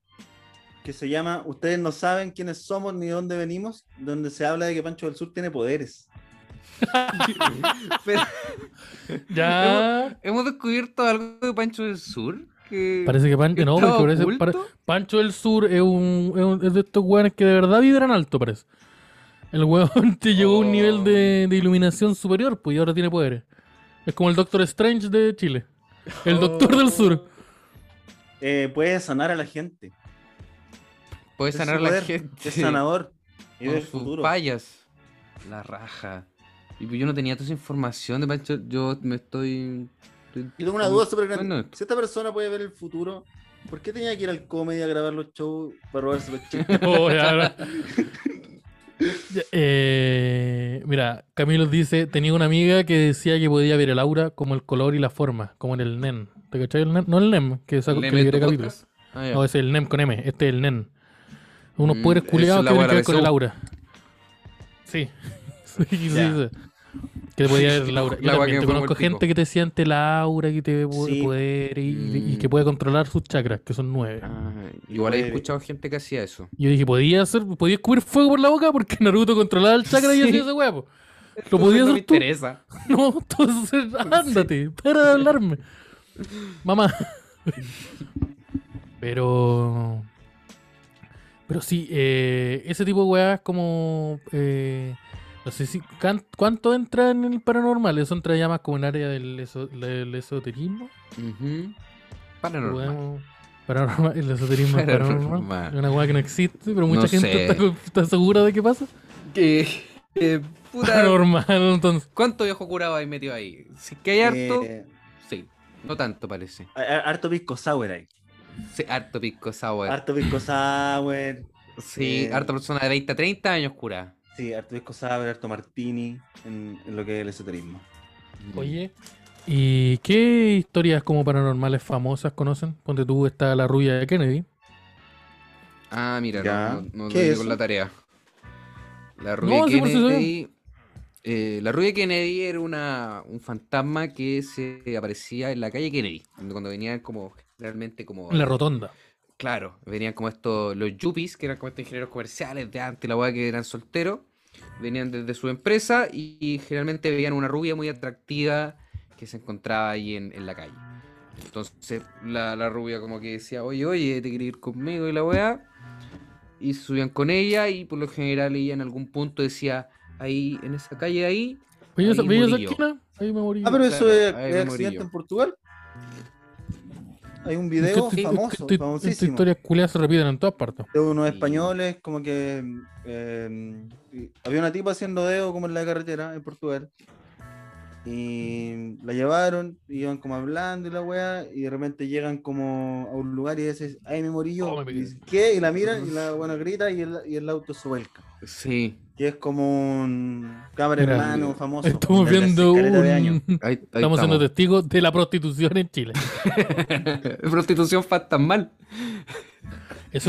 Speaker 3: que se llama Ustedes no saben quiénes somos ni dónde venimos, donde se habla de que Pancho del Sur tiene poderes.
Speaker 1: Pero,
Speaker 2: Ya.
Speaker 1: ¿Hemos descubierto algo de Pancho del Sur? Que...
Speaker 2: Parece que Pancho. No,
Speaker 1: ¿Estaba
Speaker 2: porque parece-
Speaker 1: oculto?
Speaker 2: par- Pancho del Sur es, un, es un- es de estos weones que de verdad vibran alto, parece. El weón te llegó a un nivel de, de iluminación superior, pues y ahora tiene poderes. Es como el Doctor Strange de Chile. El Doctor del Sur.
Speaker 3: Eh, puede sanar a la gente.
Speaker 1: Puede
Speaker 3: Es
Speaker 1: sanar a
Speaker 3: su
Speaker 1: la
Speaker 3: poder,
Speaker 1: gente.
Speaker 3: Es sanador. Y
Speaker 1: con
Speaker 3: del
Speaker 1: sus
Speaker 3: futuro.
Speaker 1: payas. La raja. Y pues yo no tenía toda esa información de Pancho. Yo me estoy. estoy-
Speaker 3: Y tengo una duda
Speaker 1: estoy-
Speaker 3: súper grande.
Speaker 1: Bueno,
Speaker 3: Si esta persona puede ver el futuro, ¿por qué tenía que ir al comedy a grabar los shows para robarse los chistes?
Speaker 2: Oh, ya, ahora. Ya, eh, mira, Camilo dice, tenía una amiga que decía que podía ver el aura como el color y la forma, como en el NEN. ¿Te cachai el NEN? No el NEM, que saco que
Speaker 1: ¿le
Speaker 2: le
Speaker 1: meto
Speaker 2: grabé capítulos.
Speaker 1: podcast? Ah, ya.
Speaker 2: No, ese es el NEM con M, este es el NEN. Unos
Speaker 1: Mm,
Speaker 2: poderes
Speaker 1: eso
Speaker 2: culiados
Speaker 1: es la
Speaker 2: que
Speaker 1: weá
Speaker 2: tienen que
Speaker 1: de
Speaker 2: ver
Speaker 1: la
Speaker 2: con
Speaker 1: BCU.
Speaker 2: el aura. Sí. Sí, sí,
Speaker 3: Ya.
Speaker 2: sí. Que te podía ver el aura. Yo
Speaker 1: La weá que me
Speaker 2: también te
Speaker 1: pongo
Speaker 2: conozco
Speaker 1: el pico.
Speaker 2: gente que te siente el aura, que te puede
Speaker 3: Sí.
Speaker 2: poder y, y- y que
Speaker 1: Mm.
Speaker 2: puede controlar sus chakras, que son nueve.
Speaker 1: Ah, igual he
Speaker 3: Puede-
Speaker 1: escuchado gente que hacía eso.
Speaker 2: Yo dije, podía hacer, podía escupir fuego por la boca porque Naruto controlaba el chakra y
Speaker 1: Sí.
Speaker 2: hacía ese huevo. ¿Lo podías
Speaker 1: no me
Speaker 2: hacer tú?
Speaker 1: interesa.
Speaker 2: No, entonces ándate, para de hablarme. Mamá. Pero. Pero sí, eh, ese tipo de weas como. eh, no sé si. can- ¿Cuánto entra en el paranormal? Eso entra ya más como en área del, eso- del esoterismo.
Speaker 1: Ujú. Paranormal.
Speaker 2: Podemos- Paranormal, el esoterismo es paranormal.
Speaker 1: Paranormal.
Speaker 2: Es una wea que no existe, pero mucha
Speaker 1: No
Speaker 2: gente
Speaker 1: sé.
Speaker 2: está, con- está segura de que pasa.
Speaker 1: Que. que puta,
Speaker 2: Paranormal, entonces.
Speaker 1: ¿Cuánto viejo curado hay metido ahí? Si es que hay harto,
Speaker 3: Eh,
Speaker 1: sí. No tanto parece.
Speaker 3: a- a- harto pisco sour ahí.
Speaker 1: Sí, harto pisco sour.
Speaker 3: Harto pisco sour.
Speaker 1: sí,
Speaker 3: eh.
Speaker 1: harta persona de 20 a 30 años curada.
Speaker 3: Sí, harto pisco sour, harto martini en, en lo que es el esoterismo.
Speaker 2: Oye, ¿y qué historias como paranormales famosas conocen? Ponte tú, está la rubia de Kennedy.
Speaker 1: Ah, mira, no-
Speaker 3: Ya.
Speaker 1: no, no
Speaker 3: ¿Qué
Speaker 1: doy
Speaker 3: es
Speaker 1: con
Speaker 3: eso?
Speaker 1: la tarea. La Rubia
Speaker 2: No, sí, pues, por si
Speaker 1: Kennedy. eh, la Rubia Kennedy era una, un fantasma que se aparecía en la calle Kennedy, cuando, cuando venían como realmente como.
Speaker 2: La rotonda.
Speaker 1: Claro, venían como estos, los yuppies, que eran como estos ingenieros comerciales de antes, la weá que eran solteros, venían desde su empresa y, y generalmente veían una rubia muy atractiva que se encontraba ahí en, en la calle. Entonces la, la rubia como que decía, oye, oye, te quería ir conmigo y la weá. Y se subían con ella y por lo general ella en algún punto decía, ahí, en esa calle de ahí,
Speaker 2: ¿Veis esa,
Speaker 1: Ahí
Speaker 2: veis esa
Speaker 1: morí yo.
Speaker 2: esquina? Ahí me morí.
Speaker 3: Ah, pero
Speaker 2: yo.
Speaker 3: eso
Speaker 1: Claro,
Speaker 3: es,
Speaker 1: ahí
Speaker 3: es
Speaker 1: me morí
Speaker 3: accidente
Speaker 1: yo.
Speaker 3: en Portugal. Hay un video
Speaker 2: Es que- este- es que-
Speaker 3: famoso,
Speaker 2: es que- Estas
Speaker 3: famosísimo.
Speaker 2: historias culiadas se repiten en todas partes.
Speaker 3: de unos
Speaker 1: Y-
Speaker 3: españoles, como que eh, y- había una tipa haciendo dedo como en la carretera en Portugal. Y la llevaron, iban como hablando y la weá, y de repente llegan como a un lugar y dices, ay me morí yo.
Speaker 2: Oh, me
Speaker 3: Y
Speaker 2: pegué.
Speaker 3: dice, ¿Qué? Y la miran y la buena grita y el, y el auto se vuelca.
Speaker 1: sí,
Speaker 3: Que es como un cámara
Speaker 2: Mira,
Speaker 3: hermano famoso.
Speaker 2: Estamos
Speaker 3: de hace
Speaker 2: viendo
Speaker 3: caleta de años.
Speaker 2: un-
Speaker 1: ahí, ahí
Speaker 2: Estamos siendo testigos de la prostitución en Chile.
Speaker 1: Prostitución fantasmal.
Speaker 2: Ese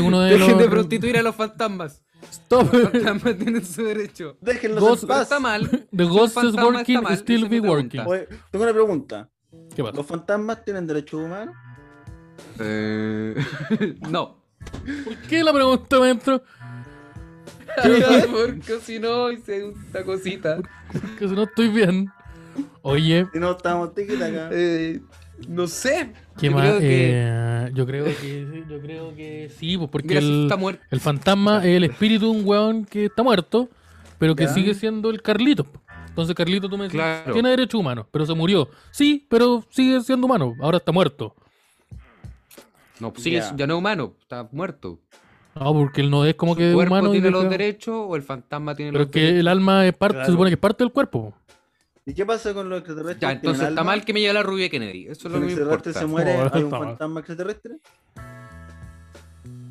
Speaker 2: es uno de
Speaker 1: Dejen
Speaker 2: los...
Speaker 1: de prostituir a los fantasmas.
Speaker 2: Stop.
Speaker 1: Los fantasmas tienen su derecho.
Speaker 3: Déjenlos
Speaker 2: Dos-
Speaker 3: en
Speaker 1: Pero
Speaker 3: paz.
Speaker 1: está mal.
Speaker 2: The
Speaker 1: Si un
Speaker 2: ghost is
Speaker 1: fantasma está
Speaker 2: working,
Speaker 1: mal,
Speaker 2: still
Speaker 1: esa es
Speaker 2: be
Speaker 1: mi
Speaker 2: working.
Speaker 1: pregunta.
Speaker 3: Oye, tengo una pregunta.
Speaker 2: ¿Qué pasa?
Speaker 3: ¿Los fantasmas tienen derechos humanos?
Speaker 1: Eh, no.
Speaker 2: ¿Por qué la pregunta me entró?
Speaker 1: Porque si no, hice una cosita.
Speaker 2: Que si no estoy bien. Oye,
Speaker 3: Si no, estamos tiquita acá.
Speaker 1: Eh, no sé.
Speaker 2: ¿qué
Speaker 1: Yo
Speaker 2: más?
Speaker 1: creo que-
Speaker 2: Eh, yo, creo que, yo creo que sí, pues porque
Speaker 1: Mira, si
Speaker 2: el-
Speaker 1: está muerto.
Speaker 2: El fantasma es el espíritu de un weón que está muerto, pero que
Speaker 3: Ya.
Speaker 2: sigue siendo el Carlito. po. Entonces, Carlito, tú me decís,
Speaker 1: Claro.
Speaker 2: tiene derechos humanos, pero se murió. Sí, pero sigue siendo humano, ahora está muerto.
Speaker 1: No, pues sí, es-
Speaker 3: Ya.
Speaker 1: ya no es humano. Está muerto.
Speaker 2: No, porque él no es como
Speaker 1: Su
Speaker 2: que es
Speaker 1: cuerpo
Speaker 2: humano. y
Speaker 1: tiene los
Speaker 2: deja-
Speaker 1: derechos o el fantasma tiene
Speaker 2: Pero
Speaker 1: los
Speaker 2: que
Speaker 1: derechos.
Speaker 2: el alma es parte, se
Speaker 3: Claro.
Speaker 2: supone que es parte del cuerpo. po.
Speaker 3: ¿Y qué pasa con los extraterrestres?
Speaker 1: Ya, entonces
Speaker 3: ¿Tienen
Speaker 1: está
Speaker 3: alma?
Speaker 1: mal que me lleve la rubia Kennedy. Eso
Speaker 3: Si
Speaker 1: es lo
Speaker 3: un
Speaker 1: que me
Speaker 3: extraterrestre
Speaker 1: importa.
Speaker 3: se muere,
Speaker 2: No,
Speaker 3: hay un
Speaker 2: está mal.
Speaker 3: fantasma extraterrestre.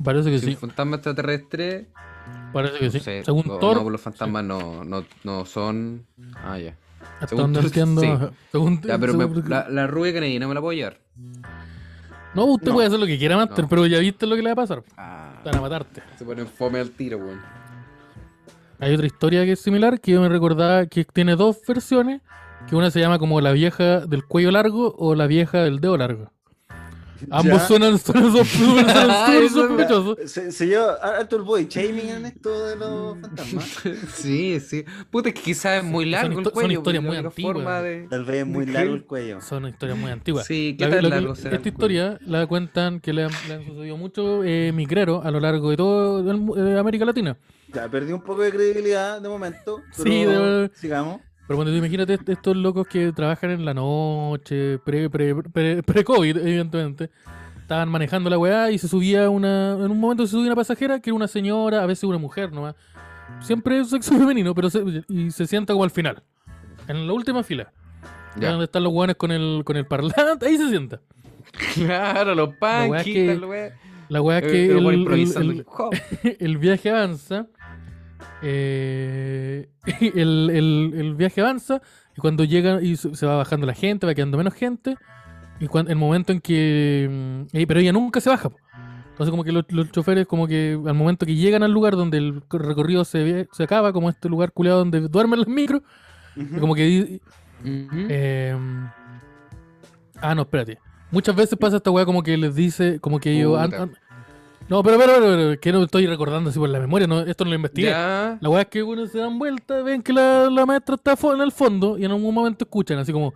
Speaker 2: Parece que
Speaker 1: Si
Speaker 2: sí,
Speaker 1: un fantasma extraterrestre.
Speaker 2: parece que sí.
Speaker 1: No sé,
Speaker 2: Según
Speaker 1: no,
Speaker 2: Thor,
Speaker 1: no, los fantasmas no, no, no son. Ah, ya.
Speaker 2: hasta
Speaker 1: según
Speaker 2: donde
Speaker 1: Thor,
Speaker 2: entiendo.
Speaker 1: sí.
Speaker 2: ajá. Según,
Speaker 1: Ya, pero me-
Speaker 2: según-
Speaker 1: la, la rubia Kennedy no me la puedo llevar.
Speaker 2: No, usted
Speaker 3: no.
Speaker 2: puede hacer lo que quiera, Master,
Speaker 1: No.
Speaker 2: pero ya viste lo que le va a pasar.
Speaker 1: Ah,
Speaker 2: Van a matarte.
Speaker 1: se ponen fome al tiro, weón.
Speaker 2: Hay otra historia que es similar, que yo me recordaba que tiene dos versiones, que una se llama como la vieja del cuello largo o la vieja del dedo largo. Ambos
Speaker 3: Ya.
Speaker 2: suenan suenan sos- suenan súper
Speaker 1: Eso, mira.
Speaker 2: sospechosos.
Speaker 3: Se, se lleva harto el body shaming en esto de los fantasmas.
Speaker 1: Sí, sí. Puta, es que quizás es muy
Speaker 2: son
Speaker 1: largo el
Speaker 2: histo- son
Speaker 1: cuello. pues,
Speaker 2: historias
Speaker 1: la
Speaker 2: muy
Speaker 1: única
Speaker 2: antiguas.
Speaker 1: forma de-
Speaker 3: Tal vez es muy
Speaker 1: ¿De
Speaker 3: largo
Speaker 1: qué?
Speaker 3: el cuello.
Speaker 2: Son historias muy antiguas.
Speaker 1: Sí, ¿qué
Speaker 2: La-
Speaker 1: tan
Speaker 2: la-
Speaker 1: largo será el
Speaker 2: esta
Speaker 1: cuello?
Speaker 2: historia la cuentan que le han, le han sucedido muchos eh, migreros a lo largo de toda eh, América Latina.
Speaker 3: Ya perdí un poco de credibilidad de momento.
Speaker 2: Sí,
Speaker 3: pero
Speaker 2: de-
Speaker 3: Sigamos.
Speaker 2: Pero cuando tú imagínate est- estos locos que trabajan en la noche, pre-COVID, pre, pre- pre-COVID, evidentemente, estaban manejando la weá y se subía una. En un momento se subía una pasajera que era una señora, a veces una mujer nomás. Siempre es sexo femenino, pero se, y se sienta como al final, en la última fila.
Speaker 1: Ya.
Speaker 2: Donde están los guanes con el, con el parlante, ahí se sienta.
Speaker 1: Claro, los
Speaker 2: La weá es que-
Speaker 1: panquitas, la weá.
Speaker 2: La weá es
Speaker 1: Eh,
Speaker 2: que
Speaker 1: pero por
Speaker 2: el- el-
Speaker 1: improvisando
Speaker 2: el-
Speaker 1: hip hop.
Speaker 2: el viaje avanza. eh, el, el- el viaje avanza. Y cuando llega y se se va bajando la gente, va quedando menos gente. Y cuan- el momento en que. mm, eh, pero ella nunca se baja. po. Entonces, como que los, los choferes, como que al momento que llegan al lugar donde el cor- recorrido se, ve- se acaba, como este lugar culeado donde duermen los micros,
Speaker 3: Ujú.
Speaker 2: como que. di-
Speaker 1: Ujú.
Speaker 2: eh, ah, no, espérate. Muchas veces pasa esta weá como que les dice, como que yo.
Speaker 1: Puta.
Speaker 2: no, pero, pero, pero, pero, que no estoy recordando así por la memoria, no, esto no lo investigué.
Speaker 1: Ya.
Speaker 2: La weá es que uno se dan vuelta, ven que la, la maestra está fo- en el fondo y en algún momento escuchan así como.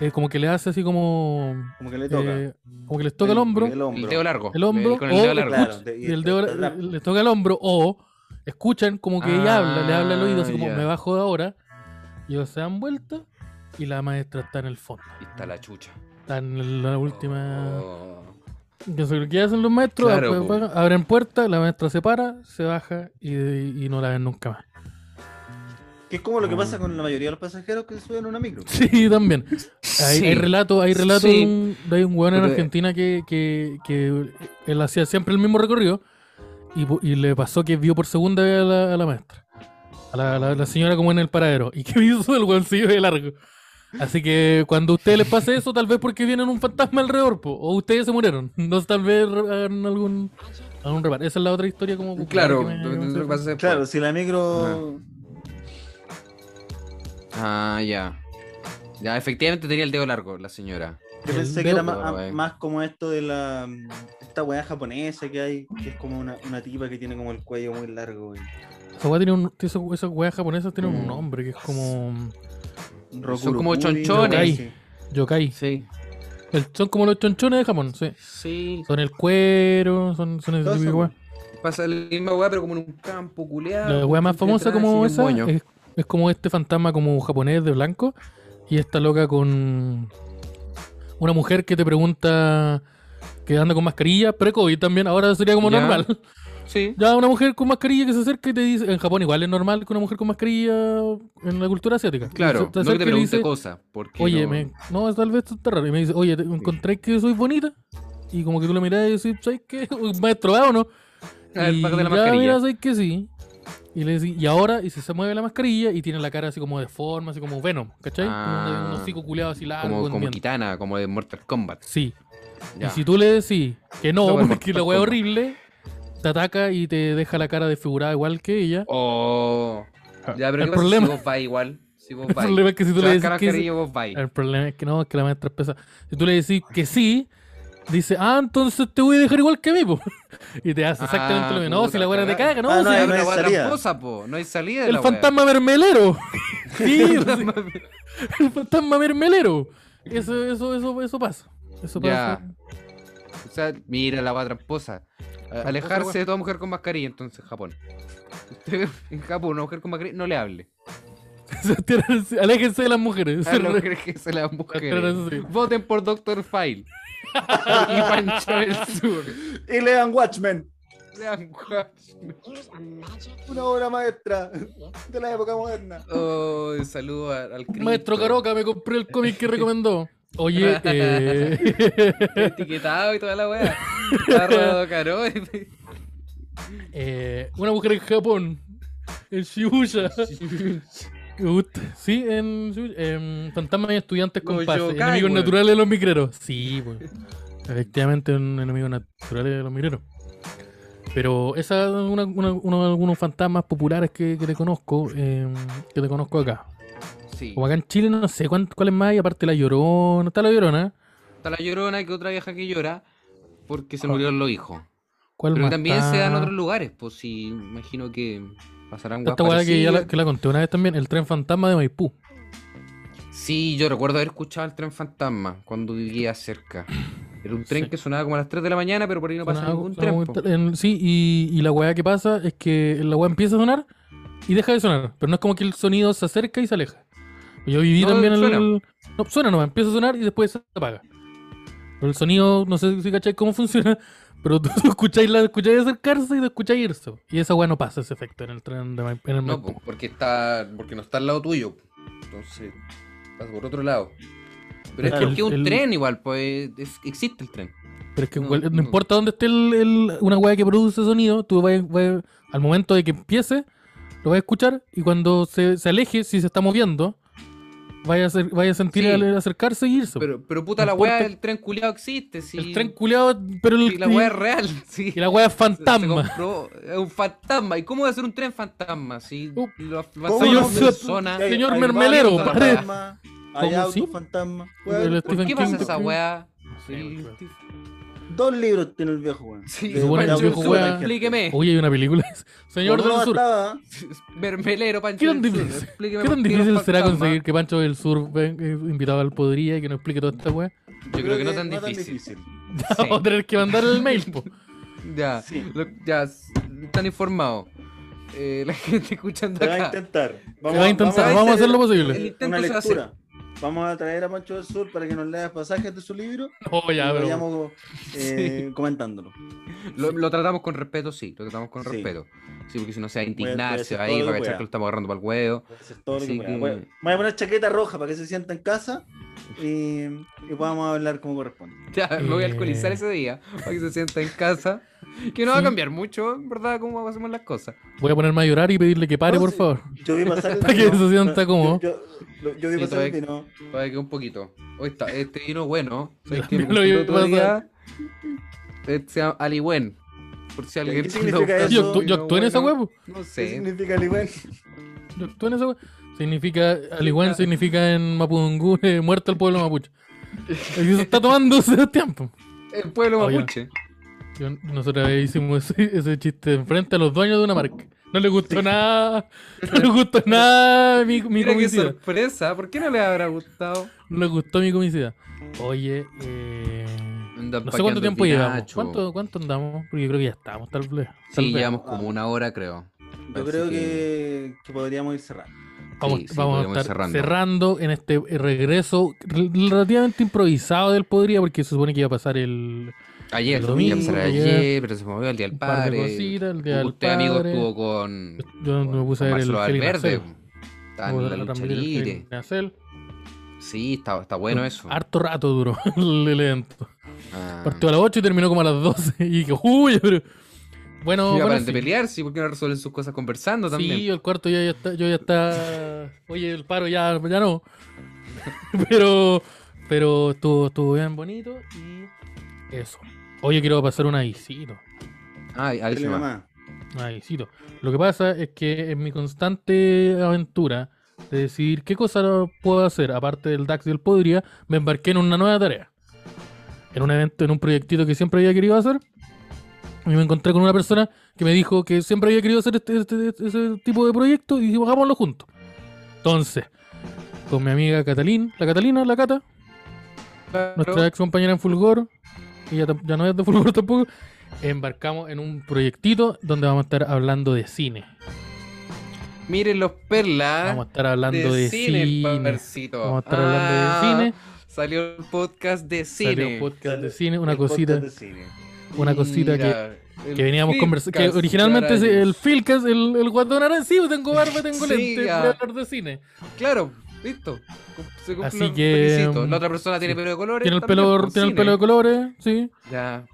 Speaker 2: eh, como que le hace así como.
Speaker 3: Como que le toca.
Speaker 2: eh, como que les toca el,
Speaker 1: El-
Speaker 2: hombro.
Speaker 3: el hombro.
Speaker 1: El dedo largo.
Speaker 2: El hombro, oh,
Speaker 1: con el
Speaker 2: o-
Speaker 1: dedo largo.
Speaker 2: escucha,
Speaker 3: Claro, de-
Speaker 2: y el dedo
Speaker 3: la-
Speaker 2: les toca el hombro o escuchan como que ella habla, le habla al oído así
Speaker 1: Ah,
Speaker 2: como
Speaker 1: ya.
Speaker 2: me bajo de ahora. Y ellos se dan vuelta y la maestra está en el fondo.
Speaker 1: Y está la chucha.
Speaker 2: Está en la última.
Speaker 1: Oh.
Speaker 2: Que se lo que hacen los maestros,
Speaker 1: Claro,
Speaker 2: ap-
Speaker 1: po.
Speaker 2: apagan- abren puerta, la maestra se para, se baja y, y no la ven nunca más.
Speaker 3: Que es como lo que
Speaker 2: Ah.
Speaker 3: pasa con la mayoría de los pasajeros que suben a una micro.
Speaker 2: Sí, también. Hay,
Speaker 1: Sí.
Speaker 2: hay relato, hay relato
Speaker 1: Sí.
Speaker 2: de, un, de un weón en
Speaker 1: Pero-
Speaker 2: Argentina que, que, que él hacía siempre el mismo recorrido y, po- y le pasó que vio por segunda vez a la, a la maestra, a la, a la- la señora como en el paradero, y que hizo el weón siguió de largo. Así que cuando a ustedes les pase eso, tal vez porque vienen un fantasma alrededor, po, o ustedes se murieron, no sé, tal vez hagan algún, algún reparo. Esa es la otra historia como... popular
Speaker 1: Claro,
Speaker 2: que me- que me-
Speaker 1: lo- lo que pasa es-
Speaker 3: Claro, si la micro.
Speaker 1: Ah, ya. Ya, efectivamente tenía el dedo largo la señora.
Speaker 3: Yo
Speaker 2: El
Speaker 3: pensé que era
Speaker 2: dedo,
Speaker 3: más,
Speaker 1: pero,
Speaker 3: a-
Speaker 1: eh.
Speaker 3: más como esto de la. Esta weá japonesa que hay, que es como una, una tipa que tiene como el cuello muy largo. güey.
Speaker 2: Esa weá tiene un- esa- esas weas japonesas tienen un
Speaker 1: Mm.
Speaker 2: nombre que es como...
Speaker 3: Rokurukuri,
Speaker 1: como
Speaker 3: una
Speaker 1: chonchones.
Speaker 3: weá así.
Speaker 2: Yokai.
Speaker 1: Sí,
Speaker 2: El- son como los chonchones de jamón, sí.
Speaker 1: sí.
Speaker 2: Son el cuero, son, son ese
Speaker 3: Todos
Speaker 2: tipo de
Speaker 3: son-
Speaker 2: weá.
Speaker 1: Pasa la misma weá, pero como en un campo culeado.
Speaker 2: La weá más famosa como esa es, es como este fantasma como japonés de blanco y esta loca con una mujer que te pregunta que anda con mascarilla, pre-COVID también, ahora sería como
Speaker 1: Ya.
Speaker 2: normal.
Speaker 1: Sí.
Speaker 2: Ya una mujer con mascarilla que se acerca y te dice, en Japón igual es normal que una mujer con mascarilla en la cultura asiática. Se-
Speaker 1: Claro,
Speaker 2: te
Speaker 1: no que
Speaker 2: acerca
Speaker 1: te
Speaker 2: y le
Speaker 1: pregunte
Speaker 2: dice,
Speaker 1: cosas. Porque
Speaker 2: Oye,
Speaker 1: no-
Speaker 2: me, no, tal vez esto está raro. Y me dice, oye, ¿te encontré que soy bonita? Y como que tú lo mirás y decís, ¿sabes qué? Maestro, ¿va o no?
Speaker 1: A ver,
Speaker 2: y
Speaker 1: bájate la
Speaker 2: ya,
Speaker 1: mascarilla.
Speaker 2: mira, ¿sabes qué? Sí. Y le decís, y ahora, y si se mueve la mascarilla y tiene la cara así como de forma, así como Venom, ¿cachai? como un-
Speaker 1: Ah.
Speaker 2: un hocico culeado así largo.
Speaker 1: Como, como
Speaker 2: hendiendo.
Speaker 1: Kitana, como de Mortal Kombat.
Speaker 2: Sí.
Speaker 1: Ya.
Speaker 2: Y si tú le decís que no,
Speaker 1: Esa wea es
Speaker 2: porque la
Speaker 1: Mortal
Speaker 2: wea es
Speaker 1: Kombat.
Speaker 2: horrible, te ataca y te deja la cara desfigurada igual que ella.
Speaker 1: Oh. Ya, pero
Speaker 2: Ah, el
Speaker 1: ¿qué pasa
Speaker 2: problema-
Speaker 1: si vos vais igual? Si vos
Speaker 2: El
Speaker 1: vais.
Speaker 2: problema es que si tú
Speaker 1: Te
Speaker 2: le
Speaker 1: vas
Speaker 2: dices que
Speaker 1: carajillo,
Speaker 2: sí-
Speaker 1: vos vais.
Speaker 2: El problema es que no, es que la maestra es pesada. Si tú le decís que sí, dice, ah, entonces te voy a dejar igual que a mí, po. Y te hace exactamente
Speaker 1: Ah,
Speaker 2: lo mismo. No,
Speaker 1: puta,
Speaker 2: si la weá te
Speaker 1: cagá.
Speaker 2: caga, no,
Speaker 3: Ah,
Speaker 2: si
Speaker 3: no,
Speaker 2: la-
Speaker 1: Hay
Speaker 3: no
Speaker 1: una
Speaker 3: hay
Speaker 1: weá
Speaker 3: salida.
Speaker 1: tramposa, po. No hay salida de
Speaker 2: el
Speaker 1: la weá.
Speaker 2: fantasma mermelero. Sí, sí, el fantasma mermelero. Eso, eso, eso, eso pasa. Eso
Speaker 1: Ya.
Speaker 2: pasa.
Speaker 1: O sea, mira la weá tramposa. A- Alejarse de toda mujer con mascarilla, entonces, Japón. Usted en Japón, una mujer con mascarilla, no le hable.
Speaker 2: Se tiran- se- Aléjense de las mujeres.
Speaker 1: A no crees que se las mujeres.
Speaker 2: Claro, sí.
Speaker 1: Voten por Doctor File. y Pancho del Sur.
Speaker 3: Y lean Watchmen,
Speaker 1: Lean Watchmen.
Speaker 3: una obra maestra de la época moderna.
Speaker 1: Oh, saludo a- al Cristo.
Speaker 2: Maestro Caroca, me compré el cómic que recomendó. Oye, eh,
Speaker 1: Etiquetado y toda la weá. Carro Caroca.
Speaker 2: eh, una mujer en Japón, en Shibuya. Ut- Sí, en, en Fantasma y Estudiantes con
Speaker 1: Los
Speaker 2: Paz.
Speaker 1: yokai,
Speaker 2: Enemigos
Speaker 1: weón.
Speaker 2: naturales de los micreros. Sí, pues. Efectivamente, un enemigo natural de los micreros. Pero esa es una, una- uno de algunos fantasmas populares que, que te conozco, eh, que te conozco acá.
Speaker 1: Sí.
Speaker 2: Como acá en Chile no sé cuán- cuáles más hay, aparte la Llorona. Está la Llorona.
Speaker 1: Está la llorona que otra vieja que llora porque se
Speaker 2: ¿Cuál?
Speaker 1: murieron los hijos.
Speaker 2: ¿Cuál
Speaker 1: Pero
Speaker 2: más
Speaker 1: también se
Speaker 2: está?
Speaker 1: dan otros lugares, pues sí, imagino que pasarán
Speaker 2: Esta
Speaker 1: weas
Speaker 2: weá que ya la,
Speaker 1: parecidas.
Speaker 2: que la conté una vez también, el tren fantasma de Maipú.
Speaker 1: Sí, yo recuerdo haber escuchado el tren fantasma cuando vivía cerca. Era un tren
Speaker 2: Sí.
Speaker 1: que sonaba como a las 3 de la mañana, pero por ahí no pasa
Speaker 2: Sonaba-
Speaker 1: ningún
Speaker 2: sonaba
Speaker 1: tren.
Speaker 2: muy
Speaker 1: po.
Speaker 2: tra- en- sí, y, y la weá que pasa es que la weá empieza a sonar y deja de sonar, pero no es como que el sonido se acerca y se aleja. Yo viví
Speaker 1: No,
Speaker 2: también el,
Speaker 1: suena.
Speaker 2: No, suena nomás, empieza a sonar y después se apaga. Pero el sonido, no sé si cacháis cómo funciona, pero tú lo escucháis, la escucháis acercarse y lo escucháis irse. Y esa weá no pasa ese efecto en el tren de Maip- en el
Speaker 1: No,
Speaker 2: Maipú.
Speaker 1: po, porque está, porque no está al lado tuyo. Entonces, pasa por otro lado. Pero
Speaker 2: Es
Speaker 1: es
Speaker 2: que
Speaker 1: porque es
Speaker 2: el-
Speaker 1: un
Speaker 2: el-
Speaker 1: tren igual, pues es- existe el tren.
Speaker 2: Pero es que
Speaker 1: No,
Speaker 2: cual- no,
Speaker 1: no.
Speaker 2: importa dónde esté el- el- una weá que produce sonido, tú vas, vas- al momento de que empiece, lo vas a escuchar y cuando se, se aleje, si se está moviendo, vaya a, ser- vaya a sentir
Speaker 1: Sí.
Speaker 2: al acercarse y irse.
Speaker 1: Pero, pero puta,
Speaker 2: No
Speaker 1: la weá
Speaker 2: importa.
Speaker 1: del tren culiado existe. Sí.
Speaker 2: El tren culeado, pero el,
Speaker 1: Sí, la weá es
Speaker 2: y-
Speaker 1: real. Sí.
Speaker 2: y la weá es
Speaker 1: Se- se
Speaker 2: fantasma.
Speaker 1: comprobó, es un fantasma. ¿Y cómo va a ser un tren fantasma? Si
Speaker 2: Uh,
Speaker 1: lo
Speaker 3: ¿Cómo
Speaker 1: avanzaron
Speaker 2: no
Speaker 1: las
Speaker 2: se-
Speaker 1: personas.
Speaker 2: Sí, señor mermelero,
Speaker 1: pare.
Speaker 3: fantasma, Hay
Speaker 2: ¿Cómo
Speaker 3: autos
Speaker 2: sí?
Speaker 3: fantasma.
Speaker 2: El
Speaker 3: Weón,
Speaker 2: Stephen
Speaker 1: ¿Por qué
Speaker 2: King,
Speaker 1: pasa
Speaker 2: pues,
Speaker 1: esa
Speaker 2: weón.
Speaker 1: weá?
Speaker 2: sé,
Speaker 1: Sí,
Speaker 2: weón.
Speaker 1: sí.
Speaker 3: Dos libros tiene el viejo, weón.
Speaker 1: Sí,
Speaker 3: De-
Speaker 2: supone que
Speaker 3: de
Speaker 2: el
Speaker 3: Augusto
Speaker 2: viejo, weón,
Speaker 3: Ángel.
Speaker 1: explíqueme.
Speaker 2: Oye, hay una película. Señor
Speaker 3: Otro
Speaker 2: del Sur.
Speaker 3: bastaba,
Speaker 1: Mermelero, Pancho
Speaker 2: ¿Qué tan
Speaker 1: del Sur,
Speaker 2: difícil-
Speaker 1: explíqueme
Speaker 2: ¿Qué tan
Speaker 1: por qué los
Speaker 2: difícil será
Speaker 1: fantasmas-
Speaker 2: conseguir que Pancho del Sur venga eh, invitado al Podría y que nos explique toda esta weá?
Speaker 1: Yo creo que no tan difícil. Sí.
Speaker 2: Vamos a tener que mandar el mail, po.
Speaker 1: Ya,
Speaker 3: Sí.
Speaker 1: lo- ya, s- están informados. Eh, la gente escuchando
Speaker 3: Se va a
Speaker 1: acá.
Speaker 3: intentar. Vamos,
Speaker 2: va a intentar, vamos a hacer lo posible.
Speaker 1: El intento
Speaker 3: Una
Speaker 1: se va a
Speaker 3: lectura. Vamos a traer a Pancho del Sur para que nos lea pasajes de su libro
Speaker 2: No,
Speaker 3: y
Speaker 2: ya, pero.
Speaker 3: vayamos eh, comentándolo.
Speaker 1: Lo, lo tratamos con respeto, sí, lo tratamos con
Speaker 3: Sí.
Speaker 1: respeto. Sí, porque si no se va a
Speaker 3: Voy a- voy
Speaker 1: indignar,
Speaker 3: a
Speaker 1: se va a
Speaker 3: hacer
Speaker 1: ir,
Speaker 3: todo
Speaker 1: va
Speaker 3: lo
Speaker 1: a
Speaker 3: que
Speaker 1: cachar
Speaker 3: pueda.
Speaker 1: que lo estamos agarrando para el huevo.
Speaker 3: Voy a hacer todo lo
Speaker 1: Así
Speaker 3: que pueda.
Speaker 1: que-
Speaker 3: Voy a- voy a poner chaqueta roja para que se sienta en casa y, y podamos hablar como corresponde.
Speaker 1: Ya, me voy a alcoholizar
Speaker 2: Eh.
Speaker 1: ese día para que se sienta en casa. Que no va a
Speaker 2: Sí.
Speaker 1: cambiar mucho, en verdad, cómo hacemos las cosas.
Speaker 2: Voy a ponerme a llorar y pedirle que pare,
Speaker 3: No,
Speaker 2: por
Speaker 3: sí.
Speaker 2: favor.
Speaker 3: Yo vi pasar el
Speaker 2: Para que se sienta cómodo.
Speaker 3: Yo, yo- yo vi
Speaker 1: Sí,
Speaker 3: pasar el
Speaker 1: todavía-
Speaker 3: vino.
Speaker 1: Todavía queda un poquito. Hoy está, este vino bueno. ¿sabes
Speaker 2: Ya,
Speaker 1: qué? Me
Speaker 2: mira lo que
Speaker 1: gustó el otro
Speaker 2: pasa.
Speaker 1: día. Este se llama Aliwen. Por si alguien
Speaker 3: ¿Qué
Speaker 1: anda
Speaker 3: significa
Speaker 1: buscando
Speaker 3: eso?
Speaker 1: un
Speaker 2: Yo, actú- yo
Speaker 1: vino
Speaker 2: actué en esa
Speaker 1: bueno.
Speaker 2: wea, po.
Speaker 1: No
Speaker 3: ¿Qué
Speaker 1: sé.
Speaker 3: significa Aliwen?
Speaker 2: Yo actué en esa wea. Significa, al igual significa en Mapudungún, eh, muerto el pueblo mapuche. Y se está tomando ese tiempo.
Speaker 1: El pueblo
Speaker 2: Oye.
Speaker 1: mapuche.
Speaker 2: Yo- nosotros hicimos ese, ese chiste enfrente a los dueños de una marca. No les gustó nada. No les gustó nada mi, mi
Speaker 1: Mira qué
Speaker 2: comicidad.
Speaker 1: sorpresa. ¿Por qué no le habrá gustado?
Speaker 2: No les gustó mi comicidad. Oye, eh,
Speaker 1: Andan
Speaker 2: no sé cuánto
Speaker 1: paqueando
Speaker 2: tiempo llevamos.
Speaker 1: pinacho.
Speaker 2: ¿Cuánto, ¿Cuánto andamos? Porque yo creo que ya estamos, tal vez. tal
Speaker 1: Sí,
Speaker 2: vez.
Speaker 1: llevamos como una hora, creo.
Speaker 3: Yo
Speaker 1: Así
Speaker 3: creo
Speaker 1: que-
Speaker 3: que, que podríamos ir cerrando.
Speaker 2: Vamos,
Speaker 1: Sí, sí,
Speaker 2: vamos a
Speaker 1: podríamos ir
Speaker 2: estar cerrando.
Speaker 1: cerrando.
Speaker 2: en este regreso re- relativamente improvisado del Podría, porque se supone que iba a pasar el
Speaker 1: Ayer,
Speaker 2: El
Speaker 1: domingo,
Speaker 2: domingo,
Speaker 1: ayer,
Speaker 2: ayer.
Speaker 1: pero se movió el día del
Speaker 2: un par de
Speaker 1: padre.
Speaker 2: cositas, el día del
Speaker 1: Usted, amigo,
Speaker 2: padre.
Speaker 1: estuvo con.
Speaker 2: Yo
Speaker 1: con-
Speaker 2: me puse a
Speaker 1: con
Speaker 2: ver el
Speaker 1: Marcelo
Speaker 2: Félix
Speaker 1: Valverde.
Speaker 2: Nacel.
Speaker 1: Está
Speaker 2: Me
Speaker 1: en
Speaker 2: puse
Speaker 1: la
Speaker 2: a ver
Speaker 1: lucha
Speaker 2: también el Félix
Speaker 1: libre. Ah.
Speaker 2: Nacel.
Speaker 1: Sí, está, está bueno eso.
Speaker 2: Harto rato duró el evento.
Speaker 1: Ah.
Speaker 2: Partió a las 8 y terminó como a las 12. Y que, uy, pero. Bueno,
Speaker 1: Sí,
Speaker 2: bueno,
Speaker 1: paran de
Speaker 2: sí.
Speaker 1: pelear, sí, porque no resuelven sus cosas conversando también.
Speaker 2: Sí, el cuarto ya, ya está, yo ya está. Oye, el paro ya, ya no. pero pero estuvo, estuvo bien bonito y eso. Oye, quiero pasar un avisito.
Speaker 1: Ay, ahí se
Speaker 3: Dale,
Speaker 1: va.
Speaker 3: mamá.
Speaker 2: un avisito. Lo que pasa es que en mi constante aventura de decidir qué cosa puedo hacer, aparte del DAX y el Podría, me embarqué en una nueva tarea. En un evento, en un proyectito que siempre había querido hacer. Y me encontré con una persona que me dijo que siempre había querido hacer este, este- este- ese tipo de proyecto y dijimos, hagámoslo juntos. Entonces, con mi amiga Catalín, la Catalina, la Cata,
Speaker 1: Claro.
Speaker 2: nuestra ex compañera en Fulgor, que ya, tam- ya no es de Fulgor tampoco, embarcamos en un proyectito donde vamos a estar hablando de cine.
Speaker 1: Miren los perlas.
Speaker 2: Vamos a estar hablando de, cine.
Speaker 1: Papercito.
Speaker 2: Vamos a estar hablando de cine.
Speaker 1: Ah, Salió el podcast de cine.
Speaker 2: Salió un podcast de
Speaker 3: Sale
Speaker 2: cine, una
Speaker 3: el podcast
Speaker 2: cosita,
Speaker 3: de cine.
Speaker 2: una cosita que,
Speaker 1: Mira,
Speaker 2: que
Speaker 1: el
Speaker 2: veníamos conversando. Que
Speaker 1: Filcast,
Speaker 2: originalmente es
Speaker 1: carayos.
Speaker 2: el Filcas, el, el guatón ahora sí, tengo barba, tengo
Speaker 1: Sí,
Speaker 2: lente, voy
Speaker 1: ya.
Speaker 2: a hablar de cine.
Speaker 1: Claro, listo. Se cumple
Speaker 2: Así
Speaker 1: lo
Speaker 2: que,
Speaker 1: felicito.
Speaker 2: mm,
Speaker 1: La otra persona tiene
Speaker 2: sí.
Speaker 1: pelo de colores.
Speaker 2: Tiene el
Speaker 1: también,
Speaker 2: pelo,
Speaker 1: pues,
Speaker 2: tiene el
Speaker 1: cine.
Speaker 2: pelo de colores, sí.
Speaker 1: Ya.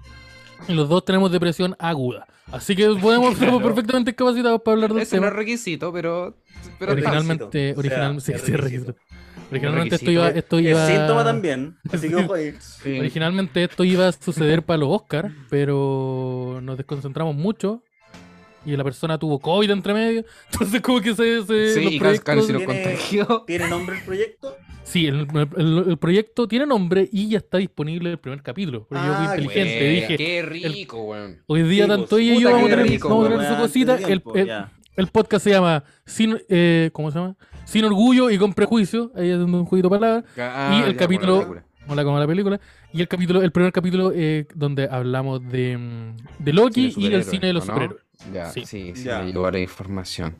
Speaker 2: Y los dos tenemos depresión aguda. Así que podemos, estamos
Speaker 1: Claro.
Speaker 2: perfectamente capacitados para hablar de
Speaker 1: Ese no
Speaker 2: tema.
Speaker 1: es requisito, pero. pero está.
Speaker 2: Originalmente,
Speaker 3: requisito.
Speaker 2: original,
Speaker 3: O sea,
Speaker 2: sí, sí,
Speaker 3: es
Speaker 2: requisito.
Speaker 3: requisito.
Speaker 2: Originalmente esto
Speaker 1: requisito.
Speaker 2: iba, esto
Speaker 3: El
Speaker 2: iba-
Speaker 3: síntoma también, así que ojo ahí.
Speaker 1: Sí.
Speaker 2: Originalmente esto iba a suceder para los Oscars, pero nos desconcentramos mucho y la persona tuvo COVID entre medio. Entonces, como que se. se-
Speaker 1: Sí,
Speaker 2: los
Speaker 1: y Casi-
Speaker 2: proyectos-
Speaker 1: casi lo
Speaker 3: tiene-
Speaker 1: contagió.
Speaker 3: ¿Tiene nombre el proyecto?
Speaker 2: Sí, el, el- el proyecto tiene nombre y ya está disponible el primer capítulo. Porque yo fui
Speaker 3: Ah,
Speaker 2: inteligente,
Speaker 1: Weón,
Speaker 2: dije.
Speaker 1: Qué rico, weón.
Speaker 2: Hoy día
Speaker 3: Sí, pues,
Speaker 2: tanto ella y
Speaker 1: puta
Speaker 2: yo vamos a
Speaker 1: que
Speaker 2: tener,
Speaker 1: rico,
Speaker 2: vamos a tener
Speaker 3: weón.
Speaker 2: su cosita.
Speaker 3: Hace
Speaker 2: El,
Speaker 3: tiempo,
Speaker 2: el-
Speaker 3: ya.
Speaker 2: el podcast se llama Sin, eh, ¿cómo se llama? Sin orgullo y con prejuicio. Ahí es un jueguito de palabras.
Speaker 1: Ah,
Speaker 2: y el
Speaker 1: ya,
Speaker 2: capítulo-
Speaker 1: bueno, la película.
Speaker 2: Hola, como la película. Y el capítulo, el primer capítulo eh, donde hablamos de, mm, de Loki
Speaker 1: Cine
Speaker 2: y
Speaker 1: superhéroe,
Speaker 2: del cine de los
Speaker 1: ¿o no?
Speaker 2: superhéroes.
Speaker 1: Ya, Ah,
Speaker 2: Sí.
Speaker 1: sí, sí,
Speaker 3: Ya.
Speaker 1: me llegó la información.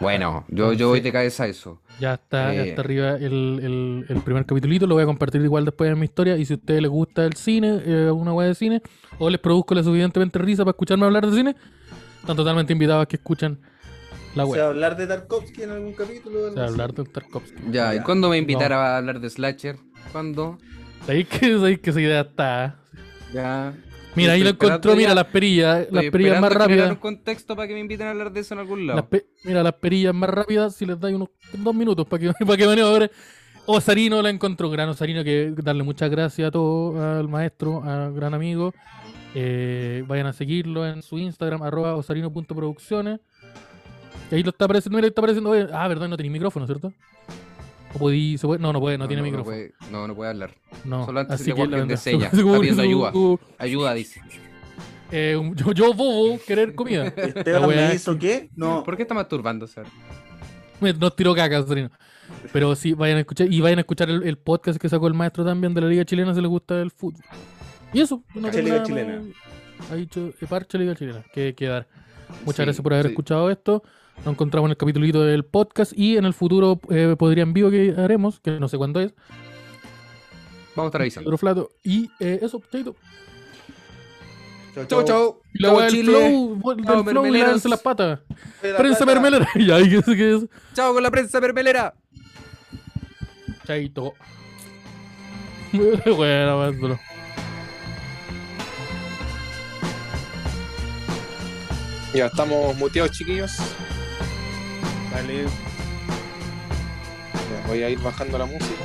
Speaker 1: Bueno, yo, yo voy de cabeza a eso.
Speaker 2: Ya está, ya
Speaker 1: Eh.
Speaker 2: está arriba el, el- el primer capitulito, lo voy a compartir igual después en mi historia. Y si a ustedes les gusta el cine, eh, una weá de cine, o les produzco la suficientemente risa para escucharme hablar de cine, están totalmente invitados a que escuchen la
Speaker 3: O sea,
Speaker 2: web.
Speaker 3: hablar de Tarkovsky en algún capítulo. algo
Speaker 2: O sea,
Speaker 3: así.
Speaker 2: hablar de Tarkovsky.
Speaker 1: Ya, ¿y
Speaker 3: Ya.
Speaker 1: cuándo me invitará a hablar de Slasher? ¿Cuándo?
Speaker 2: Sabéis que, sabéis que esa idea está.
Speaker 1: Ya.
Speaker 2: Mira, ahí lo
Speaker 1: Estoy
Speaker 2: encontró,
Speaker 1: esperando
Speaker 2: mira,
Speaker 1: ya-
Speaker 2: las perillas, las
Speaker 1: estoy
Speaker 2: perillas
Speaker 1: esperando
Speaker 2: más
Speaker 1: generar
Speaker 2: rápidas.
Speaker 1: un contexto para que me inviten a hablar de eso en algún
Speaker 2: Las
Speaker 1: lado.
Speaker 2: pe- mira, las perillas más rápidas, si les dais unos dos minutos para que, para que venga ahora. Osarino la encontró, gran Osarino, que darle muchas gracias a todos, al maestro, al gran amigo. Eh, vayan a seguirlo en su Instagram, arroba osarino.producciones. Y ahí lo está apareciendo, mira, ahí está apareciendo. oye, ah, verdad, no tenéis micrófono, ¿cierto? ¿O podí- se puede? No, no puede, no, tiene
Speaker 1: No
Speaker 2: micrófono.
Speaker 1: puede, no, no puede hablar.
Speaker 2: no,
Speaker 1: Solo antes
Speaker 2: así
Speaker 1: de
Speaker 2: que
Speaker 1: cualquier
Speaker 2: la verdad,
Speaker 1: desella,
Speaker 2: como
Speaker 1: está pidiendo
Speaker 2: su-
Speaker 1: ayuda.
Speaker 2: su-
Speaker 1: Ayuda, dice.
Speaker 2: eh, un- yo, yo bobo, querer comida. La
Speaker 3: Esteban
Speaker 2: weá
Speaker 3: Este me hizo qué? No.
Speaker 1: ¿Por qué está masturbándose ahora?
Speaker 2: Me- Nos tiró caca, Serena. Pero sí, vayan a escuchar. Y vayan a escuchar el, el podcast que sacó el maestro también de la Liga Chilena si les gusta el fútbol. Y eso. no
Speaker 3: Parche
Speaker 2: tengo
Speaker 3: Liga
Speaker 2: nada más.
Speaker 3: Chilena.
Speaker 2: Ha dicho eh, Parche Liga Chilena. Que quedar. Muchas
Speaker 1: Sí,
Speaker 2: gracias por haber
Speaker 1: sí.
Speaker 2: escuchado esto. Nos encontramos en el capítulito del podcast y en el futuro eh, podría en vivo que haremos, que no sé cuándo es.
Speaker 1: Vamos a estar avisando.
Speaker 2: Otro flato. Y eh, eso, chaito.
Speaker 1: Chau, chau.
Speaker 2: Y la
Speaker 1: Chau,
Speaker 2: weá del
Speaker 1: Chile.
Speaker 2: flow, del
Speaker 1: Chao,
Speaker 2: flow y
Speaker 1: mermeleros.
Speaker 2: lávense las patas.
Speaker 3: La
Speaker 2: Prensa
Speaker 3: plata.
Speaker 2: mermelera. Ya, ¿qué es? ¿Qué es?
Speaker 1: Chao con la prensa permelera.
Speaker 2: Chaito. bueno, maestro.
Speaker 5: Ya estamos muteados, chiquillos.
Speaker 3: Vale.
Speaker 5: Ya, Voy a ir bajando la música.